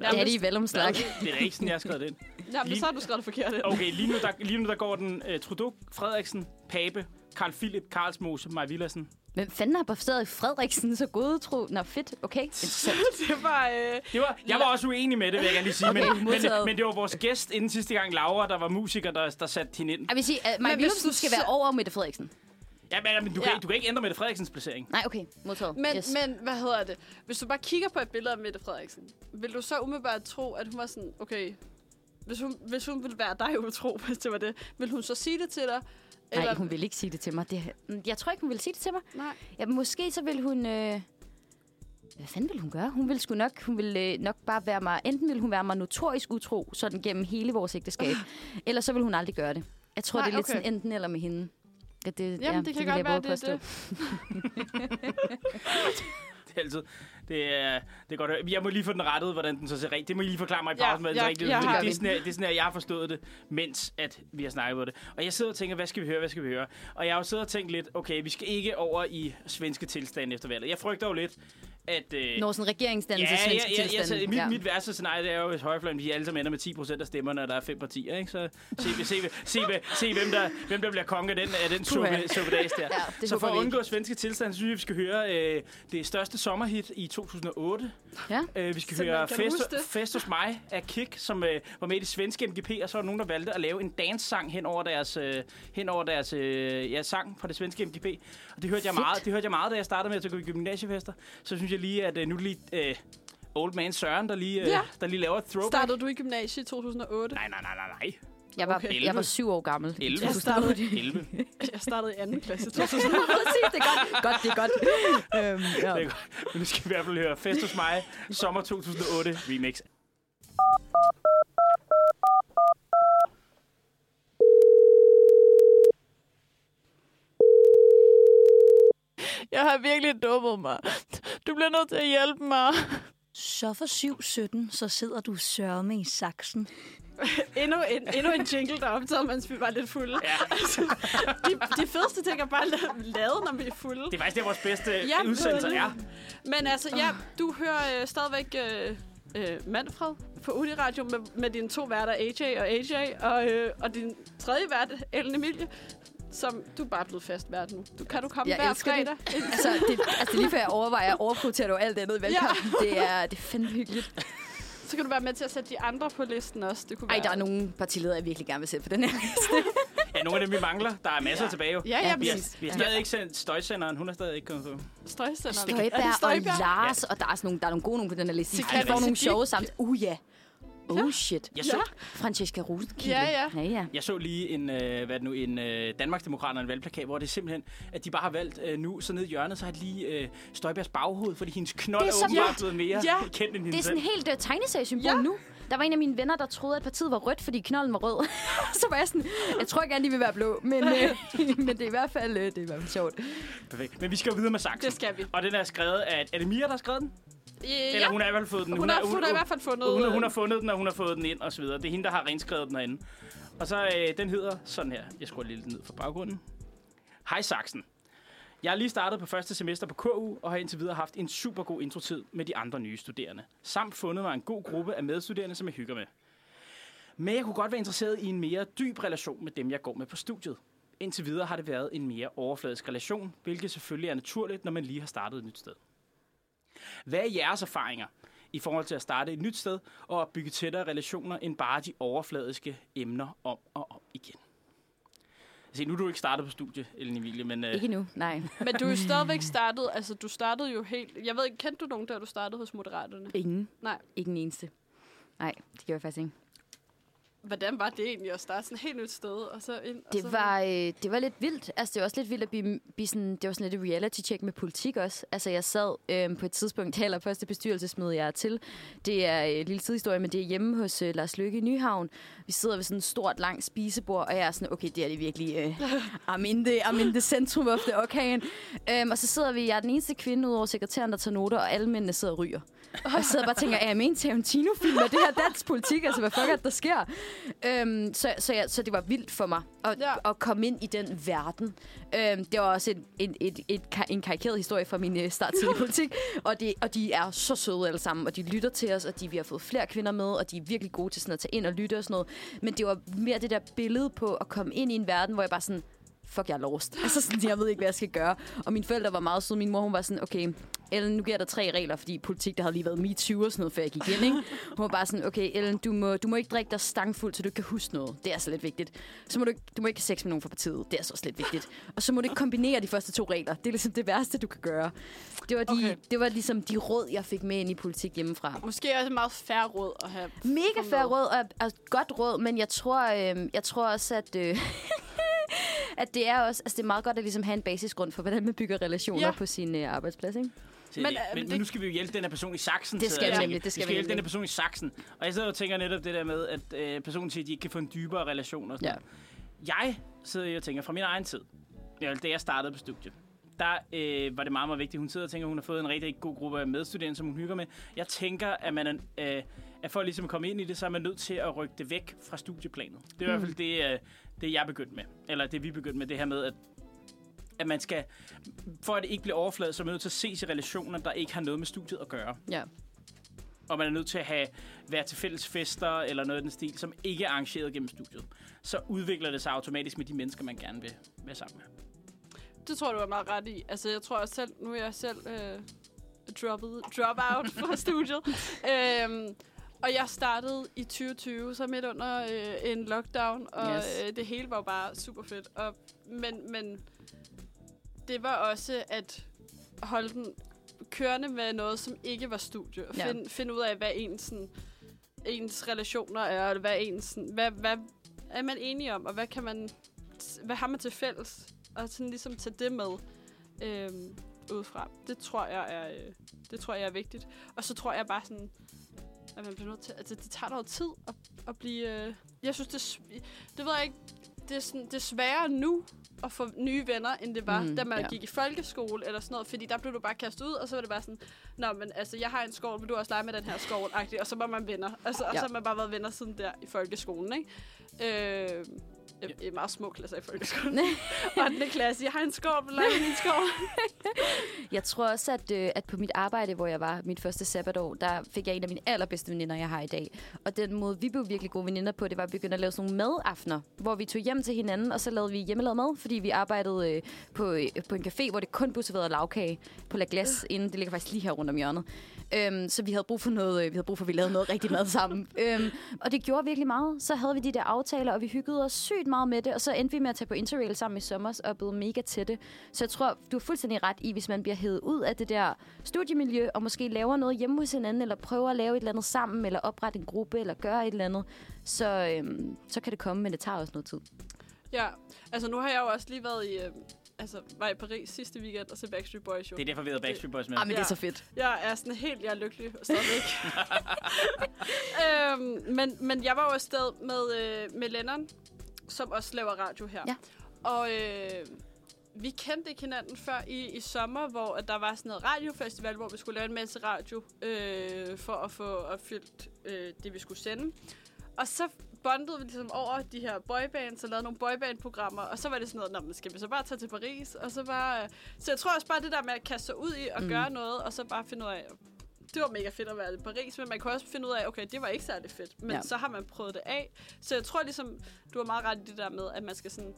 E: Ja, det er i Vellumslag.
B: Det er da ikke sådan, jeg har skrevet det ind.
A: jamen,
B: Lige-
A: så har du skrevet det forkert. ind.
B: Okay, lige nu der, lige nu, der går den uh, Trudeau, Frederiksen, Pape, Karl Philip, Karlsmose, Maja Villersen.
E: Hvem fanden har baseret Frederiksen så gode tro? Nå, fedt. Okay. Interessant.
A: Det var... Øh,
B: Det var, jeg var også uenig med det, vil jeg gerne lige sige. Men,
E: Okay,
B: men,
E: modtaget.
B: men, men det var vores gæst inden sidste gang, Laura, der var musiker, der, der satte hende ind.
E: Jeg vil sige, at Maja
A: Men hvis
E: Willumsen
A: du
E: skal
A: så-
E: være over Mette Frederiksen.
B: Ja, men, men du, kan,
A: Ja.
B: ikke- du kan ikke ændre Mette Frederiksens placering.
E: Nej, okay. Modtaget.
A: men,
E: yes.
A: yes. men, hvad hedder det? Hvis du bare kigger på et billede af Mette Frederiksen, vil du så umiddelbart tro, at hun var sådan, okay, hvis hun, hvis hun ville være dig utro, hvis det var det, vil hun så sige det til dig?
E: Nej, hun vil ikke sige det til mig. Det, jeg tror ikke, hun vil sige det til mig.
A: Nej.
E: Ja, måske så vil hun... Øh... Hvad fanden vil hun gøre? Hun vil sgu nok, hun vil, øh, nok bare være mig... Enten vil hun være mig notorisk utro, sådan gennem hele vores ægteskab. eller så vil hun aldrig gøre det. Jeg tror,
A: Nej,
E: Nej, det er lidt
A: okay.
E: sådan enten eller med hende. Ja, det,
A: Jamen, det kan
E: vil
A: godt
E: jeg
A: være,
E: våge
A: det er
E: at påstå.
B: Det er altid. Det er, det er godt. at høre. Jeg må lige få den rettet, hvordan den så ser rent. Det må I lige forklare mig i
A: Ja,
B: pausen, ja,
A: ja,
B: ja, det,
A: jeg
B: det,
A: har-
B: det, er sådan, her, det er sådan her, jeg har forstået det, mens at vi har snakket om det. Og jeg sidder og tænker, hvad skal vi høre, hvad skal vi høre? Og jeg har jo siddet og tænkt lidt, okay, vi skal ikke over i svenske tilstanden efter valget. Jeg frygter jo lidt, at... Øh,
E: Når sådan en regeringsdannelse ja, svenske ja, ja,
B: ja,
E: tilstande.
B: så mit, ja. mit værste scenarie, det er jo, hvis højrefløjen, de alle sammen ender med 10 procent af stemmerne, og der er fem partier, ikke? Så se, se, se, se, se hvem, der, hvem der bliver konge af den, af den
E: Puha.
B: suppe- suppedags der.
E: Ja, det
B: så for
E: håber
B: at
E: vi
B: undgå svenske tilstand, synes jeg, vi skal høre øh, det største sommerhit i 2008.
E: Ja.
B: Øh, vi skal
A: Simpelthen,
B: høre
A: kan du huske
B: Fest,
A: det?
B: Fest hos mig af Kik, som øh, var med i det svenske MGP, og så var der nogen, der valgte at lave en danssang hen over deres, øh, hen over deres øh, ja, sang fra det svenske MGP. Og det hørte, jeg
E: Fedt.
B: meget, det hørte jeg meget, da jeg startede med at gå i gymnasiefester. Så synes jeg lige, at øh, nu er det lige... Øh, Old Man Søren, der lige, øh,
A: Ja.
B: ja. der lige laver et throwback.
A: Startede du i gymnasiet i 2008?
B: Nej, nej, nej, nej, nej.
E: Jeg var,
A: Okay.
E: jeg var syv år gammel.
B: 11.
A: Jeg startede,
B: 11.
A: jeg startede i anden klasse.
E: Præcis, det er godt. godt, det er godt. øhm, ja.
B: Det er godt. Men nu skal vi i hvert fald høre Fest hos mig, sommer 2008 remix.
F: Jeg har virkelig dummet mig. Du bliver nødt til at hjælpe mig.
G: Så for 7.17, så sidder du sørme i saksen.
A: endnu, en, endnu en jingle, der er optaget, mens vi var lidt fulde. Ja. Altså, de, de fedeste ting er bare la- lavet, når vi er fulde.
B: Det er faktisk det, vores bedste
A: Ja,
B: ja, udsendelser
A: det-
B: er.
A: Men altså, ja,
E: Ah.
A: du hører øh, stadigvæk øh, øh, Manfred på Udi Radio med, med dine to værter, AJ og AJ, og, øh, og din tredje vært, Ellen Emilie, som du er bare blevet fast vært nu. Du, kan du komme
E: Jeg
A: hver
E: elsker det.
A: fredag?
E: Altså, det, altså, det er lige før jeg overvejer at overprioritere over alt andet i valgkampen. Ja. Det, er, det er fandme hyggeligt.
A: Så kan du være med til at sætte de andre på listen også. Det kunne
E: Ej,
A: være.
E: der er nogle partiledere, jeg virkelig gerne vil se på den her.
B: Ja, nogle af dem, vi mangler. Der er masser ja. tilbage jo.
A: Ja, ja,
B: vi,
A: præcis.
B: har, vi har stadig ikke sendt støjsenderen. Hun er stadig ikke kommet på.
A: Støjstænderne.
E: Støjbær og
A: Støjberg.
E: Lars, og der er, sådan nogle, der er nogle gode nogle på den her liste.
A: Sikandar
E: De får nogle
A: Siddique.
E: sjove samt. Uh ja. Oh shit.
B: Jeg så,
A: Ja.
B: ja.
E: Francesca Rosenkilde.
A: Ja, ja.
E: ja, ja.
B: jeg så lige en, øh, hvad er det nu, en øh, Danmarksdemokraterne valgplakat, hvor det er simpelthen, at de bare har valgt øh, nu, så ned i hjørnet, så har de lige øh, Støjbergs baghoved, fordi hendes knold
E: Det
B: er,
E: er så
B: åbenbart
E: vildt.
B: blevet mere
A: Ja.
B: ja. kendt end
E: Det
B: hende
E: er sådan
B: selv.
E: helt uh, tegneseriesymbol
A: Ja.
E: ja. nu. Der var en af mine venner, der troede, at partiet var rødt, fordi knolden var rød. så var jeg sådan, jeg tror gerne, de vil være blå, men, uh, men det er i hvert fald, uh, det er i hvert fald sjovt.
B: Perfekt. Men vi skal jo videre med saksen.
A: Det skal vi.
B: Og den er skrevet af, er det Mia, der har skrevet den?
A: Ja.
B: Eller hun har i hvert fald fået den.
A: Hun, har, hun har i hvert fald fundet...
B: Hun, hun
A: øh,
B: har fundet den, og hun har fået den ind, og så videre. Det er hende, der har renskrevet den herinde. Og så, øh, den hedder sådan her. Jeg skruer lige lidt ned fra baggrunden. Hej Saxen. Jeg har lige startet på første semester på KU, og har indtil videre haft en super god introtid med de andre nye studerende. Samt fundet mig en god gruppe af medstuderende, som jeg hygger med. Men jeg kunne godt være interesseret i en mere dyb relation med dem, jeg går med på studiet. Indtil videre har det været en mere overfladisk relation, hvilket selvfølgelig er naturligt, når man lige har startet et nyt sted. Hvad er jeres erfaringer i forhold til at starte et nyt sted og at bygge tættere relationer end bare de overfladiske emner om og om igen? Altså, nu er du ikke startet på studie, Ellen Emilie, men øh,
E: Ikke nu, nej.
A: Men du er jo stadigvæk startet, altså du startede jo helt... Jeg ved ikke, kendte du nogen, da du startede hos Moderaterne?
E: Ingen.
A: Nej.
E: Ikke en eneste. Nej, det gjorde jeg faktisk ikke.
A: hvordan var det egentlig at starte sådan et helt nyt sted, og så ind? Og så
E: Det var, øh, det var lidt vildt. Altså, det var også lidt vildt at blive, blive sådan, det var sådan lidt et reality-check med politik også. Altså, jeg sad øh, på et tidspunkt, det allerførste bestyrelsesmøde, jeg er til. Det er øh, en lille tidshistorie, men det er hjemme hos øh, Lars Løkke i Nyhavn. Vi sidder ved sådan et stort, langt spisebord, og jeg er sådan, okay, det er det virkelig. Øh, I'm, in the, I'm in the centrum of the orkan. Øhm, og så sidder vi, jeg er den eneste kvinde udover sekretæren, der tager noter, og alle mændene sidder og ryger. Og jeg sidder bare og tænker, er jeg med i en Tarantino-film? Er det her dansk politik? Altså, hvad fuck er det, der sker? Øhm, så, så, jeg, så det var vildt for mig at,
A: Ja.
E: ja. at komme ind i den verden. Øhm, det var også en, en, et, et, ka- en karikeret historie fra min øh, start til politik. Og, det, og de er så søde alle sammen, og de lytter til os, og de, vi har fået flere kvinder med, og de er virkelig gode til sådan at tage ind og lytte og sådan noget. Men det var mere det der billede på at komme ind i en verden, hvor jeg bare sådan, fuck, jeg er lost. Altså sådan, jeg ved ikke, hvad jeg skal gøre. Og mine forældre var meget søde. Min mor, hun var sådan, okay, Ellen, nu giver jeg dig tre regler, fordi politik, der havde lige været MeToo og sådan noget, før jeg gik ind, ikke? Hun var bare sådan, okay, Ellen, du må, du må ikke drikke dig stangfuld, så du ikke kan huske noget. Det er altså lidt vigtigt. Så må du, ikke- du må ikke have sex med nogen fra partiet. Det er altså også lidt vigtigt. Og så må du ikke kombinere de første to regler. Det er ligesom det værste, du kan gøre. Det var, de,
A: Okay.
E: okay. det var ligesom de råd, jeg fik med ind i politik hjemmefra.
A: Måske også et meget færre råd at have.
E: Mega
A: Kom
E: fair
A: med.
E: råd og, og godt råd, men jeg tror, øh, jeg tror også, at... Øh, at det er også altså det er meget godt at ligesom have en basisgrund for, hvordan man bygger relationer
A: Ja.
E: ja. på sin øh, arbejdsplads. Ikke?
B: til
A: Men,
B: men, det.
A: øh,
B: Men,
A: men det-
B: nu skal vi jo hjælpe den her person i saksen.
E: Det
B: sidder
E: skal
B: jeg
E: vi
B: og
E: nemlig,
B: tænker.
E: det skal
B: vi
E: vi
B: hjælpe den her
E: nemlig.
B: person i saksen. Og jeg sidder og tænker netop det der med, at øh, personen siger, at de ikke kan få en dybere relation. Og sådan
E: Ja.
B: noget. Jeg sidder jo og tænker, fra min egen tid, ja, da jeg startede på studiet, der øh, var det meget, meget vigtigt. Hun sidder og tænker, at hun har fået en rigtig god gruppe af medstuderende, som hun hygger med. Jeg tænker, at man er, øh, at for at ligesom at komme ind i det, så er man nødt til at rykke det væk fra studieplanet. Det er i hvert
E: Hmm.
B: fald det, øh, det jeg begyndte med. Eller det vi begyndte med, det her med, at at man skal, for at det ikke bliver overfladet, så er man nødt til at ses i relationer, der ikke har noget med studiet at gøre.
E: Ja.
B: Og man er nødt til at have, være til fælles fester eller noget af den stil, som ikke er arrangeret gennem studiet. Så udvikler det sig automatisk med de mennesker, man gerne vil være sammen med.
A: Det tror jeg, du var meget ret i. Altså, jeg tror også selv, nu er jeg selv øh, droppet, dropout fra studiet. Øhm, og jeg startede i 2020, så midt under øh, en lockdown, og
E: Yes.
A: øh, det hele var bare super fedt. Og, men, men det var også at holde den kørende med noget, som ikke var studie. Og
E: Ja.
A: finde find ud af, hvad ens, sådan, ens relationer er, og hvad, ens, sådan, hvad, hvad er man enige om, og hvad, kan man, hvad har man til fælles? Og sådan ligesom tage det med øhm, udefra. Det tror jeg er, øh, det tror jeg er vigtigt. Og så tror jeg bare sådan, at man bliver nødt til... Altså, det tager noget tid at, at blive... Øh, jeg synes, det, er sv- det ved jeg ikke... Det er, sådan, det er sværere nu at få nye venner, end det var, mm,
E: Mm,
A: da man ja.
E: ja.
A: gik i folkeskole eller sådan noget. Fordi der blev du bare kastet ud, og så var det bare sådan... Nå, men altså, jeg har en skov, vil du også lege med den her skov? Og så var man venner. Altså, og
E: Ja.
A: så har man bare været venner siden der i folkeskolen, ikke? Øh, jeg er meget små klasser i folkeskolen. 8. klasse, jeg har en skov, vil du lege med min skov?
E: Jeg tror også, at, øh, at på mit arbejde, hvor jeg var mit første sabbatår, der fik jeg en af mine allerbedste veninder, jeg har i dag. Og den måde, vi blev virkelig gode veninder på, det var at begynde at lave sådan nogle madaftener, hvor vi tog hjem til hinanden, og så lavede vi hjemmelavet mad, fordi vi arbejdede øh, på, øh, på en café, hvor det kun blev serveret lavkage på La Glace, inden det ligger faktisk lige her rundt om hjørnet. Øhm, så vi havde brug for noget, øh, vi havde brug for, at vi lavede noget rigtig mad sammen. øhm, og det gjorde virkelig meget. Så havde vi de der aftaler, og vi hyggede os sygt meget med det, og så endte vi med at tage på interrail sammen i sommer og blev mega tætte. Så jeg tror, du har fuldstændig ret i, hvis man bliver hævet ud af det der studiemiljø, og måske laver noget hjemme hos hinanden, eller prøver at lave et eller andet sammen, eller oprette en gruppe, eller gøre et eller andet, så, øhm, så kan det komme, men det tager også noget tid.
A: Ja, altså nu har jeg jo også lige været i, øh, altså, var i Paris sidste weekend og se Backstreet Boys jo.
B: Det er derfor, vi hedder Backstreet Boys med.
E: Ah, men det
A: Ja.
E: er så fedt.
A: Jeg er sådan helt, jeg er lykkelig stadigvæk. øhm, men, men jeg var jo afsted med, øh, med Lennon, som også laver radio her.
E: Ja.
A: Og øh, vi kendte ikke hinanden før i, i sommer, hvor at der var sådan noget radiofestival, hvor vi skulle lave en masse radio øh, for at få opfyldt øh, det, vi skulle sende. Og så bondede vi ligesom over de her boybands og lavede nogle boyband-programmer, og så var det sådan noget, "Nå, men skal vi så bare tage til Paris? Og så bare... Øh, så jeg tror også bare det der med at kaste sig ud i og mm. gøre noget, og så bare finde ud af, det var mega fedt at være i Paris, men man kan også finde ud af, okay, det var ikke særlig fedt, men ja.
E: Ja.
A: så har man prøvet det af. Så jeg tror ligesom, du har meget ret i det der med, at man skal sådan,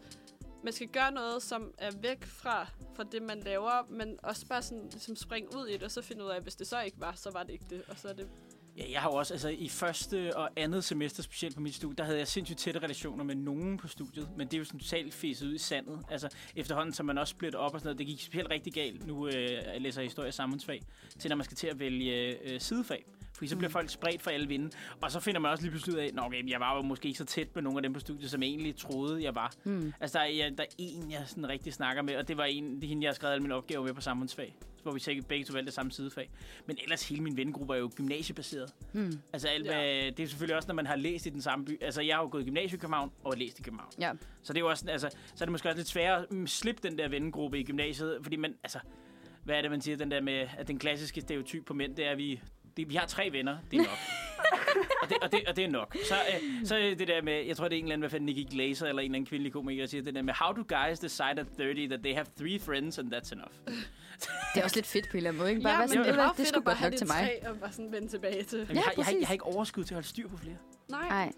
A: man skal gøre noget, som er væk fra, fra det, man laver, men også bare sådan, ligesom springe ud i det, og så finde ud af, hvis det så ikke var, så var det ikke det, og så er det...
B: Ja, jeg har jo også, altså i første og andet semester, specielt på mit studie, der havde jeg sindssygt tætte relationer med nogen på studiet, men det er jo sådan totalt fæset ud i sandet. Altså efterhånden, så man også splitter op og sådan noget, det gik helt rigtig galt. Nu øh, jeg læser jeg historie og samfundsfag, til når man skal til at vælge øh, sidefag. Fordi så bliver folk spredt for alle vinde. Og så finder man også lige pludselig ud af, at okay, jeg var jo måske ikke så tæt med nogle af dem på studiet, som jeg egentlig troede, jeg var. Mm. Altså, der er, jeg, der er en, jeg sådan rigtig snakker med, og det var en, det er hende, jeg har skrevet alle mine opgaver med på samfundsfag. Hvor vi sikkert begge to valgte samme sidefag. Men ellers hele min vennegruppe er jo gymnasiebaseret. Mm. Altså, alt,
A: Ja.
B: ja. det er selvfølgelig også, når man har læst i den samme by. Altså, jeg har jo gået i gymnasiet i København og læst i København.
E: Ja.
B: Så det er jo også, sådan, altså, så er det måske også lidt sværere at mm, slippe den der vennegruppe i gymnasiet, fordi man, altså, hvad er det, man siger, den der med, at den klassiske stereotyp på mænd, det er, at vi, det, vi har tre venner, det er nok. og, det, og, det, og det er nok. Så, øh, så øh, det der med, jeg tror, det er en eller anden, hvad fanden, Nikki Glaser eller en eller anden kvindelig komiker, der siger det der med, how do guys decide at 30 that they have three friends and that's enough?
E: Det er også lidt fedt på en eller anden måde, ikke? Bare ja, sådan,
A: men
E: det,
A: det,
E: var, det skulle godt nok til mig.
A: Tre, og bare sådan vende tilbage til.
B: Jamen, jeg, har, jeg, har, ikke-
E: præcis.
B: jeg har ikke overskud til at holde styr på flere.
A: Nej,
E: Nej.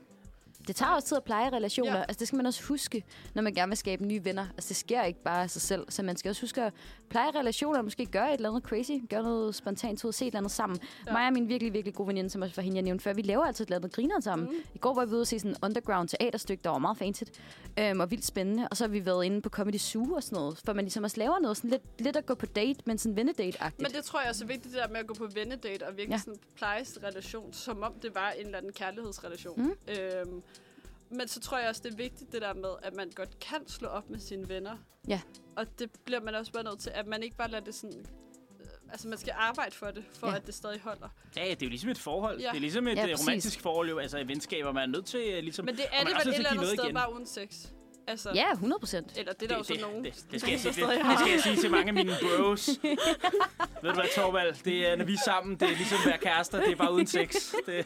E: Det tager også tid at pleje relationer.
A: Ja.
E: Ja. Altså, det skal man også huske, når man gerne vil skabe nye venner. Altså, det sker ikke bare af sig selv. Så man skal også huske at pleje relationer. Måske gøre et eller andet crazy. Gøre noget spontant ud og se et eller andet sammen. Ja. Mig og min virkelig, virkelig gode veninde, som også var hende, jeg nævnte før, vi laver altid et eller andet griner sammen. Mm. I går var vi ude og se sådan en underground teaterstykke, der var meget fancy øhm, og vildt spændende. Og så har vi været inde på Comedy Zoo og sådan noget. For man ligesom også laver noget sådan lidt, lidt at gå på date, men sådan vennedate-agtigt.
A: men det tror jeg også er vigtigt, det der med at gå på vennedate og virkelig ja.
E: Ja.
A: sådan pleje sin relation, som om det var en eller anden kærlighedsrelation. Mm. Øhm, men så tror jeg også, det er vigtigt det der med, at man godt kan slå op med sine venner.
E: Ja.
A: Og det bliver man også bare nødt til, at man ikke bare lader det sådan... øh, Altså, man skal arbejde for det, for ja.
E: Ja.
A: at det stadig holder.
B: Ja, det er jo ligesom et forhold.
A: Ja.
B: Ja. Det er ligesom et
E: Ja,
B: ja,
E: præcis.
B: romantisk forhold, jo. altså venskaber, man er nødt til øh, ligesom...
A: Men det
B: og
A: er
B: man
A: det
B: også
A: vel et
B: nødt til at
A: eller andet
B: give noget
A: sted
B: igen.
A: bare uden sex. Altså,
E: Ja, 100 procent.
A: Eller det er der jo så nogen.
B: Det, det, skal jeg sige,
A: der
B: det,
A: stadig
B: det skal jeg sige til mange af mine bros. Ved du hvad, Torvald? Det er, når vi er sammen, det er ligesom at være kærester. Det er bare uden sex. Det,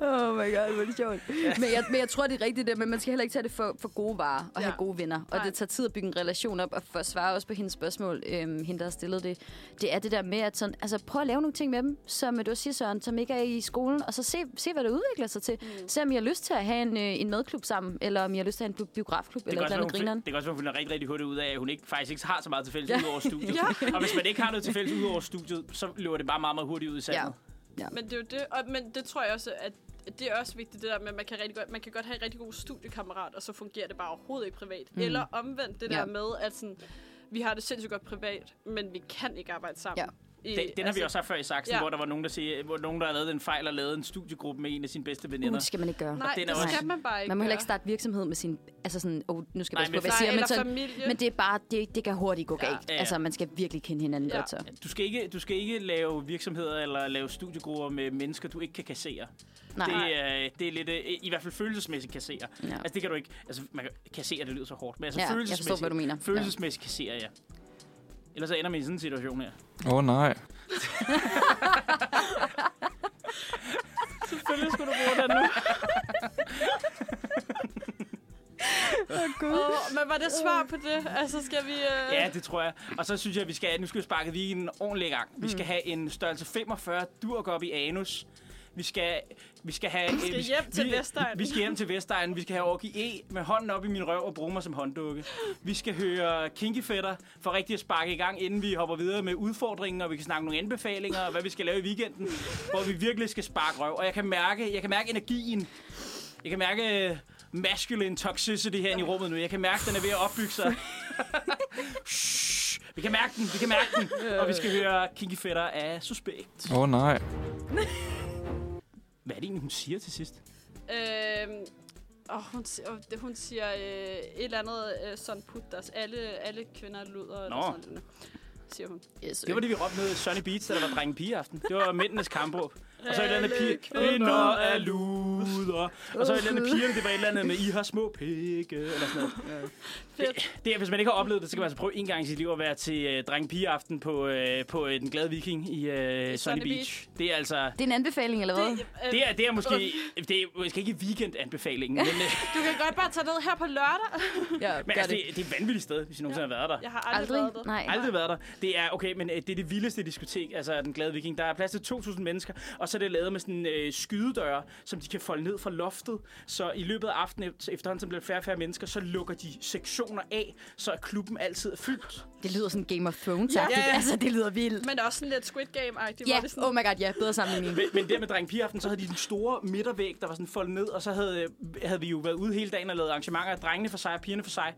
E: Oh my god, hvor er det sjovt. men, jeg, men jeg tror, det er rigtigt det, men man skal heller ikke tage det for, for gode varer
A: Ja.
E: og ja. have gode venner. Og
A: Nej.
E: Nej. det tager tid at bygge en relation op, og for at svare også på hendes spørgsmål, øhm, hende der har stillet det, det er det der med, at sådan, altså, prøv at lave nogle ting med dem, som øh, du også siger, Søren, som ikke er i skolen, og så se, se hvad der udvikler sig til. Mm. Se om I har lyst til at have en, øh, en madklub sammen, eller om I har lyst til at have en bi- biografklub,
B: det,
E: eller
B: kan
E: et
B: også
E: eller
B: være, hun,
E: andet grineren.
B: det kan også være, hun finder rigtig, rigtig hurtigt ud af, at hun ikke, faktisk ikke har så meget til fælles
E: Ja.
B: ud over studiet. ja. Og hvis man ikke har noget til fælles ud over studiet, så løber det bare meget, meget hurtigt ud i sandet.
E: Ja.
A: Men det er jo det, og, men det tror jeg også, at at det er også vigtigt det der med, at man kan, rigtig godt, man kan godt have en rigtig god studiekammerat, og så fungerer det bare overhovedet ikke privat. Mm. Eller omvendt det der
E: Ja.
A: med, at sådan, vi har det sindssygt godt privat, men vi kan ikke arbejde sammen. Ja. I,
B: Den, den har vi også haft før i Saksen,
A: altså- Ja.
B: ja. hvor der var nogen, der, siger, hvor nogen, der havde lavet en fejl og lavet en studiegruppe med en af sine bedste
E: Uh,
B: veninder.
E: det skal man ikke gøre.
A: Nej,
B: den
A: det
B: er også-
A: skal man bare ikke
E: Man må heller
A: gøre.
E: ikke starte virksomhed med sin... Altså sådan, oh, nu skal
B: Nej,
E: jeg passe
B: men
E: på, hvad jeg
A: Nej,
E: siger, men,
A: eller
E: sådan,
A: familie.
E: men det, er bare, det, det kan hurtigt gå
A: Ja.
E: galt.
B: Ja, ja.
E: Altså, man skal virkelig kende hinanden
A: Ja.
E: godt, så.
B: Du skal, ikke, du skal ikke lave virksomheder eller lave studiegrupper med mennesker, du ikke kan kassere.
E: Nej.
B: Det, er, det er lidt, øh, i hvert fald følelsesmæssigt kassere.
E: Ja.
B: Altså det kan du ikke, altså man kan, kassere, det lyder så hårdt, men altså
E: Ja, jeg forstår,
B: følelsesmæssigt,
E: hvad du mener.
B: følelsesmæssigt kassere, ja. Ellers så ender man i sådan en situation her.
H: Åh oh, nej.
B: Selvfølgelig skulle du bruge den nu.
A: Åh, men var det svar på det? Altså, skal vi... Øh...
B: Ja, det tror jeg. Og så synes jeg, at vi skal, nu skal vi sparke lige en ordentlig gang. Vi
E: Mm.
B: skal have en størrelse 45 durk op i anus. Vi skal, vi skal have... øh, Vi
A: skal hjem til Vestegnen.
B: Vi, vi skal hjem til Vestegnen. Vi skal have Orki E med hånden op i min røv og bruge mig som hånddukke. Vi skal høre Kinky Fætter for rigtig at sparke i gang, inden vi hopper videre med udfordringen, og vi kan snakke nogle anbefalinger og hvad vi skal lave i weekenden, hvor vi virkelig skal sparke røv. Og jeg kan mærke, jeg kan mærke energien. Jeg kan mærke øh, masculine toxicity herinde i rummet nu. Jeg kan mærke, at den er ved at opbygge sig. Shh. Vi kan mærke den, vi kan mærke den. Og vi skal høre Kinky Fætter af Suspekt.
H: Åh oh, nej.
B: Hvad er det egentlig, hun siger til sidst?
A: Øh, og hun, si- åh, det- hun siger øh, et eller andet øh, sådan put deres. Alle, alle kvinder luder, eller
B: Nå.
A: sådan noget, siger hun.
E: Yes, øh,
B: Det var det, vi råbte ned i Sunny Beach, da der var drenge pigeaften. Det var mændenes kampråb. Og så et eller andet pige.
A: Alle
B: Kvinder er luder. Og så et eller andet pigerne, det var et eller andet med, I har små pikke, eller sådan noget. Det, det er, hvis man ikke har oplevet det, så kan man altså prøve en gang i sit liv at være til øh, drenge pigeaften på, øh, på øh, Den Glade Viking i øh, Sunny
A: Sunny
B: Beach. Det er altså...
E: Det er en anbefaling, eller hvad?
A: Øh,
B: Det er, det er måske det er måske ikke weekendanbefalingen, men, øh,
A: Du kan godt bare tage ned her på lørdag.
E: ja,
B: men altså, det, det er et vanvittigt sted, hvis I nogensinde har været der.
A: Jeg har aldrig,
E: Aldrig?
A: været der.
E: Nej.
B: Aldrig været der. Det er, okay, men øh, det er det vildeste diskotek, altså den glade viking. Der er plads til 2.000 mennesker, og så er det lavet med sådan øh, skydedøre, som de kan folde ned fra loftet. Så i løbet af aftenen, eft- efterhånden som der bliver færre og færre mennesker, så lukker de sektioner af, så er klubben altid er fyldt.
E: Det lyder sådan Game of thrones ja. Altså, det lyder vildt.
A: Men også sådan lidt Squid Game-agtigt.
E: Ja,
A: hvor det sådan,
E: oh my god, ja. Bedre sammenligning.
B: Men, men der med dreng pigeaften, så havde de den store midtervæg, der var sådan foldet ned, og så havde, øh, havde vi jo været ude hele dagen og lavet arrangementer, drengene for sig og pigerne for sig.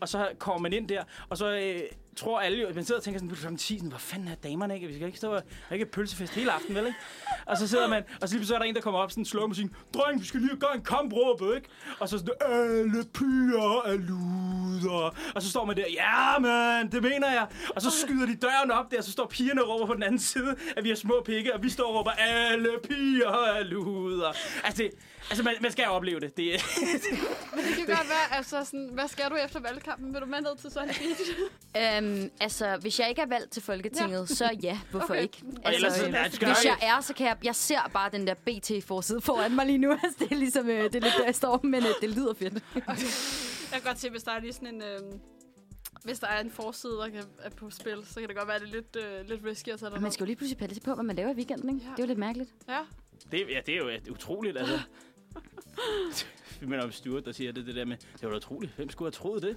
B: Og så kommer man ind der, og så øh, tror alle jo, man sidder og tænker sådan, "Nu er det klokken 10, sådan, hvor fanden er damerne ikke? Vi skal ikke stå og og ikke pølsefest hele aften, vel ikke? Og så sidder man, og så lige pludselig er der en, der kommer op, sådan slår musikken, dreng, vi skal lige gøre en kampråbe, ikke? Og så sådan, alle piger er luder. Og så står man der, ja, man, det mener jeg. Og så skyder de døren op der, og så står pigerne og råber på den anden side, at vi er små pikke, og vi står og råber, alle piger er luder. Altså, det, altså man, man skal opleve det. det
A: Men det kan godt være, altså sådan, hvad skal du efter valgkampen? Vil du med ned til sådan en beach?
E: Øhm, altså, hvis jeg ikke er valgt til Folketinget, ja. så ja, hvorfor
A: Okay.
E: okay. ikke?
A: Og
E: Altså,
B: ellers så-
E: øh,
B: nej, du skal
E: hvis
B: ikke-
E: jeg er, så kan jeg... Jeg ser bare den der BT-forside foran mig lige nu. Altså, det er ligesom, øh, det er lidt der, jeg står, men øh, det lyder fedt.
A: Jeg kan godt se, hvis der er lige sådan en... Øh, hvis der er en forside, der kan, er på spil, så kan det godt være, det er lidt, øh, lidt risky at tage
E: Og man skal jo lige pludselig passe på, hvad man laver i weekenden, ikke?
A: Ja.
E: Ja. Det er jo lidt mærkeligt.
A: Ja.
B: Det, ja, det er jo et- utroligt, altså. Vi mener om Stuart, der siger det, det der med, det var da utroligt. Hvem skulle have troet det?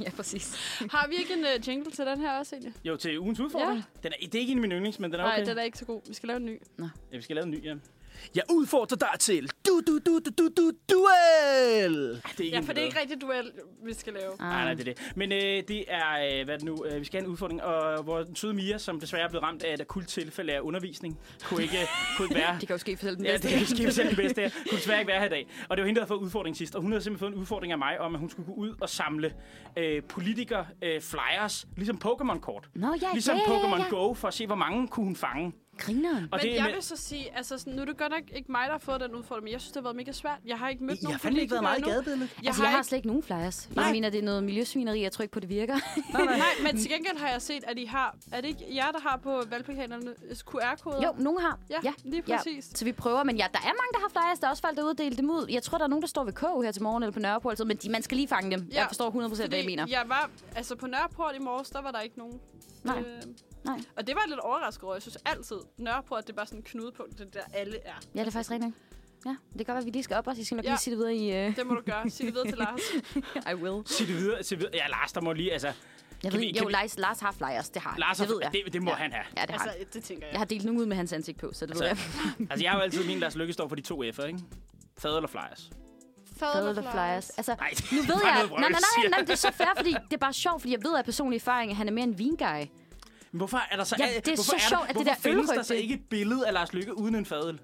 E: ja, præcis.
A: Har vi ikke en øh, jingle til den her også, egentlig?
B: Jo, til ugens udfordring. Ja. Den er, det er ikke en af mine yndlings, men den er
A: Nej,
B: okay.
A: den er ikke så god. Vi skal lave en ny.
B: ja, vi skal lave en ny, ja. Ej,
I: Jeg udfordrer dig til du du du du du du duel.
B: Det er ikke
A: Ja,
B: en,
A: for
B: vi
A: det er
B: lavede.
A: ikke rigtig duel, vi skal lave.
E: Ah.
B: Nej, nej, det er det. Men øh, det er, øh, hvad er det nu, øh, vi skal have en udfordring, og hvor den søde Mia, som desværre er blevet ramt af et akut tilfælde af undervisning, kunne ikke, kunne ikke være
E: Det kan jo ske for selv den
B: Ja,
E: bedste.
B: det skal vi selv det bedste her. Kunne desværre ikke være her i dag. Og det var hende, der havde fået udfordringen sidst. Og hun havde simpelthen fået en udfordring af mig om, at hun skulle gå ud og samle øh, politikere øh, flyers, ligesom Pokémon-kort.
E: Nå, ja,
B: Ligesom
E: ja, ja, ja,
B: Pokémon
E: ja.
B: Go, for at se, hvor mange kunne hun fange.
E: Grineren.
B: Og
A: Men
B: det er
A: jeg
B: med-
A: vil så sige, altså sådan, nu er det godt nok ikke mig, der har fået den udfordring, men jeg synes, det har været mega svært. Jeg har ikke mødt
I: Jeg
A: nogen
I: har fandme ikke været meget i
A: politikere endnu.
I: gadebilledet.
A: Jeg,
E: altså,
A: har
E: jeg har
A: ikke...
E: slet ikke nogen flyers. Nej. Jeg mener, det er noget miljøsvineri. Jeg tror ikke på, det virker.
A: nej, nej. nej, men til gengæld har jeg set, at I har... Er det ikke jer, der har på valgplakaternes QR-koder?
E: jo, nogen har.
A: Ja, ja, lige
E: ja.
A: præcis.
E: Så vi prøver, men ja, der er mange, der har flyers. Der er også folk, der er ude og dele dem ud. Jeg tror, der er nogen, der står ved KU her til morgen eller på Nørreport, altid, men de, man skal lige fange dem.
A: Ja,
E: jeg forstår 100% hvad I mener.
A: Fordi jeg var, altså på Nørreport i morges, der var der ikke nogen.
E: Nej.
A: Øh,
E: Nej.
A: Og det var jeg lidt overrasket over. Jeg synes altid, Nørreport, det er bare sådan en knudepunkt, det der alle er.
E: Ja, det er faktisk rigtigt. Ja, det kan godt være, at vi lige skal op, og så skal vi nok
A: Ja.
E: lige sige det videre i... Uh...
A: Det må du gøre. Sig det videre til Lars.
E: I will.
B: Sig det videre. Sig videre. Ja, Lars, der må lige... Altså,
E: Jeg
B: Kan
E: ved,
B: vi-
E: vi,
B: kan
E: jo,
B: vi-
E: Lars, Lars har flyers, det har
B: Lars,
E: jeg. Det ved jeg.
B: Det, det må
E: ja.
B: han have.
E: Ja, det har han.
A: altså, det tænker jeg.
E: Jeg har delt nogen ud med hans ansigt på, så det ved jeg.
B: Altså, Altså, jeg har jo altid min Lars Lykke står for de to F'er, ikke? Fad eller flyers?
E: Fadel og flyers. Altså,
B: Nej,
E: nu ved
B: bare
E: jeg...
B: noget
E: Nej, nej,
B: vrøvl,
E: nej,
B: siger
E: nej, det er så fair, fordi det er bare sjovt, fordi jeg ved af personlig erfaring, at han er mere en vinguy.
B: jeg. Men Hvorfor er der så... øh,
E: Ja, det er
B: hvorfor
E: så
B: der-
E: sjovt, at det
B: hvorfor
E: der
B: findes der
E: ølrygte-
B: så ikke et billede af Lars Lykke uden en fadel?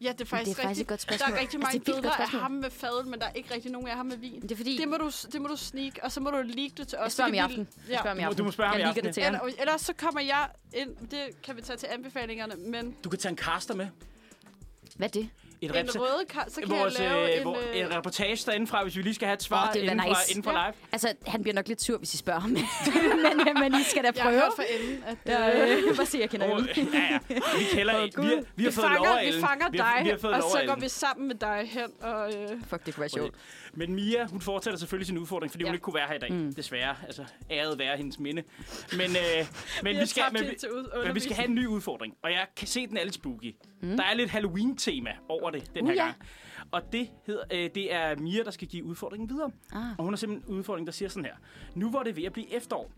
A: Ja, det er
E: Det
A: faktisk,
E: er faktisk
A: rigtigt.
E: et godt
A: der
E: spørgsmål.
A: er rigtig
E: Altså,
A: mange
E: det er et vildt
A: billeder
E: godt
A: af
E: spørgsmål.
A: ham med fadel, men der er ikke rigtig nogen af ham med vin.
E: Det er fordi...
A: Det må du, det må du sneak, og så må du leak det til os.
E: Jeg spørger
A: så
E: ham i
A: kan vi-
E: aften. Jeg
A: Ja.
E: spørger ham i
B: Du må-
E: aften.
B: du må spørge ham i
E: Jeg ligger
B: aften,
E: det til ham.
A: Eller, ellers så kommer jeg ind, det kan vi tage til anbefalingerne, men
B: Du kan tage en kaster med.
E: Hvad er det?
B: Et
A: en
B: repsa-
A: røde kar, så kan
B: vores,
A: jeg lave
B: øh,
A: en...
B: hvor,
A: øh,
B: en reportage derindefra, hvis vi lige skal have et svar
E: Åh, det ville være
B: inden, fra,
E: nice.
B: inden for
A: Ja.
B: live.
E: Altså, han bliver nok lidt sur, hvis I spørger ham. men, men I skal da
A: jeg
E: prøve.
A: har hørt fra enden, at...
E: Ja, øh, bare se, jeg kender
B: Åh,
E: oh,
B: ja, ja. Vi kælder ikke. Vi, har- vi har
A: Vi
B: fået
A: fanger,
B: lovrelen.
A: vi fanger
B: vi
A: dig,
B: Har, vi har fået
A: og så går
B: lovrelen.
A: vi sammen med dig hen og... Øh,
E: Fuck, det kunne være sjovt.
B: Men Mia, hun fortsætter selvfølgelig sin udfordring, fordi ja.
A: Ja.
B: hun ikke kunne være her i dag. Mm. Desværre. Altså, æret være hendes minde. Men, øh, men, vi, skal, men, vi, men vi skal have en ny udfordring. Og jeg kan se, den er lidt spooky. Mm. Der er lidt Halloween-tema over det den
E: Uh,
B: her
E: ja.
B: gang. Og det, hedder, øh, det er Mia, der skal give udfordringen videre.
E: Ah.
B: Og hun har simpelthen en udfordring, der siger sådan her. Nu hvor det er ved at blive efterår,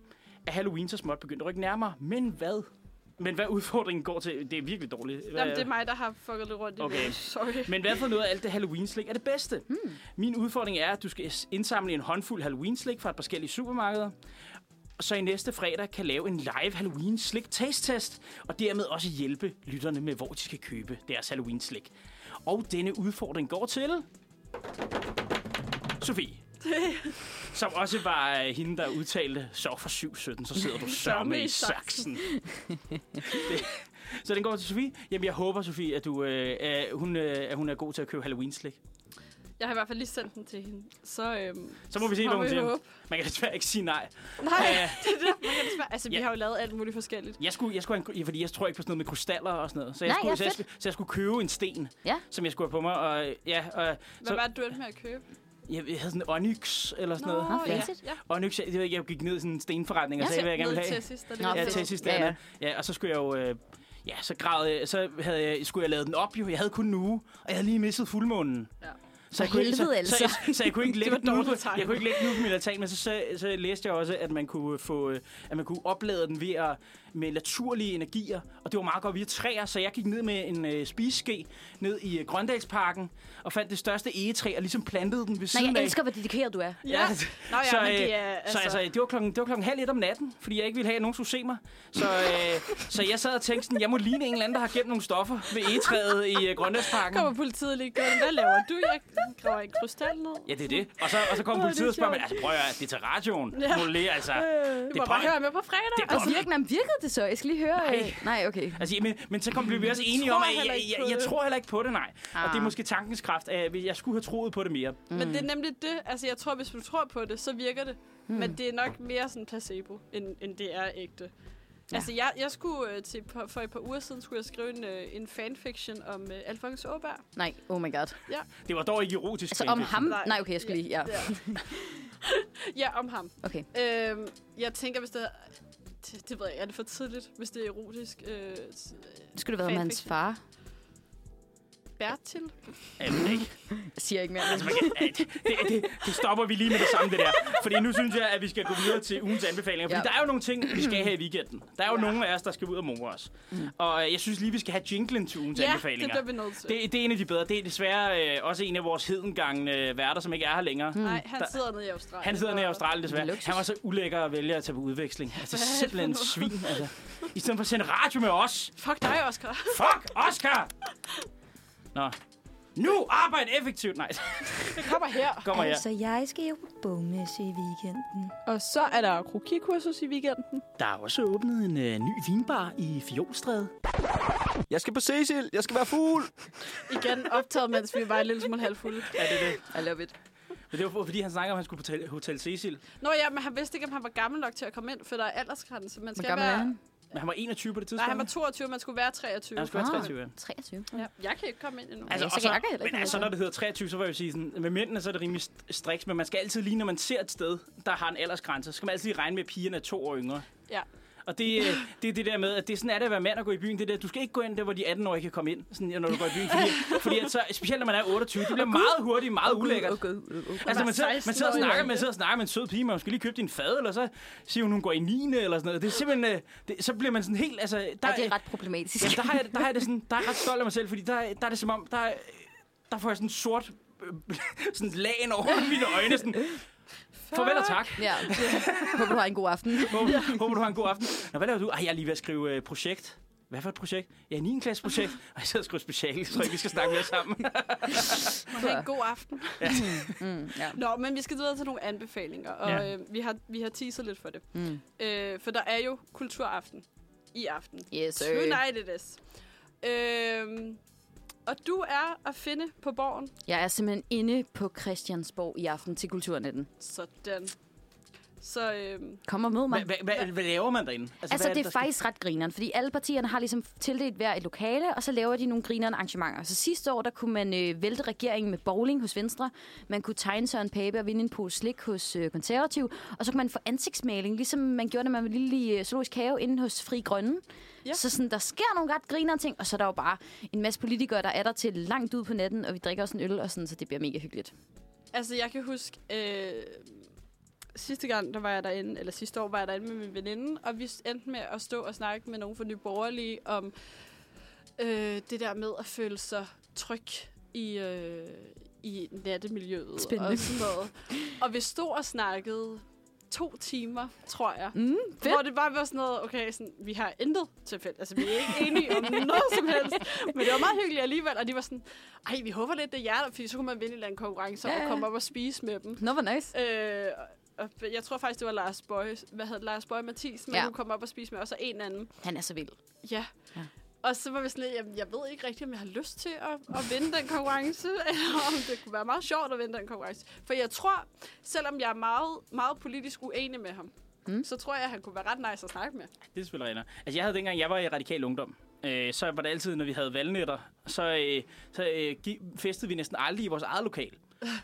B: er Halloween så småt begyndt at rykke nærmere. Men hvad? Men hvad udfordringen går til? Det er virkelig dårligt. Hvad-
A: Jamen, det er mig, der har fucket lidt rundt i
B: Okay.
A: okay. Sorry.
B: men hvad for noget af alt det Halloween-slik er det bedste? Hmm. Min udfordring er, at du skal indsamle en håndfuld Halloween-slik fra et forskellige supermarkeder, og så i næste fredag kan lave en live Halloween slik taste test, og dermed også hjælpe lytterne med, hvor de skal købe deres Halloween slik. Og denne udfordring går til... Sofie. som også var øh, hende, der udtalte, så for 7.17, så sidder du sørme i saksen. Det- så den går til Sofie. Jamen, jeg håber, Sofie, at, du, øh, er, hun, øh, at hun er god til at købe Halloween-slik.
A: Jeg har i hvert fald lige sendt den til hende. Så, øhm,
B: Så må vi se, hvad
A: må
B: hun siger.
A: håbe.
B: Man kan desværre ikke sige nej.
A: Nej,
B: Ja.
A: det er det. Man kan desværre- Altså, vi
B: Ja.
A: har jo lavet alt muligt forskelligt.
B: Jeg skulle, jeg skulle have en, fordi jeg tror ikke på sådan noget med krystaller og sådan noget. Så jeg,
E: Nej,
B: skulle,
E: ja,
B: så, jeg,
E: fedt.
B: skulle- så jeg skulle købe en sten,
E: Ja.
B: som jeg skulle have på mig. Og, øh, ja, og,
A: Hvad
B: så,
A: var det, du endte med at købe?
B: jeg, jeg havde sådan en onyx eller sådan noget.
E: Nå,
A: ja.
E: fedt.
A: ja.
B: Onyx, jeg, jeg, ved ikke, jeg gik ned i sådan en stenforretning og
A: Jeg
B: sagde, hvad jeg gerne ville
A: Ned
B: have.
A: til sidst, der
E: Nå,
A: ligger
B: Ja,
E: fedt.
A: sådan
B: til
A: noget.
B: sidst.
E: Ja,
B: Ja, ja. ja, og så skulle jeg jo... Øh, ja, så, græd, jeg- så havde jeg, skulle jeg lave den op jo. Jeg havde kun en uge, og jeg havde lige misset fuldmånen.
A: Ja.
B: Så jeg,
E: For
B: kunne, ikke- så,
E: helvede,
B: så,
E: altså.
B: så, så, jeg kunne ikke lægge
A: var
B: den ud på,
A: dårligt tegnet.
B: jeg kunne ikke øh, lægge den ud på min altan, men så, så, så læste jeg også, at man kunne få, øh, at man kunne oplade den ved at, med naturlige energier, og det var meget godt. Vi er træer, så jeg gik ned med en øh, spiseske ned i øh, Grøndalsparken og fandt det største egetræ og ligesom plantede den ved
E: Nej,
B: siden
E: jeg
B: af.
E: elsker, hvor dedikeret du er.
A: Ja. Nå ja,
B: så,
A: men det
B: øh,
A: er...
B: Altså... Så altså, det var, klokken, det var klokken halv et om natten, fordi jeg ikke ville have, at nogen skulle se mig. Så, øh, så jeg sad og tænkte sådan, jeg må ligne en eller anden, der har gemt nogle stoffer ved egetræet i øh, Grønlandsparken.
E: Mm.
A: Kommer politiet lige gør, hvad laver du? Jeg graver en krystal ned.
B: Ja, det er det. Og så, og så kom politiet og spørger, men altså prøv at høre, det er til radioen.
A: Ja.
B: Ja. Må du lige, altså.
A: Du
B: Det
A: må bare
B: er bare-
A: høre med på fredag.
B: Det er
E: Altså,
B: godt.
E: virkelig, men virkede det så? Jeg skal lige høre. øh,
B: Nej.
E: Nej, okay.
B: Altså, men, men så kom, blev vi også enige
A: tror
B: om, at jeg,
A: heller
B: jeg,
A: ikke på
B: jeg, jeg
A: det.
B: tror heller ikke på det, nej. Og det er måske tankens kraft, at jeg skulle have troet på det mere.
A: Men
E: Mm.
A: det er nemlig det. Altså, jeg tror, hvis du tror på det, så virker det. Men det er nok mere sådan placebo, end, end det er ægte. Ja. Altså, jeg, jeg skulle øh, til, på- for et par uger siden, skulle jeg skrive en, øh, en fanfiction om øh, Alfons Åberg.
E: Nej, oh my god.
B: Det var dog ikke erotisk.
E: Altså om
B: fanfiction.
E: ham?
A: Nej.
E: Nej, okay, jeg skulle lige... Ja.
A: ja, om ham.
E: Okay.
A: Øhm, jeg tænker, hvis det er... Det, det ved jeg, ikke, er det for tidligt, hvis det er erotisk? Øh, s-
E: Det skulle det være med hans
A: Fanfiction.
E: far.
A: Bertil?
B: Jeg ved det ikke.
E: Jeg siger ikke mere.
B: Altså, man kan, ej, det, det, det, det stopper vi lige med det samme, det der. Fordi nu synes jeg, at vi skal gå videre til ugens anbefalinger. Fordi
E: Ja.
B: ja. der er jo nogle ting, vi skal have i weekenden. Der er jo ja. nogle af os, der skal ud og more os. Og øh, jeg synes lige, vi skal have jinglen til ugens
A: Mm. Ja, det
B: anbefalinger.
A: bliver vi nødt til.
B: det, det er en af de bedre. Det er desværre øh, også en af vores hedengangne øh, værter, som ikke er her længere.
A: Nej, han
B: Der-
A: sidder nede i Australien.
B: Han sidder nede i
A: og-
B: Australien, desværre.
E: Det er luksus.
B: Han var så ulækker at vælge at tage på udveksling. Altså,
A: Hvad er det
B: simpelthen
A: for
B: svin, altså. I stedet for at sende radio med os.
A: Fuck dig, Oscar.
B: Fuck, Oscar! Nå. Nu arbejde effektivt. Nej,
A: Det kommer her.
B: kommer her.
J: Altså, jeg skal jo bogmesse i weekenden.
A: Og så er der krokikursus i weekenden.
B: Der er også åbnet en øh, ny vinbar i Fjolstræde.
K: Jeg skal på Cecil. Jeg skal være fugl.
A: Igen optaget, mens vi var en lille smule halvfulde.
B: Ja, det er det.
E: I love it.
B: Men det var for- fordi, han snakker om, at han skulle på tel- Hotel Cecil.
A: Nå ja, men han vidste ikke, om han var gammel nok til at komme ind, for der er aldersgrænse. Man
E: Hvor
A: skal
E: gammel
A: være...
E: er han?
B: Men han var 21 på det tidspunkt.
A: Nej, han var
B: ikke?
A: 22, man skulle være 23.
B: Ja, han skulle være
E: Ah.
B: 23. ja.
E: 23.
A: ja. Jeg kan ikke komme ind endnu.
E: Altså,
B: og
E: så kan jeg heller ikke
B: men
E: komme
B: altså,
E: ind.
B: når det hedder 23, så var jeg jo sige sådan, med mændene så er det rimelig st- striks, men man skal altid lige, når man ser et sted, der har en aldersgrænse, så skal man altid lige regne med, at pigerne er to år yngre.
A: Ja.
B: Og det, øh, det er det der med, at det er sådan er det at være mand og gå i byen. Det der, du skal ikke gå ind der, hvor de 18-årige kan komme ind, sådan, når du går i byen. Fordi, fordi at så, specielt når man er 28, det bliver meget hurtigt, meget ulækkert.
E: Okay, okay.
B: Altså, man sidder, man sidder og
A: 16-årig
B: snakker,
A: mand.
B: man sidder og snakker med en sød pige, man skal lige købe din fad, eller så siger hun, hun går i 9. eller sådan noget. Det er simpelthen, øh, det, så bliver man sådan helt, altså... Der,
E: Ej, det er ret problematisk.
B: Jamen, der, har jeg, der, har jeg det sådan, der er jeg ret stolt af mig selv, fordi der, der er det som om, der, der får jeg sådan sort øh, sådan lagen over mine øjne. Sådan, Farvel og tak.
E: Ja. Håber, du har en god aften.
B: Håber, håber, du har en god aften. Nå, hvad laver du? Ej, jeg er lige ved at skrive øh, projekt. Hvad for et projekt? Ja, 9. klasse projekt. Og jeg sidder og skriver speciale, så vi skal snakke mere sammen.
A: Må have en god aften.
E: Mm, ja.
A: Nå, men vi skal videre til nogle anbefalinger, og
B: Ja.
A: ja. øh, vi, har, vi har teaset lidt for det.
E: Mm.
A: Øh, for der er jo kulturaften i aften.
E: Yes, sir.
A: Tonight it is. Øh, og du er at finde på borgen.
E: Jeg er simpelthen inde på Christiansborg i aften til Kulturnetten.
A: Sådan. Så øh,
E: Kom og mød mig.
B: Hvad, hvad, hvad, hvad laver man derinde?
E: Altså,
B: hvad
E: det
B: der sker?
E: er faktisk ret grineren, fordi alle partierne har ligesom tildelt hver et lokale, og så laver de nogle grinerne arrangementer. Så sidste år, der kunne man øh, vælte regeringen med bowling hos Venstre, man kunne tegne Søren Pape og vinde en pose slik hos øh, Konservativ, og så kunne man få ansigtsmaling, ligesom man gjorde, når man var lille i øh, Zoologisk Have inde hos Fri Grønne. Ja.
A: Ja.
E: Så sådan, der sker nogle ret grinerne ting, og så er der jo bare en masse politikere, der er der til langt ud på natten, og vi drikker også en øl, og sådan, så det bliver mega hyggeligt.
A: Altså, jeg kan huske, øh, sidste gang, der var jeg derinde, eller sidste år var jeg derinde med min veninde, og vi endte med at stå og snakke med nogen fra Nye Borgerlige om øh, det der med at føle sig tryg i, øh, i nattemiljøet
E: Spændende.
A: og sådan noget. Og vi stod og snakkede to timer, tror jeg.
E: Mm,
A: Fedt. Hvor det bare var sådan noget, okay, sådan, vi har intet til fælles. Altså, vi er ikke enige om noget som helst. Men det var meget hyggeligt alligevel. Og de var sådan, ej, vi håber lidt, det er jer, der-" fordi så kunne man vinde en eller anden konkurrence om
E: Ja,
A: at
E: ja.
A: komme op og spise med dem.
E: Nå, hvor nice.
A: Øh, og jeg tror faktisk, det var Lars Bøje, hvad hedder det, Lars Bøje Mathisen,
E: Ja.
A: ja. man kunne komme op og spise med, og så en anden.
E: Han er så vild.
A: Ja.
E: Ja.
A: ja. Og så var vi sådan lidt, jamen, jeg ved ikke rigtigt, om jeg har lyst til at, at vinde den konkurrence, eller om det kunne være meget sjovt at vinde den konkurrence. For jeg tror, selvom jeg er meget, meget politisk uenig med ham,
E: Mm.
A: mm. så tror jeg, at han kunne være ret nice at snakke med.
B: Det er selvfølgelig rigtigt. Altså, jeg havde dengang, jeg var i radikal ungdom, øh, så var det altid, når vi havde valgnetter, så, øh, så øh, gi- festede vi næsten aldrig i vores eget lokal.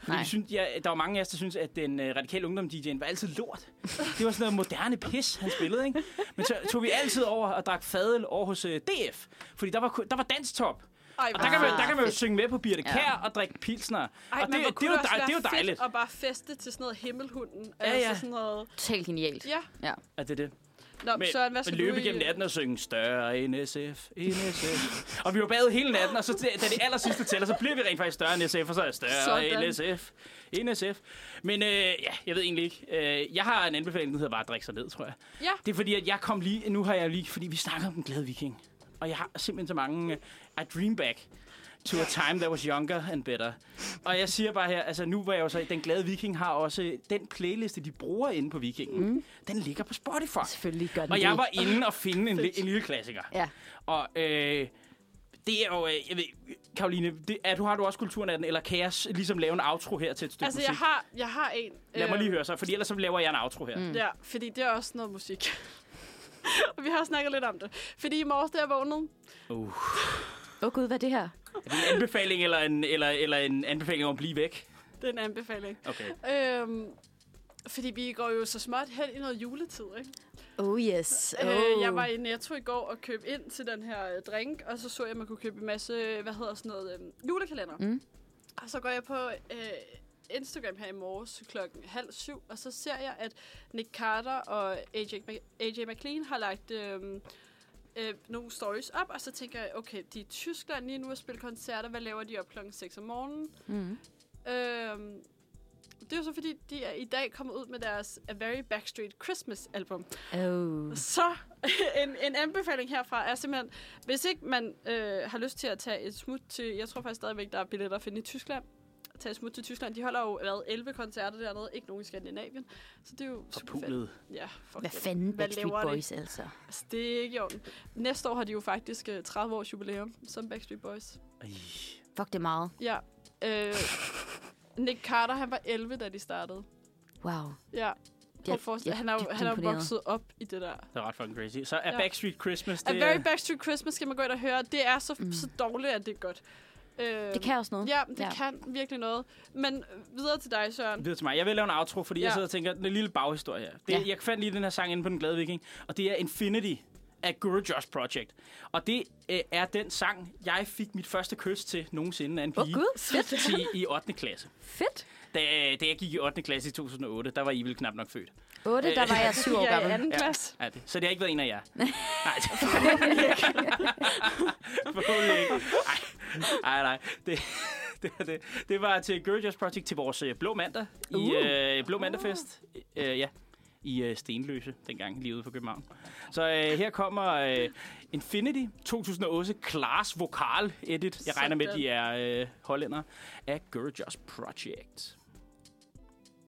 E: Nej.
B: Jeg synes, jeg, der var mange af os, der synes at den øh, radikale ungdom-DJ'en var altid lort. Det var sådan noget moderne pis, han spillede, ikke? Men så tog vi altid over og drak fadel over hos øh, DF, fordi der var, ku- der var danstop.
A: Ej,
B: Og
A: hvor
B: der kan man,
A: fedt.
B: der kan man jo synge med på Birte
E: Ah, Ja.
B: Kær og drikke pilsner.
A: Ej,
B: og
A: men
B: det,
A: hvor
B: det, det,
A: kunne
B: er jo
A: også
B: dej, det
A: være
B: er jo dejligt.
A: Fedt at bare feste til sådan noget himmelhunden.
B: Ja,
A: altså
B: ja.
A: sådan noget,
E: Totalt genialt.
A: ja,
B: Er det det?
A: Nå,
B: Men-
A: Søren, hvad
B: Så
A: skal du
B: løbe
A: i- øh?
B: igennem natten og synge større end SF, end SF. og vi var badet hele natten, og så til- da det aller sidste tæller, så bliver vi rent faktisk større end SF, og så er jeg større
A: Sådan.
B: end SF, end SF. Men øh, ja, jeg ved egentlig ikke. Øh, jeg har en anbefaling, der hedder bare at drikke sig ned, tror jeg.
A: Ja.
B: Det er fordi, at jeg kom lige, nu har jeg lige, fordi vi snakker om den glade viking. Og jeg har simpelthen så mange, øh, I dream back to a time that was younger and better. Og jeg siger bare her, altså nu var jeg jo så, den glade viking har også den playliste, de bruger inde på vikingen. Mm. Den ligger på Spotify.
E: Selvfølgelig gør den
B: Og
E: det.
B: jeg var inde og finde en, li- en lille klassiker.
E: Ja.
B: Og øh, det er jo, øh, jeg ved, Karoline, det, er, du har du også kulturnatten, eller kan jeg s- ligesom lave en outro her til et stykke
A: Altså,
B: musik?
A: jeg har, jeg har en.
B: Lad mig
A: øhm,
B: lige høre så, fordi ellers så laver jeg en outro her. Mm.
A: Ja, fordi det er også noget musik. Og vi har snakket lidt om det. Fordi i morges, da jeg vågnede,
E: Åh oh, gud, hvad er det her?
B: En anbefaling eller en, eller, eller en anbefaling om at blive væk.
A: det er en anbefaling.
B: Okay.
A: Øhm, fordi vi går jo så småt hen i noget juletid, ikke?
E: Oh yes. Oh.
A: Øh, jeg var i Netto i går og købte ind til den her øh, drink, og så så jeg, at man kunne købe en masse, hvad hedder sådan noget, øh, julekalender.
E: Mm.
A: Og så går jeg på øh, Instagram her i morges klokken halv syv, og så ser jeg, at Nick Carter og AJ, Mc- AJ McLean har lagt øh, øh, nogle stories op, og så tænker jeg, okay, de er i Tyskland lige nu og spiller koncerter, hvad laver de op klokken 6 om morgenen?
E: Mm.
A: Øhm, det er jo så fordi, de er i dag kommet ud med deres A Very Backstreet Christmas album.
E: Oh.
A: Så en, en anbefaling herfra er simpelthen, hvis ikke man øh, har lyst til at tage et smut til, jeg tror faktisk stadigvæk, der er billetter at finde i Tyskland, tage et smut til Tyskland. De holder jo hvad, 11 koncerter dernede, ikke nogen i Skandinavien. Så det er jo super fedt.
B: Forpulet.
A: Ja, fuck
E: Hvad
A: det.
E: fanden
A: laver
E: Backstreet
A: de?
E: Boys altså?
A: Altså, det er ikke i orden. Næste år har de jo faktisk øh, 30 års jubilæum som Backstreet Boys.
E: Fuck det er meget.
A: Ja. Øh, Nick Carter, han var 11, da de startede.
E: Wow.
A: Ja. Prøv
E: Jeg-
A: at forestille.
E: jeg er
A: Han er jo,
E: dybt
A: han er jo
E: imponeret.
A: vokset op i det der.
B: Det er ret fucking crazy. Så er
A: Ja.
B: ja. Backstreet Christmas,
A: A
B: det
A: Very
B: er...
A: Backstreet Christmas skal man gå ind og høre. Det er så,
E: Mm.
A: mm. så dårligt, at det er godt. Øh,
E: Det kan også noget.
A: Ja, det
E: Ja.
A: ja. kan virkelig noget. Men øh, videre til dig, Søren.
B: Videre til mig. Jeg vil lave en outro, fordi ja. jeg
A: Ja.
B: sidder og tænker, den lille baghistorie her. Det,
E: Ja.
B: ja. Jeg fandt lige den her sang inde på Den Glade Viking, og det er Infinity af Guru Josh Project. Og det øh, er den sang, jeg fik mit første kys til nogensinde af en
E: Åh oh,
B: pige
E: gud, fedt.
B: til, i 8. klasse.
E: fedt.
B: Da, da jeg gik i 8. klasse i 2008, der var I vel knap nok født.
E: 8, der var jeg syv år
A: Jeg er i
E: gammel.
A: anden
B: Ja.
A: klasse.
B: Ja, det. Så det har ikke været en af jer. Nej, det Forhåbentlig ikke. Ej, nej, nej. Det, det, var det, det var til Gurgers Project til vores øh, Blå Mandag. I
E: Uh.
B: øh, Blå Mandagfest. Øh, ja, i øh, Stenløse, dengang lige ude for København. Så øh, her kommer øh, Infinity 2008 Class Vokal Edit. Jeg regner med, at de er øh, hollændere. Af Gurgers Project.